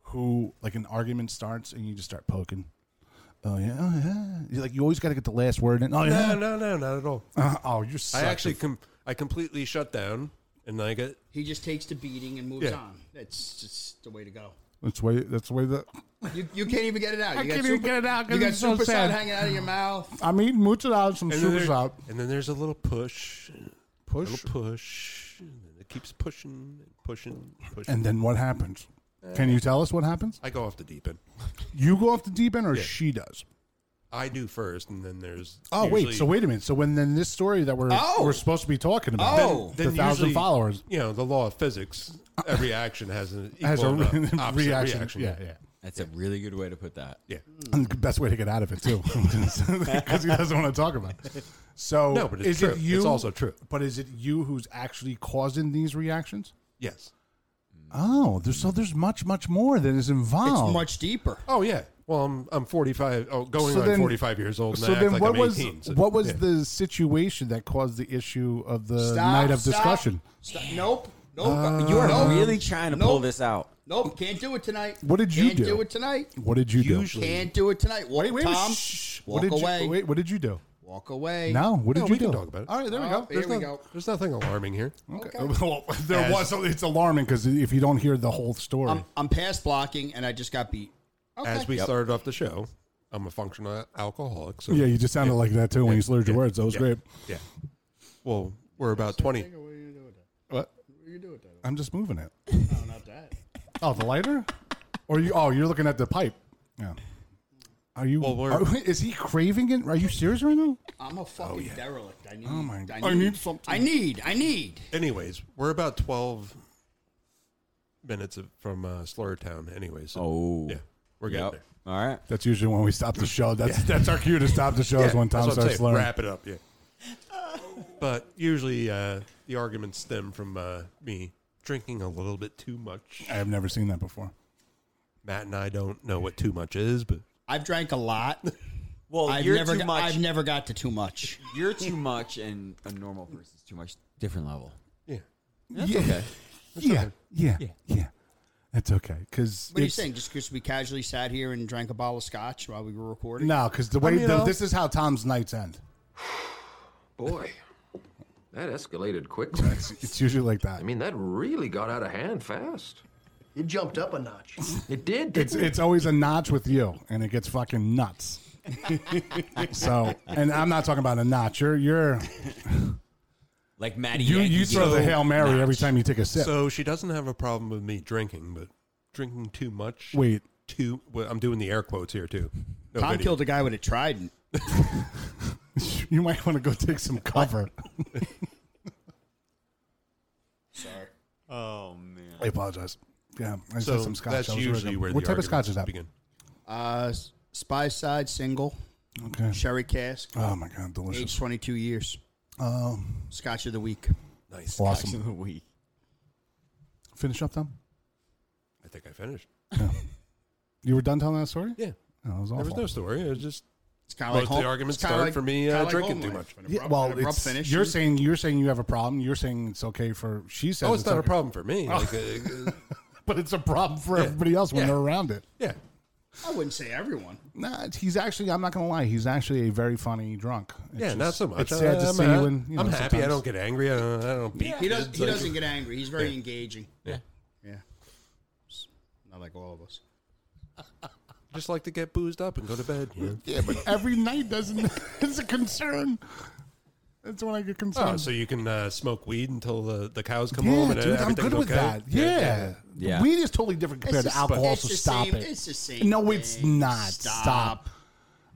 who, like, an argument starts and you just start poking? Oh yeah, oh yeah. You're like you always got to get the last word in. Oh No, yeah. no, no, not at all. Uh, oh, you're. I Such actually com- I completely shut down, and I get He just takes the beating and moves Yeah. on. That's just the way to go. a- that's way. That's way that. You, you can't even get it out. You I got can't even get it out 'cause You got it's so super sad. side hanging out of your mouth. I'm eating mucharadas from and then, Super there- Shop. and then there's a little push, Push. little push, and then it keeps pushing, and pushing, and pushing. And then what happens? Can you tell us what happens? I go off the deep end. You go off the deep end, or she does? I do first, and then there's Oh wait, usually- so wait a minute. So when then this story that we're Oh. we're supposed to be talking about, Oh. the thousand usually, followers You know the law of physics. Every action has an equal has a and reaction. a opposite reaction. Yeah, yeah. That's a really good way to put that. yeah. And the best way to get out of it too, because he doesn't want to talk about. it. So No, but it's is true. it you? It's also true. But is it you who's actually causing these reactions? Yes. Oh, there's so there's much much more that is It's involved. much deeper. Oh yeah. Well, I'm I'm 45. Oh, going So on then- 45 years old. And so I then, act like what I'm was 18, so- what was yeah. the situation that caused the issue of the Stop, night of stop, discussion? Uh, Stop. Nope. Nope. You are nope. really trying to pull Uh, Nope. this out. Nope. Can't do it tonight. What did you Can't do? do it tonight. What did you do? Usually- Can't do it tonight. Wait, Tom. shh. Walk what did away. You, wait, what did you do? Walk away. No, what did No, you we do? can talk about it. Uh, All right, there we Oh, go. Here There's we no- go. There's nothing alarming here. Okay. well, there As- was. It's alarming because if you don't hear the whole story, I'm, I'm past blocking, and I just got beat. Okay. As we started off the show, I'm a functional alcoholic. So yeah, you just sounded like that too when you slurred your words. That was yeah, great. Yeah. Well, we're about twenty. What are you doing with that? What? What are you doing with that? I'm just moving it. No, not that. Oh, the lighter? Or you? Oh, you're looking at the pipe. Yeah. Are you? Well, we're- are- is he craving it? Are you serious right now? I'm a fucking derelict. I need. my I God. need, something. I need. I need. Anyways, we're about twelve minutes of- from uh, Slurtown. Anyways, so, Oh. yeah, we're getting Yep. there. All right. That's usually when we stop the show. That's that's our cue to stop the show. is when Tom that's what I'm starts saying, slurring. Wrap it up, yeah. but usually, uh, the arguments stem from uh, me drinking a little bit too much. I have never seen that before. Matt and I don't know what too much is, but I've drank a lot. Well, I've Oh, you're never. too got- much. I've never got to too much. You're too much, and a normal person's too much. Different level. yeah, yeah. okay. yeah. yeah, yeah, That's okay. Because What are you saying? Just because we casually sat here and drank a bottle of scotch while we were recording? No, because the way mean, you the, know- this is how Tom's nights end. Boy, that escalated quickly. It's usually like that. I mean, that really got out of hand fast. You jumped up a notch. It did. it's it's always a notch with you, and it gets fucking nuts. so, and I'm not talking about a notch. You're you're Like Maddie. you Yankee you throw gave the you hail mary notch. every time you take a sip. So she doesn't have a problem with me drinking, but drinking too much. Wait. too. Well, I'm doing the air quotes here too. No Tom video. killed a guy with a trident. you might want to go take some cover. Sorry. Oh man. I apologize. Yeah, I So said some scotch. that's I was usually really- where what the type of scotch arguments is that? Begin. Uh, s- spy side single Okay. sherry cask, Oh my god, delicious. age 22 years. Um, Scotch of the week. Nice. awesome. the week. Finish up, Tom. I think I finished. You were done telling that story. Yeah, Oh, that was there awful. was no story. It was just It's kind Most of the arguments start for me, uh, drinking too much. Yeah, well, it's, you're saying you're saying you have a problem. You're saying it's okay for she says. oh, it's, not okay, a problem for me. Like, uh, uh, but it's a problem for everybody else when Yeah. they're around it. yeah, I wouldn't say everyone. Nah, he's actually. I'm not gonna lie. He's actually a very funny drunk. It's yeah, not just- so much. It's sad I, to I'm, see uh, you. When, you know, I'm happy. I sometimes- don't get angry. I don't, I don't beat. He, does, kids, he like- doesn't get angry. He's very engaging. Yeah. Yeah. Not like all of us. Just like to get boozed up and go to bed. you know? Yeah, but every night doesn't. it's a concern. That's when I get concerned. Oh, so you can uh, smoke weed until the, the cows come yeah, home and dude, I'm everything's good with okay? that. Yeah, Yeah. weed is totally different compared It's to the- alcohol. it's So the stop same- it. it's the same No, it's thing. not. Stop. Stop.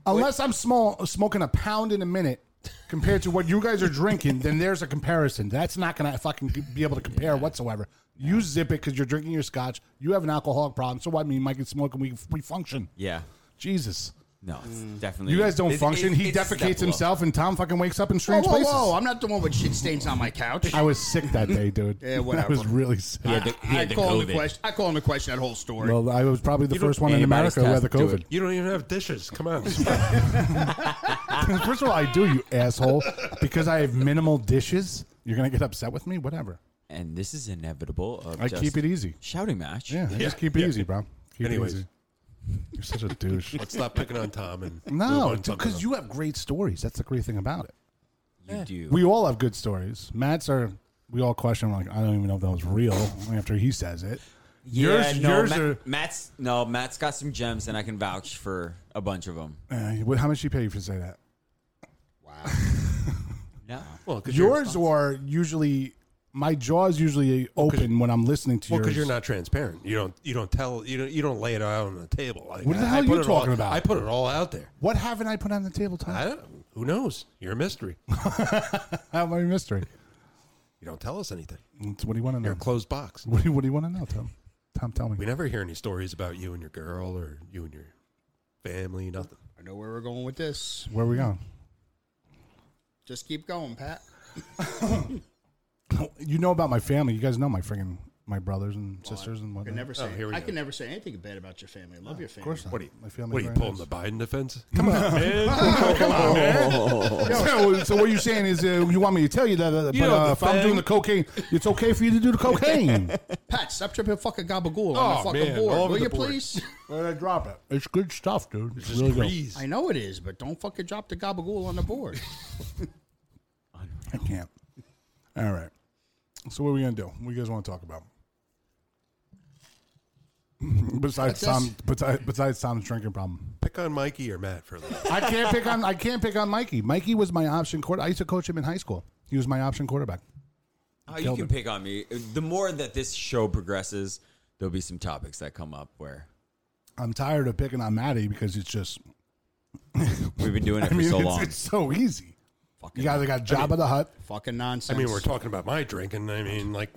Unless I'm small, smoking a pound in a minute. Compared to what you guys are drinking, then there's a comparison. That's not going to fucking be able to compare whatsoever. You zip it because you're drinking your scotch. You have an alcoholic problem. So what? I mean, Mike can smoke and we, we function. Yeah. Jesus. No, it's Mm. definitely. You guys don't it's- function. it's- he it's a step defecates below. himself, and Tom fucking wakes up in Whoa, strange whoa, places. whoa. I'm not the one with shit stains on my couch. I was sick that day, dude. Yeah, whatever. I was really sick. Yeah, the- I, yeah, the call him the COVID. question. I call him the question that whole story. Well, I was probably the You don't- first one in anybody's America who had the test, do COVID. it. You don't even have dishes. Come on. first of all, I do, you asshole. Because I have minimal dishes, you're going to get upset with me? Whatever. And this is inevitable. Of I just keep it easy. Shouting match. Yeah, I just keep it easy, bro. Keep Anyways. it easy. You're such a douche. Let's stop picking on Tom and move no, on something because else. you have great stories. That's the great thing about it. You do. We all have good stories. Matt's are, we all question, like, I don't even know if that was real after he says it. yeah, yours- no, yours Matt, are- Matt's no. Matt's got some gems, and I can vouch for a bunch of them. Uh, what- how much did he pay you for say that? No. well, 'cause you're- Yours are usually my jaw is usually open when I'm listening to Oh, Well, yours. because you're not transparent. You don't. You don't tell. You don't. You don't lay it out on the table. Like, What the I- hell I are put you it all- talking about? I put it all out there. What haven't I put on the table, Tom? I don't. Who knows? You're a mystery. How my Oh, mystery? You don't tell us anything. It's what do you want to You're know? a closed box. What do you, what do you want to know, Tom? Tom, tell me. We never hear any stories about you and your girl or you and your family. Nothing. I know where we're going with this. Where are we going? Just keep going, Pat. You know about my family. You guys know my friggin' my brothers and sisters and I whatnot. can never say. Oh, here we I go. can never say anything bad about your family. I love your family. Of course not. What are you? My family. what are you pulling the Biden defense? Come on, man. so, so what you're saying is uh, you want me to tell you that, uh, but know uh, the if I'm doing thing. the cocaine, it's okay for you to do the cocaine. Pat, stop tripping fucking gabagool on the Oh, fucking man, board, all over will the you board. please? Where did I drop it? It's good stuff, dude. It's Just really good. breeze. I know it is, but don't fucking drop the gabagool on the board. I can't. All right. So what are we gonna do? What do you guys want to talk about? besides That's us. Tom, besides, besides Tom's drinking problem, Pick on Mikey or Matt for a little. I can't pick on. I can't pick on Mikey. Mikey was my option court. I used to coach him in high school. He was my option quarterback. Oh, you Killed can it. pick on me. The more that this show progresses, there'll be some topics that come up where I'm tired of picking on Maddie because it's just we've been doing it I for mean, so it's, long. it's so easy. you guys got I Jabba mean- the Hut. Fucking nonsense. I mean, we're talking about my drinking. I mean, like,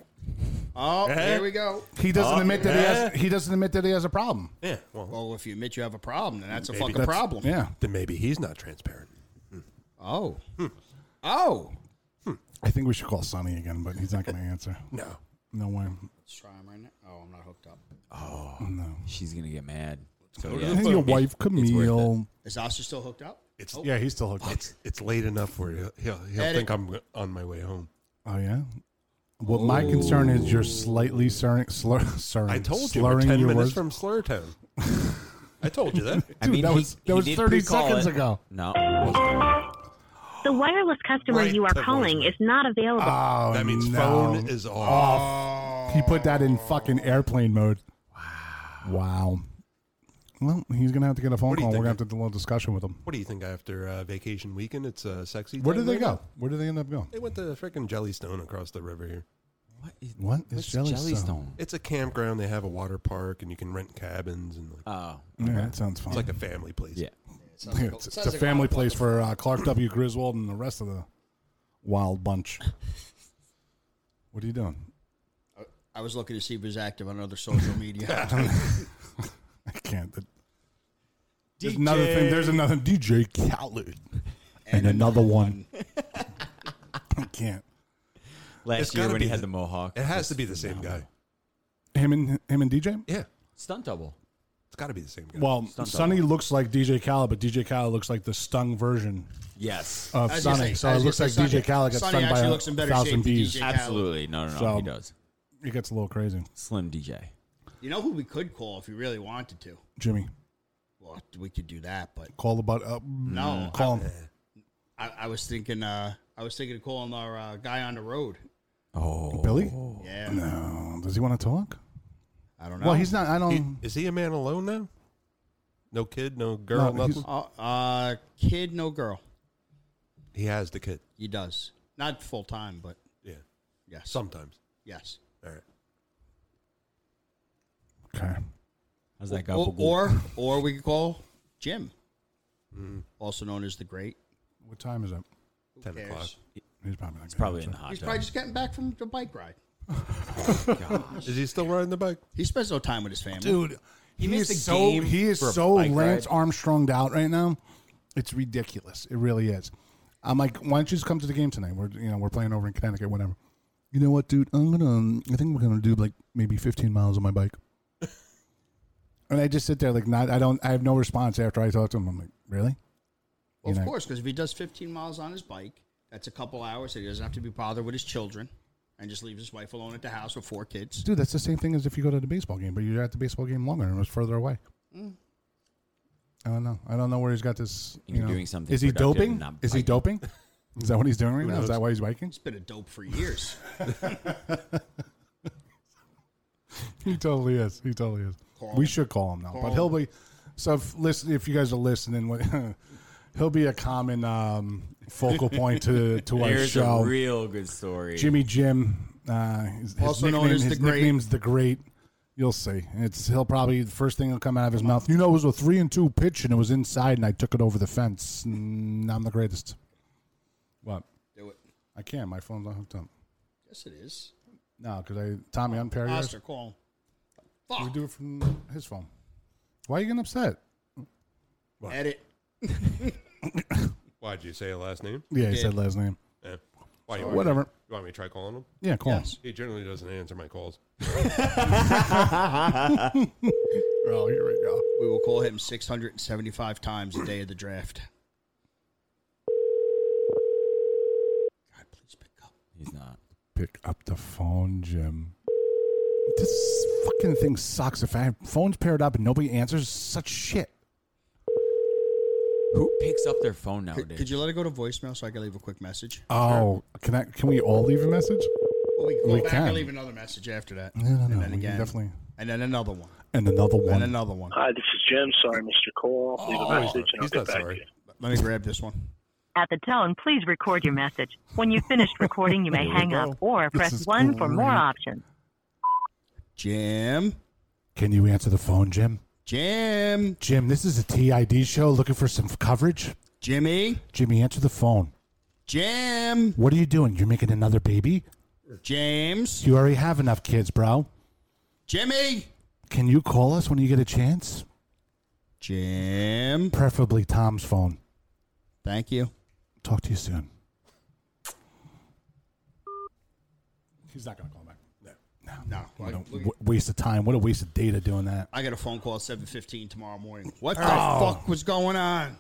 Oh, Eh? here we go. He doesn't Oh, admit that he has. yeah. He doesn't admit that he has a problem. yeah, well, Well, if you admit you have a problem, then that's a Maybe fucking that's- problem. Yeah, then maybe he's not transparent. Oh. Oh. I think we should call Sonny again, but he's not going to answer. No, No way. Let's try him right now. Oh, I'm not hooked up. She's gonna get mad. So And yeah, your wife it's worth Camille. Is Oscar still hooked up? it's Yeah, he's still hooked up. it's it's late enough where he'll he'll, he'll Edit. think I'm on my way home. Oh yeah. What my concern is, you're slightly slurring, slur, slurring, I told you we're slurring ten your minutes words. from Slurtown. I told you that. I mean, that he- was- that he was did 30 pre-call seconds it. ago. No, it wasn't. The wireless customer Right you are to calling voicemail. is not available. Oh, that means no. phone is off. He put that in fucking airplane mode. Wow. Wow. Well, he's gonna have to get a phone What do you call. We're gonna have think? to have a little discussion with him. What do you think after uh, vacation weekend? It's uh, sexy. Where time did they right go? now? Where did they end up going? They went to freaking Jellystone across the river here. What is, What is what's Jellystone? It's a campground. They have a water park, and you can rent cabins, and like, Oh, Yeah, that sounds fun. it's like a family place. yeah. it's, it's a family place for uh, Clark W. Griswold and the rest of the wild bunch. what are you doing? I was looking to see if he was active on other social media. I can't. That- There's another thing. There's another DJ Khaled and, another one. I can't. Last It's year gotta when he be had the- the mohawk, It has to be the same guy. Him and him and DJ. Yeah, stunt double. it's got to be the same guy. Well, Stunt Sonny looks like DJ Khaled, but DJ Khaled looks like the stung version Yes, of I was gonna Sonny. say- So I it was looks gonna like say DJ Sonny- Khaled got Sonny stung by actually a looks in better thousand shape than bees. DJ. Khaled. absolutely. No, no, no. So- he does. It gets a little crazy. Slim DJ. you know who we could call if we really wanted to? Jimmy, Well, we could do that, but call the butt up. No, call him. I, I was thinking, uh, I was thinking of calling our uh, guy on the road. Oh, Billy. Yeah, No, does he want to talk? I don't know. Well, he's not. I He- don't. is he a man alone now? No kid, no girl, No, he's- nothing. uh, uh, kid, no girl. He has the kid. He does not full time, but Yeah, yes, sometimes. yes. All right. okay. how's that guy? Or, or, or we could call Jim, Hmm. also known as the Great. What time is it? Who 10 cares? o'clock. He's probably not. it's probably in the hot He's tub. probably just getting back from the bike ride. Is he still riding the bike? He spends no time with his family. dude. He, missed is a so game he is for a so bike Lance ride. Armstronged out right now. It's ridiculous. It really is. I'm like, why don't you just come to the game tonight? We're you know we're playing over in Connecticut, whatever. You know what, dude? I'm gonna. um, I think we're gonna do like maybe 15 miles on my bike. and I just sit there like not. I don't. I have no response after I talk to him. I'm like, really? You Well, of know. course, because if he does 15 miles on his bike, that's a couple hours that he doesn't have to be bothered with his children and just leaves his wife alone at the house with four kids. Dude, that's the same thing as if you go to the baseball game, but you're at the baseball game longer and it was further away. I don't know. I don't know where he's got this. You're You know, doing something Is he productive doping? and not Is he biking. doping? Is that what he's doing right now? Is knows? that why he's biking? He's been a dope for years. He totally is. He totally is. Call we him. should call him now, but Call he'll him. be. So if listen, if you guys are listening, what- he'll be a common um, focal point to to our Here's show. a real good story. Jimmy Jim, uh, his, his Also known nickname, as his the Great. nickname's the Great. You'll see. It's he'll probably the first thing will come out of his mouth. You know, it was a three and two pitch, and it was inside, and I took it over the fence. And I'm the greatest. What? Do it. I can't. My phone's not hooked up. Yes, it is. No, because I Tommy unpaired yours. Oscar, call him. We Fuck. do it from his phone. Why are you getting upset? Edit. Why'd you say a last name? Yeah, he Did. said last name. Yeah. Why, you want Whatever. Me, you want me to try calling him? Yeah, call Yes. He generally doesn't answer my calls. him. Oh, here we go. We will call him 675 times the day of the draft. God, please pick up. He's not. Pick up the phone, Jim. This fucking thing sucks. If I have phones paired up and nobody answers, such shit. Who picks up their phone Could, nowadays? could you let it go to voicemail so I can leave a quick message? Oh, can I? Can we all leave a message? Well, we can call We back can. and leave another message after that. No, no, and no. then we again. can definitely. And then another one. And another one. And another one. Hi, this is Jim. Sorry, Mr. Cole. Leave a message and I'll He's get not back to sorry. you. Let me grab this one. At the tone, please record your message. When you've finished recording, you may There we hang go. up or This press is 1 for more great. options. Jim. Can you answer the phone, Jim? Jim. Jim, this is a TID show looking for some coverage. Jimmy. Jimmy, answer the phone. Jim. What are you doing? You're making another baby? James. You already have enough kids, bro. Jimmy. Can you call us when you get a chance? Jim. Preferably Tom's phone. Thank you. Talk to you soon. He's not going to call back. No. What a Like, look- w- waste of time. What a waste of data doing that. I got a phone call at 7.15 tomorrow morning. What the Oh. fuck was going on?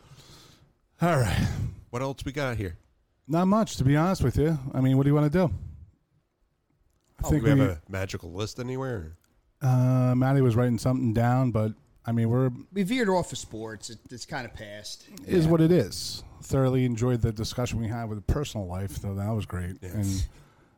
All right. What else we got here? Not much, to be honest with you. I mean, what do you want to do? I Oh, do we have a magical list anywhere? Uh, Maddie was writing something down, but I mean, we're We veered off of sports. It, it's kind of past. is what it is. Thoroughly enjoyed the discussion we had with personal life, though that was great. And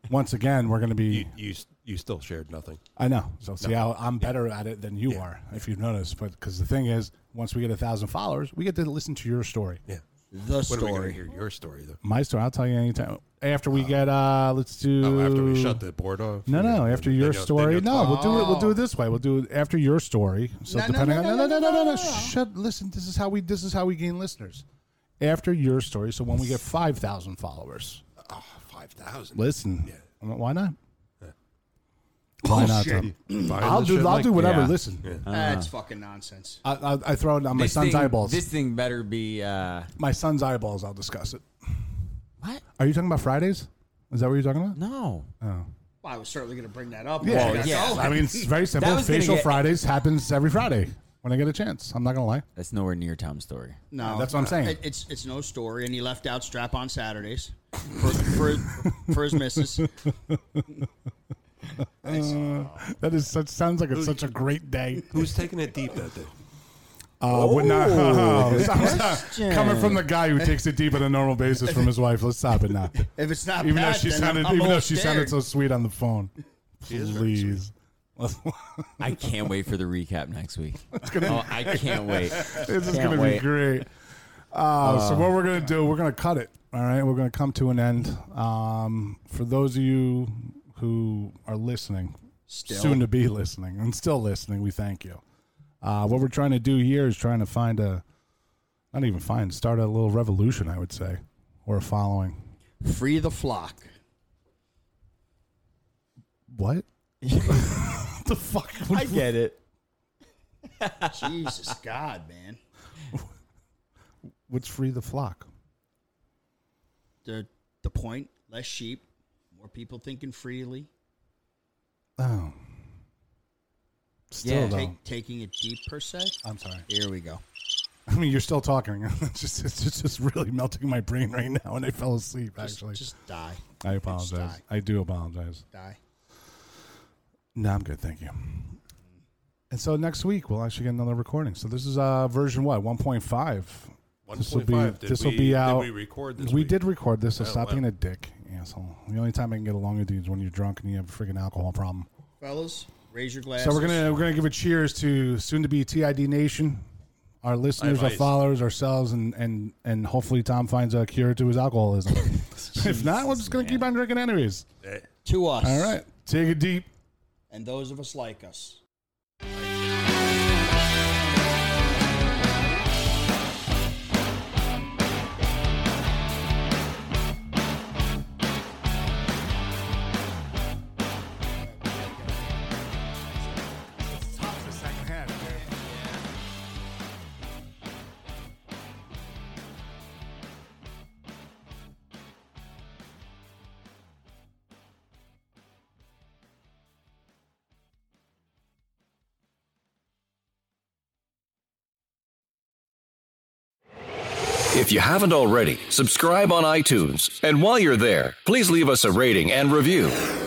once again, we're going to You, be. you s- you still shared nothing. I know. So see No. how I'm better at it than you are, if you've noticed. But because the thing is, once we get a thousand followers, we get to listen to your story. Yeah. The When are we story. going to hear your story though? My story. I'll tell you anytime after we get. uh Let's do. Oh, after we shut the board off. No, no. After your you'll- then story, you'll no. We'll do it. We'll do it this way. We'll do it after your story. So No, no, depending no, on no, no, no, no, no, no, no. Shut. Listen. This is how we. This is how we gain listeners. After your story. So when we get five thousand followers, Five thousand. listen. Why not? Why not? Bullshit. Tom? Buying I'll this do. shit I'll like- do whatever. Yeah. Listen. Yeah. That's fucking nonsense. I, I, I throw it on my This son's thing- eyeballs. This thing better be. Uh, my son's eyeballs. I'll discuss it. What? Are you talking about Fridays? Is that what you're talking about? No. Oh. Well, I was certainly going to bring that up. Yeah, Well, yeah. no. I mean, it's very simple. That was gonna Facial get- Fridays happens every Friday when I get a chance. I'm not gonna lie. That's nowhere near Tom's story. No, that's what I'm saying. It- it's it's no story, and he left out strap on Saturdays for for, for his missus. Uh, that is such sounds like it's such a great day. Who's taking it deep that day? Uh, would not Oh, good Stop, stop. question. coming from the guy who takes it deep on a normal basis from his wife. Let's stop it now. If it's not even Pat, though she then sounded I'm even all though she sounded scared. so sweet on the phone. is very Please, I can't wait for the recap next week. gonna- oh, I can't wait. this is Can't gonna be wait. great. Uh, so Uh, what we're gonna do? We're gonna cut it. All right, we're gonna come to an end. Um, for those of you who are listening, Still. soon to be listening, and still listening, we thank you. Uh, what we're trying to do here is trying to find a, not even find, start a little revolution, I would say, or a following. Free the flock. What? the fuck? I get it. Jesus God, man. What's free the flock? The the point: less sheep, more people thinking freely. Oh, still though. Take, taking it deep per se. I'm sorry. Here we go. I mean, you're still talking. It's just, it's just, it's really melting my brain right now, and I fell asleep. Just- Actually, just die. I Just apologize. die. I do apologize. Die. No, I'm good. Thank you. And so next week we'll actually get another recording. So this is uh, version what 1.5. This will be 1.5. Did this will we- be did out. we record this We week? did record this. So Oh, stop wow. being a dick, asshole. The only time I can get along with you is when you're drunk and you have a freaking alcohol problem. Fellas, raise your glasses. So we're gonna we're gonna give a cheers to soon to be TID Nation, our listeners, our Advice. followers, ourselves, and and and hopefully Tom finds a cure to his alcoholism. if not, we're just gonna keep on drinking anyways. To us. All right, take it deep. and those of us like us. If you haven't already, subscribe on iTunes. And while you're there, please leave us a rating and review.